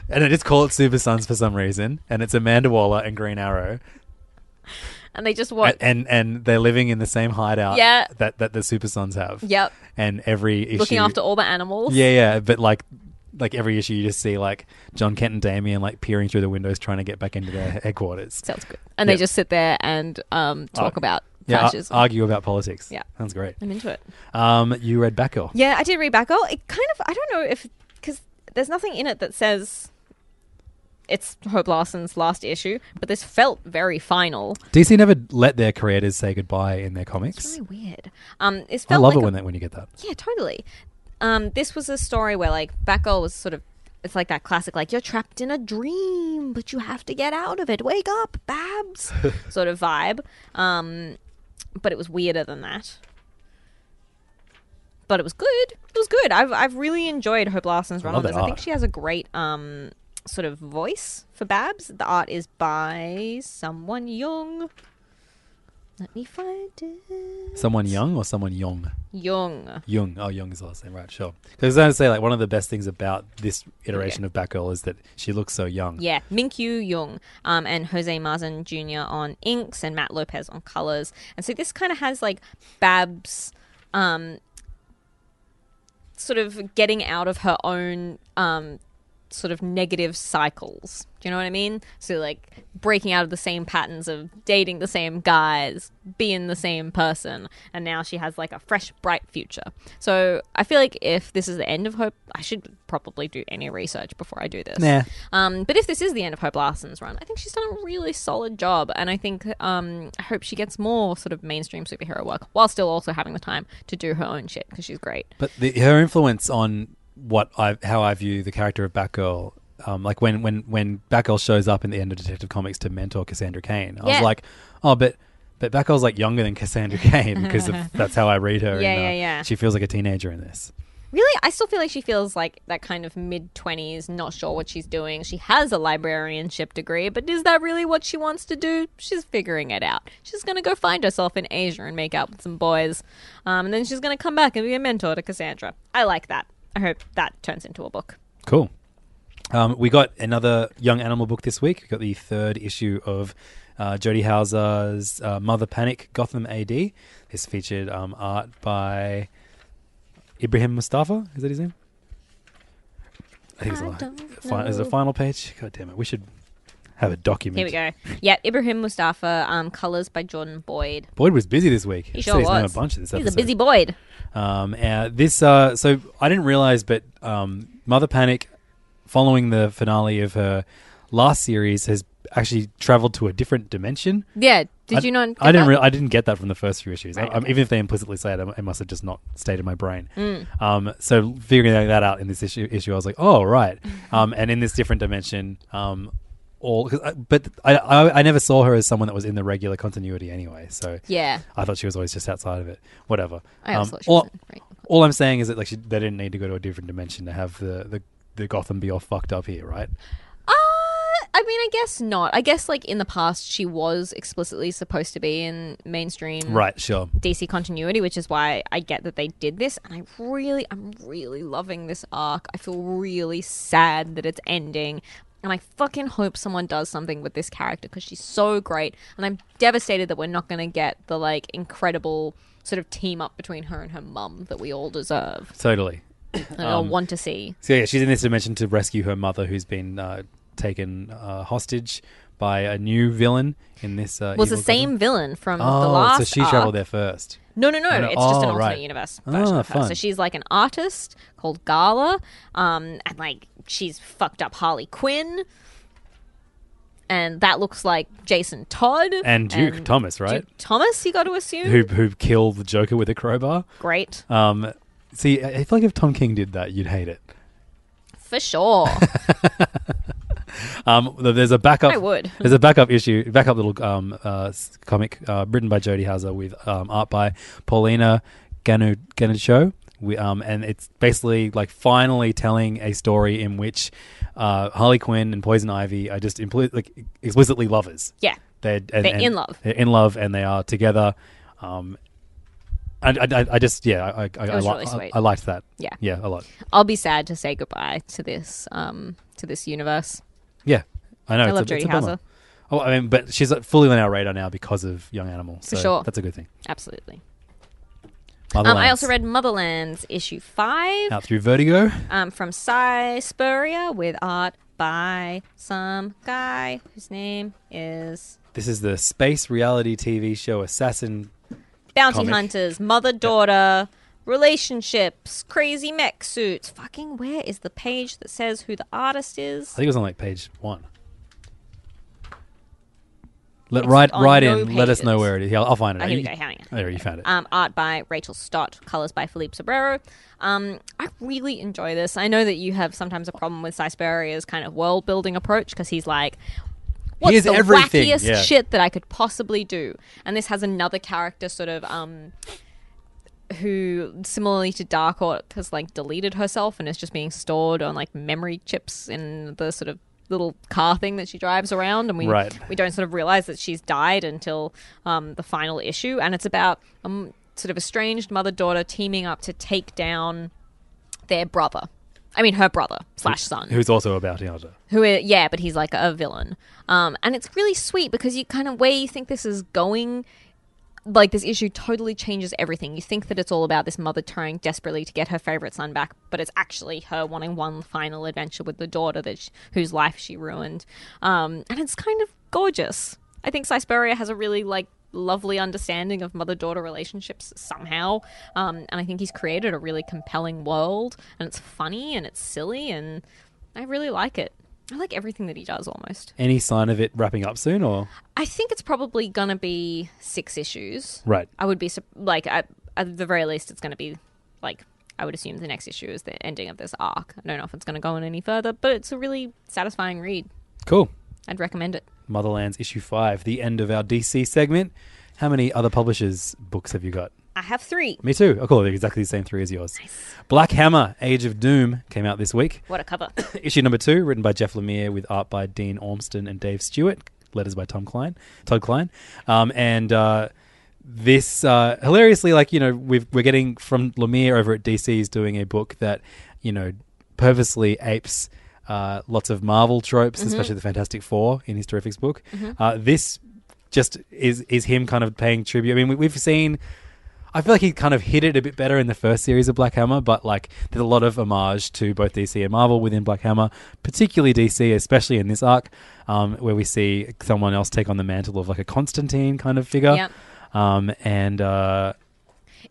Speaker 5: and they just call it Super Sons for some reason, and it's Amanda Waller and Green Arrow.
Speaker 6: And they just want.
Speaker 5: A- And, and they're living in the same hideout
Speaker 6: Yeah.
Speaker 5: that, that the Super Sons have.
Speaker 6: Yep.
Speaker 5: And every issue
Speaker 6: Looking after all the animals.
Speaker 5: Yeah, yeah. But like like every issue you just see like John Kent and Damien like peering through the windows trying to get back into
Speaker 6: *laughs*
Speaker 5: their headquarters.
Speaker 6: Sounds good. And
Speaker 5: Yeah.
Speaker 6: they just sit there and um, talk
Speaker 5: Ar-
Speaker 6: about
Speaker 5: yeah, ar-
Speaker 6: fascism.
Speaker 5: argue about politics.
Speaker 6: Yeah.
Speaker 5: Sounds great.
Speaker 6: I'm into it.
Speaker 5: Um you read Batgirl.
Speaker 6: Yeah, I did read Batgirl. It kind of, I don't know if, because there's nothing in it that says it's Hope Larson's last issue, but this felt very final.
Speaker 5: DC never let their creators say goodbye in their comics.
Speaker 6: Really weird. Um, it
Speaker 5: I
Speaker 6: felt
Speaker 5: love
Speaker 6: like
Speaker 5: it
Speaker 6: a-
Speaker 5: when that when you get that.
Speaker 6: Yeah, totally. Um, this was a story where like Batgirl was sort of it's like that classic like you're trapped in a dream but you have to get out of it. Wake up,
Speaker 5: *laughs*
Speaker 6: Babs, sort of vibe. Um, but it was weirder than that. But it was good. It was good. I've I've really enjoyed Hope Larson's run
Speaker 5: love
Speaker 6: on this.
Speaker 5: that
Speaker 6: I think
Speaker 5: art.
Speaker 6: she has a great um sort of voice for Babs. The art is by someone young. Let me find it.
Speaker 5: Someone young or someone young?
Speaker 6: Young.
Speaker 5: Young. Oh, Young is the last name, right? Sure. Because I was going to say, like, one of the best things about this iteration of Batgirl is that she looks so young.
Speaker 6: Yeah, Minkyu Jung um, and Jose Marzan Jr. on inks and Matt Lopez on colors. And so this kind of has like Babs um, sort of getting out of her own um, sort of negative cycles. Do you know what I mean? So like breaking out of the same patterns of dating the same guys, being the same person, and now she has like a fresh, bright future. So I feel like if this is the end of Hope, I should probably do any research before I do this.
Speaker 5: Nah.
Speaker 6: Um, but if this is the end of Hope Larson's run, I think she's done a really solid job, and I think um, I hope she gets more sort of mainstream superhero work while still also having the time to do her own shit because she's great.
Speaker 5: But the, her influence on what I, how I view the character of Batgirl, um, like when when when Batgirl shows up in the end of Detective Comics to mentor Cassandra Cain, I
Speaker 6: Yeah.
Speaker 5: was like, oh, but but
Speaker 6: *laughs*
Speaker 5: Batgirl's like younger than Cassandra Cain because of, that's how I read her.
Speaker 6: Yeah,
Speaker 5: in, uh,
Speaker 6: yeah, yeah.
Speaker 5: She feels like a teenager in this.
Speaker 6: Really, I still feel like she feels like that kind of mid 20s, not sure what she's doing. She has a librarianship degree, but is that really what she wants to do? She's figuring it out. She's going to go find herself in Asia and make out with some boys. Um, and then she's going to come back and be a mentor to Cassandra. I like that. I hope that turns into a book.
Speaker 5: Cool. Um, we got another young animal book this week. We got the third issue of uh, Jodie Hauser's uh, Mother Panic Gotham AD. This featured um, art by Ibrahim Mustafa. Is that his name? I think it's
Speaker 6: I
Speaker 5: a
Speaker 6: don't
Speaker 5: fi- is it a
Speaker 6: know.
Speaker 5: final page. God damn it! We should have a document.
Speaker 6: Here we go. Yeah, Ibrahim Mustafa, um, colors by Jordan Boyd.
Speaker 5: Boyd was busy this week.
Speaker 6: He
Speaker 5: I
Speaker 6: sure
Speaker 5: said he's known
Speaker 6: was.
Speaker 5: a bunch of this
Speaker 6: He's a
Speaker 5: episode.
Speaker 6: busy Boyd.
Speaker 5: Um, uh, this uh, so I didn't realize, but um, Mother Panic, following the finale of her last series, has actually traveled to a different dimension.
Speaker 6: Yeah. Did
Speaker 5: I-
Speaker 6: you not?
Speaker 5: I
Speaker 6: get
Speaker 5: didn't.
Speaker 6: that?
Speaker 5: Re- I didn't get that from the first few issues. I-
Speaker 6: Right,
Speaker 5: I'm-
Speaker 6: okay.
Speaker 5: Even if they implicitly say it, I- it must have just not stayed in my brain.
Speaker 6: Mm.
Speaker 5: Um, so figuring that out in this issue, issue I was like, oh
Speaker 6: *laughs*
Speaker 5: right. um, and in this different dimension, um, all. 'cause I, but I, I, I never saw her as someone that was in the regular continuity anyway. So
Speaker 6: Yeah.
Speaker 5: I thought she was always just outside of it. Whatever. Um,
Speaker 6: I also thought she
Speaker 5: all,
Speaker 6: was in- right.
Speaker 5: all I'm saying is that like she, they didn't need to go to a different dimension to have the the, the Gotham be all fucked up here, right?
Speaker 6: I mean, I guess not. I guess like in the past, she was explicitly supposed to be in mainstream
Speaker 5: Right. Sure.
Speaker 6: DC continuity, which is why I get that they did this. And I really, I'm really loving this arc. I feel really sad that it's ending. And I fucking hope someone does something with this character because she's so great. And I'm devastated that we're not going to get the like incredible sort of team up between her and her mum that we all deserve
Speaker 5: Totally.
Speaker 6: and I
Speaker 5: Um,
Speaker 6: want to see.
Speaker 5: So yeah, she's in this dimension to rescue her mother, who's been uh, taken uh, hostage by a new villain in this. Uh,
Speaker 6: Was the
Speaker 5: evil
Speaker 6: same
Speaker 5: Gotham.
Speaker 6: villain from
Speaker 5: oh,
Speaker 6: the last.
Speaker 5: so she
Speaker 6: arc.
Speaker 5: traveled there first.
Speaker 6: No, no, no.
Speaker 5: Oh,
Speaker 6: It's just an
Speaker 5: oh,
Speaker 6: alternate
Speaker 5: right.
Speaker 6: universe version
Speaker 5: Ah,
Speaker 6: of her. So
Speaker 5: fun.
Speaker 6: she's like an artist called Gala, um, and like she's fucked up Harley Quinn, and that looks like Jason Todd
Speaker 5: And Duke Thomas, right?
Speaker 6: Duke Thomas, you got to assume.
Speaker 5: Who who killed the Joker with a crowbar?
Speaker 6: Great
Speaker 5: Um, see, I I feel like if Tom King did that, you'd hate it. *laughs*
Speaker 6: for sure.
Speaker 5: Um, th- there's a backup.
Speaker 6: I would.
Speaker 5: *laughs* There's a backup issue, backup little um, uh, s- comic uh, written by Jodie Hauser with um, art by Paulina Ganu Ganucho. We, um, and it's basically like finally telling a story in which uh, Harley Quinn and Poison Ivy are just impli- like explicitly lovers.
Speaker 6: Yeah.
Speaker 5: They're, and-
Speaker 6: They're
Speaker 5: and-
Speaker 6: in love.
Speaker 5: They're in love, and they are together. Um, and I, I, I just yeah, I I, I,
Speaker 6: was
Speaker 5: li-
Speaker 6: really sweet.
Speaker 5: I, I liked that.
Speaker 6: Yeah.
Speaker 5: yeah, a lot.
Speaker 6: I'll be sad to say goodbye to this um, to this universe.
Speaker 5: Yeah, I know.
Speaker 6: I
Speaker 5: it's
Speaker 6: love
Speaker 5: a, it's a
Speaker 6: Jodie
Speaker 5: bummer.
Speaker 6: Hauser.
Speaker 5: Oh, I mean, but she's uh, fully on our radar now because of Young Animal. So
Speaker 6: For sure.
Speaker 5: That's a good thing.
Speaker 6: Absolutely.
Speaker 5: Other
Speaker 6: Um, I
Speaker 5: lines.
Speaker 6: also read Motherlands issue five.
Speaker 5: Out Through Vertigo.
Speaker 6: um, from Cy Spurrier with art by some guy whose name is
Speaker 5: This is the space reality TV show Assassin.
Speaker 6: Bounty
Speaker 5: Comic.
Speaker 6: Hunters, mother daughter, relationships, crazy mech suits. Fucking where is the page that says who the artist
Speaker 5: I
Speaker 6: is?
Speaker 5: think it was on like page one. Let
Speaker 6: It's
Speaker 5: right
Speaker 6: on
Speaker 5: right
Speaker 6: no
Speaker 5: in. Let us know
Speaker 6: pages.
Speaker 5: where it is. Yeah, I'll I'll find it.
Speaker 6: Oh, here
Speaker 5: You-
Speaker 6: we go. Hang on.
Speaker 5: There you found it.
Speaker 6: Um, art by Rachel Stott, colors by Philippe Sobrero. Um, I really enjoy this. I know that you have sometimes a problem with Cy Spurrier's kind of world building approach because he's like, what's
Speaker 5: Here's
Speaker 6: the
Speaker 5: everything,"
Speaker 6: wackiest
Speaker 5: yeah.
Speaker 6: shit that I could possibly do? And this has another character sort of. Um, who similarly to Dark Orc has like deleted herself and is just being stored on like memory chips in the sort of little car thing that she drives around and we
Speaker 5: Right.
Speaker 6: we don't sort of realize that she's died until um, the final issue and it's about um sort of estranged mother daughter teaming up to take down their brother I mean her brother slash son
Speaker 5: Who's also a bounty hunter.
Speaker 6: who i- yeah but he's like a villain um and it's really sweet because you kind of where you think this is going like this issue totally changes everything you think that it's all about this mother trying desperately to get her favorite son back but it's actually her wanting one final adventure with the daughter that sh whose life she ruined um and it's kind of gorgeous i think Cysperia has a really like lovely understanding of mother-daughter relationships somehow um and i think he's created a really compelling world and it's funny and it's silly and I really like it. I like everything that he does almost.
Speaker 5: Any sign of it wrapping up soon or?
Speaker 6: I think it's probably going to be six issues. *laughs*
Speaker 5: Right.
Speaker 6: I would be sup- like at, at the very least it's going to be like I would assume the next issue is the ending of this arc. I don't know if it's going to go on any further, but it's a really satisfying read.
Speaker 5: Cool.
Speaker 6: I'd recommend it.
Speaker 5: Motherlands issue five, the end of our DC segment. How many other publishers' books have you got?
Speaker 6: I have three.
Speaker 5: Me too. I call it exactly the same three as yours. Black Hammer: Age of Doom came out this week.
Speaker 6: What a cover. *coughs*
Speaker 5: *coughs* Issue number two, written by Jeff Lemire, with art by Dean Ormston and Dave Stewart. Letters by Tom Klein, Todd Klein, um, and uh, this uh, hilariously, like you know, we've, we're getting from Lemire over at DC is doing a book that you know purposely apes uh, lots of Marvel tropes,
Speaker 10: Mhm.
Speaker 5: especially the Fantastic Four in his Terrifics book.
Speaker 10: Mhm.
Speaker 5: Uh, this just is is him kind of paying tribute. I mean, we, we've seen. I feel like he kind of hit it a bit better in the first series of Black Hammer, but like there's a lot of homage to both DC and Marvel within Black Hammer, particularly DC, especially in this arc, um, where we see someone else take on the mantle of like a Constantine kind of figure.
Speaker 6: Yep.
Speaker 5: Um, and uh,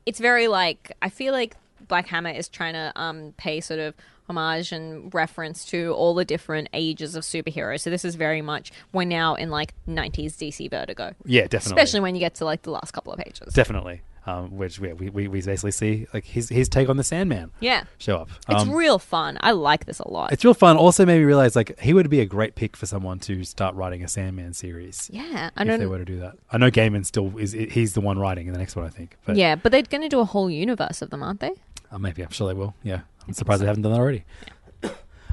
Speaker 6: It's very like I feel like Black Hammer is trying to um, pay sort of homage and reference to all the different ages of superheroes. So this is very much we're now in like 90s DC Vertigo.
Speaker 5: Yeah, definitely.
Speaker 6: Especially when you get to like the last couple of pages.
Speaker 5: definitely, um, which yeah, we, we, we basically see like his, his take on the Sandman
Speaker 6: Yeah.
Speaker 5: show up.
Speaker 6: It's
Speaker 5: Um,
Speaker 6: real fun. I like this a lot.
Speaker 5: It's real fun. Also made me realize like he would be a great pick for someone to start writing a Sandman series.
Speaker 6: Yeah, I
Speaker 5: if they
Speaker 6: don't-
Speaker 5: were to do that. I know Gaiman still is. He's the one writing in the next one, I think. But
Speaker 6: yeah, but they're going to do a whole universe of them, aren't they?
Speaker 5: uh, maybe I'm sure they will. Yeah, I'm surprised they haven't done that already.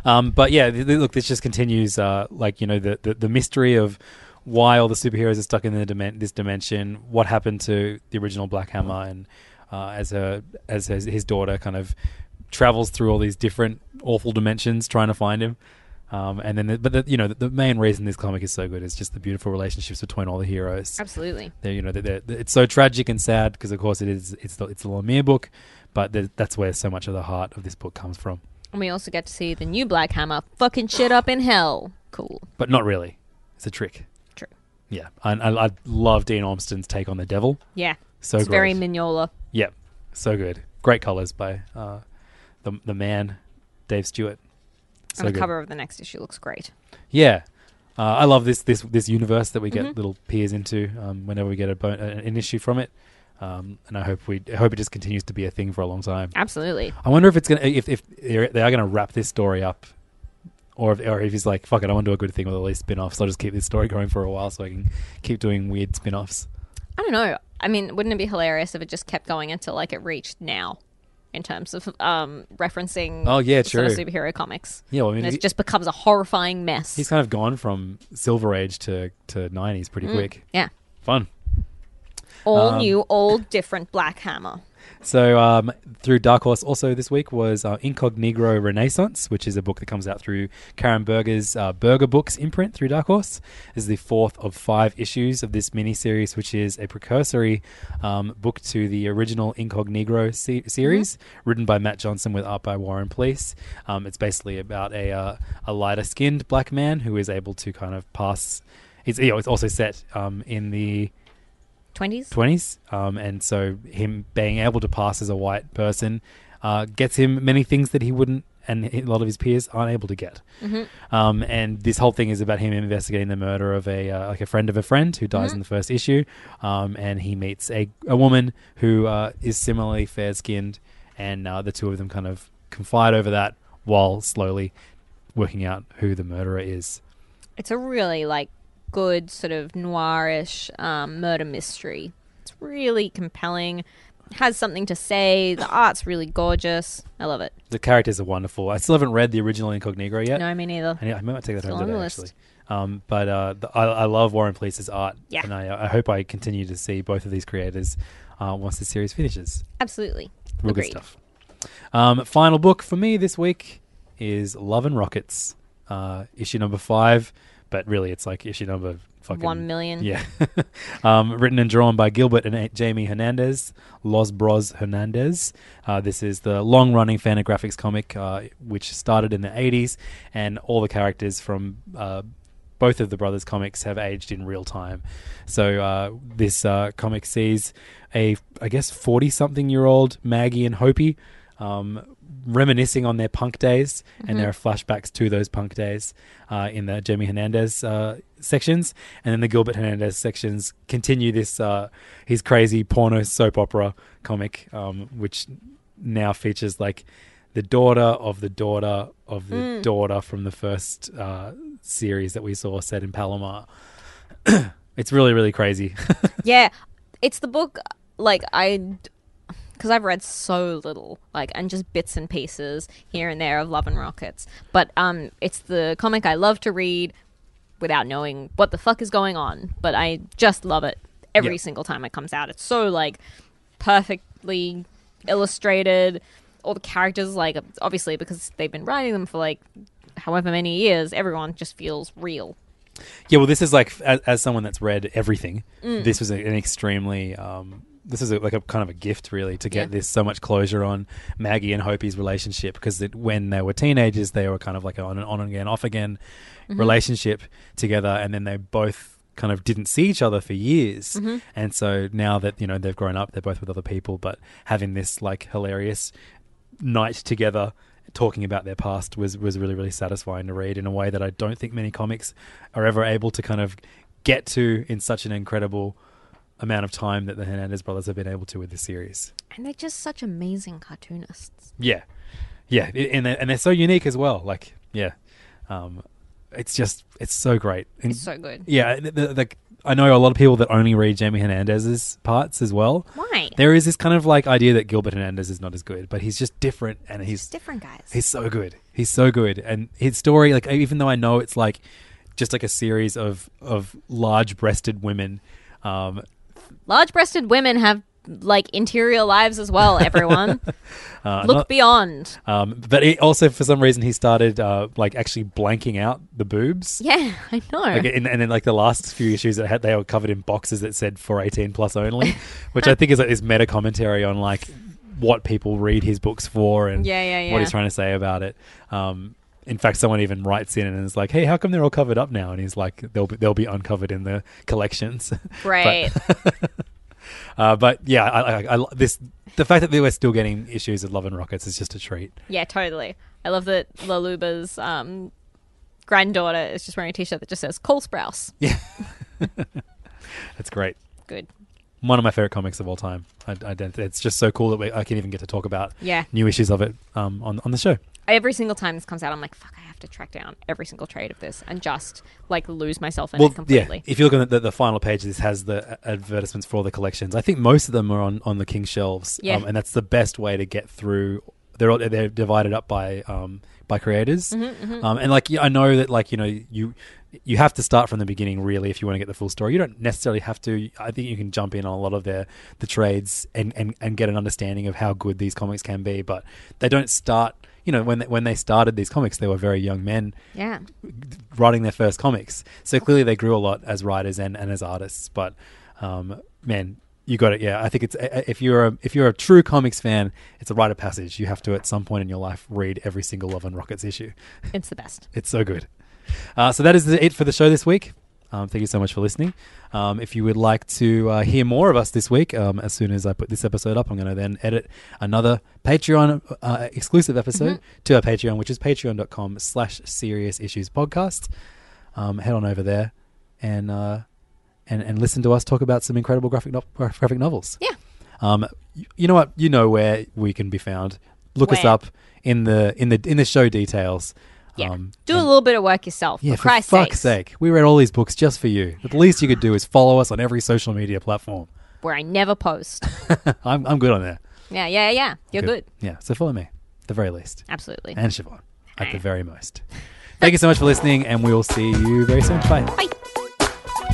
Speaker 5: Um, but yeah, th- th- look, this just continues. Uh, like you know, the, the the mystery of why all the superheroes are stuck in the dimen- this dimension. What happened to the original Black Hammer? And uh, as her as his, his daughter kind of travels through all these different awful dimensions trying to find him. Um, and then, the, but the, you know, the, the main reason this comic is so good is just the beautiful relationships between all the heroes.
Speaker 6: Absolutely.
Speaker 5: They're, you know, they're, they're, it's so tragic and sad because, of course, it is. It's the it's the Lemire book, but th- that's where so much of the heart of this book comes from.
Speaker 6: And we also get to see the new Black Hammer fucking shit up in hell. Cool.
Speaker 5: but not really. It's a trick.
Speaker 6: True.
Speaker 5: Yeah, and I, I love Dean Ormston's take on the devil.
Speaker 6: Yeah.
Speaker 5: so
Speaker 6: it's
Speaker 5: great.
Speaker 6: very Mignola.
Speaker 5: Yep, so good. Great colors by uh, the the man, Dave Stewart. So
Speaker 6: and the
Speaker 5: good.
Speaker 6: cover of the next issue looks great.
Speaker 5: Yeah, uh, I love this this this universe that we get
Speaker 6: Mhm.
Speaker 5: little peers into um, whenever we get a bon- an an issue from it, um, and I hope we I hope it just continues to be a thing for a long time.
Speaker 6: Absolutely.
Speaker 5: I wonder if it's gonna if if they're- they are gonna wrap this story up, or if or if he's like, fuck it, I want to do a good thing with all these spin-offs. I'll just keep this story going for a while so I can keep doing weird spin-offs.
Speaker 6: I don't know. I mean, wouldn't it be hilarious if it just kept going until like it reached now in terms of um, referencing
Speaker 5: Oh, yeah,
Speaker 6: sort of
Speaker 5: true.
Speaker 6: superhero comics.
Speaker 5: Yeah, well, I mean,
Speaker 6: and
Speaker 5: he-
Speaker 6: it just becomes a horrifying mess.
Speaker 5: He's kind of gone from Silver Age to to nineties pretty
Speaker 6: Mm,
Speaker 5: quick.
Speaker 6: yeah.
Speaker 5: fun.
Speaker 6: all
Speaker 5: Um,
Speaker 6: new, all different Black Hammer.
Speaker 5: So um, through Dark Horse, also this week was uh, Incognito Renaissance, which is a book that comes out through Karen Berger's uh, Berger Books imprint through Dark Horse. This is the fourth of five issues of this miniseries, which is a precursory um, book to the original Incognito se- series, written by Matt Johnson with art by Warren Police. Um, it's basically about a uh, a lighter skinned black man who is able to kind of pass. It's, you know, it's also set um, in the
Speaker 6: 20s?
Speaker 5: 20s. Um, and so him being able to pass as a white person uh, gets him many things that he wouldn't, and a lot of his peers aren't able to get.
Speaker 10: Mhm.
Speaker 5: Um, and this whole thing is about him investigating the murder of a uh, like a friend of a friend who dies in the first issue, um, and he meets a a woman who uh, is similarly fair skinned, and uh, the two of them kind of confide over that while slowly working out who the murderer is.
Speaker 6: It's a really like good sort of noirish um, murder mystery. It's really compelling. Has something to say. The art's really gorgeous. I love it.
Speaker 5: The characters are wonderful. I still haven't read the original Incognito yet.
Speaker 6: No, me neither.
Speaker 5: I, need- I might take that
Speaker 6: Still
Speaker 5: home
Speaker 6: on the
Speaker 5: today,
Speaker 6: list.
Speaker 5: actually. Um, but uh, the, I, I love Warren Police's art,
Speaker 6: Yeah.
Speaker 5: and I, I hope I continue to see both of these creators uh, once the series finishes.
Speaker 6: Absolutely.
Speaker 5: Real
Speaker 6: Agreed.
Speaker 5: good stuff. Um, final book for me this week is Love and Rockets, uh, issue number five, but really it's like issue number fucking
Speaker 6: One million.
Speaker 5: Yeah, *laughs* um, written and drawn by Gilbert and A- Jamie Hernandez, Los Bros Hernandez. Uh, this is the long-running Fantagraphics comic, uh, which started in the '80s, and all the characters from uh, both of the brothers' comics have aged in real time. So uh, this uh, comic sees a, I guess, forty-something-year-old Maggie and Hopi. Um, reminiscing on their punk days,
Speaker 10: Mhm.
Speaker 5: and there are flashbacks to those punk days uh, in the Jamie Hernandez uh, sections, and then the Gilbert Hernandez sections continue this uh, his crazy porno soap opera comic, um, which now features like the daughter of the daughter of the
Speaker 10: Mm.
Speaker 5: daughter from the first uh, series that we saw set in Palomar. *clears throat* it's really really crazy.
Speaker 6: Yeah, it's the book. Like I, because I've read so little, like, and just bits and pieces here and there of Love and Rockets. But um, it's the comic I love to read without knowing what the fuck is going on. But I just love it every
Speaker 10: Yeah.
Speaker 6: single time it comes out. It's so like perfectly illustrated. All the characters, like, obviously because they've been writing them for like however many years, everyone just feels real.
Speaker 5: Yeah, well, this is like as, as someone that's read everything,
Speaker 6: Mm.
Speaker 5: this was a, an extremely. Um, this is a, like a kind of a gift, really, to get
Speaker 6: Yeah.
Speaker 5: this so much closure on Maggie and Hopi's relationship because it, when they were teenagers, they were kind of like on and on and again, off again
Speaker 6: Mm-hmm.
Speaker 11: Mhm.
Speaker 5: relationship together, and then they both kind of didn't see each other for years,
Speaker 6: Mm-hmm.
Speaker 11: Mhm.
Speaker 5: and so now that you know they've grown up, they're both with other people, but having this like hilarious night together talking about their past was was really really satisfying to read in a way that I don't think many comics are ever able to kind of get to in such an incredible amount of time that the Hernandez brothers have been able to with the series.
Speaker 6: And they're just such amazing cartoonists.
Speaker 5: Yeah, yeah, i- and they're, and they're so unique as well. Like, yeah, um, it's just it's so great. And-
Speaker 6: It's so good.
Speaker 5: Yeah, the, the, the, I know a lot of people that only read Jamie Hernandez's parts as well.
Speaker 6: Why?
Speaker 5: There is this kind of like idea that Gilbert Hernandez is not as good, but he's just different, and he's
Speaker 6: different guys.
Speaker 5: He's so good. He's so good, and his story, like e, even though I know it's like just like a series of of large breasted women. Um,
Speaker 6: Large breasted women have like interior lives as well, everyone.
Speaker 5: *laughs* uh,
Speaker 6: Look
Speaker 5: not-
Speaker 6: beyond.
Speaker 5: Um, but it also, for some reason, he started uh, like actually blanking out the boobs.
Speaker 6: Yeah, *laughs* I know.
Speaker 5: Like, and, and then like the last few issues that had they were covered in boxes that said for eighteen plus only, which I think is like this meta commentary on like what people read his books for and
Speaker 11: Yeah, yeah,
Speaker 5: what he's
Speaker 11: yeah.
Speaker 5: trying to say about it. Um, in fact, someone even writes in and is like, "Hey, how come they're all covered up now?" And he's like, "They'll be, they'll be uncovered in the collections." *laughs* But- *laughs*
Speaker 6: Right.
Speaker 5: uh, but yeah, I, I, I, this the fact that we're still getting issues of Love and Rockets is just a treat.
Speaker 6: yeah, totally. I love that Laluba's um, granddaughter is just wearing a t shirt that just says Cole Sprouse.
Speaker 5: Yeah. That's great.
Speaker 6: Good.
Speaker 5: One of my favorite comics of all time. I, I don't, it's just so cool that we, I can even get to talk about
Speaker 6: Yeah.
Speaker 5: new issues of it um, on on the show.
Speaker 6: Every single time this comes out, I'm like, fuck, I have to track down every single trade of this and just like lose myself in it completely.
Speaker 5: if you look at the, the final page, this has the uh, advertisements for all the collections. I think most of them are on, on the King shelves,
Speaker 6: Yeah.
Speaker 5: um, and that's the best way to get through. They're all, they're divided up by um, by creators,
Speaker 11: Mhm,
Speaker 6: Mm-hmm,
Speaker 11: mhm.
Speaker 5: Um, and like yeah, I know that like you know you you have to start from the beginning really if you want to get the full story. You don't necessarily have to. I think you can jump in on a lot of their the trades and and, and get an understanding of how good these comics can be, but they don't start. You know, when they, when they started these comics, they were very young men
Speaker 6: Yeah.
Speaker 5: writing their first comics. So clearly they grew a lot as writers and, and as artists. But um, man, you got it. Yeah, I think it's if you're a, if you're a true comics fan, it's a rite of passage. You have to at some point in your life read every single Love and Rockets issue.
Speaker 6: It's the best.
Speaker 5: It's so good. Uh, so that is it for the show this week. Um, thank you so much for listening. Um, if you would like to uh, hear more of us this week, um, as soon as I put this episode up, I'm going to then edit another Patreon uh, exclusive episode
Speaker 6: Mm-hmm.
Speaker 5: to our Patreon, which is patreon.com slash serious issues podcast. Um, head on over there and, uh, and, and listen to us talk about some incredible graphic, no- graphic novels.
Speaker 6: Yeah.
Speaker 5: Um, you, you know what? You know where we can be found. Look us
Speaker 6: Where?
Speaker 5: up in the, in the, in the show details. Yeah. Um,
Speaker 6: Do a little bit of work yourself.
Speaker 5: yeah,
Speaker 6: for Christ's
Speaker 5: for
Speaker 6: sake.
Speaker 5: fuck's sake. We read all these books just for you. The least you could do is follow us on every social media platform.
Speaker 6: Where I
Speaker 5: *laughs*
Speaker 6: never post.
Speaker 5: I'm, I'm good on there.
Speaker 6: yeah, yeah, yeah. You're good.
Speaker 5: Yeah, so follow me, at the very least.
Speaker 6: Absolutely.
Speaker 5: And Siobhan, at the very most. Thank you so much for listening, and we'll see you very soon. Bye. Bye.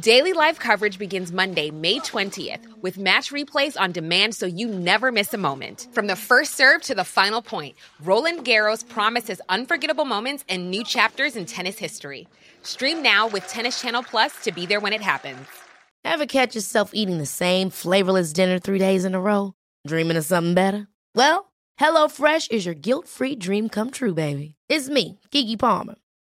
Speaker 12: Daily live coverage begins Monday, May 20th, with match replays on demand so you never miss a moment. From the first serve to the final point, Roland Garros promises unforgettable moments and new chapters in tennis history. Stream now with Tennis Channel Plus to be there when it happens.
Speaker 6: Ever catch yourself eating the same flavorless dinner three days in a row? Dreaming of something better? Well, HelloFresh is your guilt free dream come true, baby. It's me, Gigi Palmer.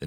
Speaker 13: the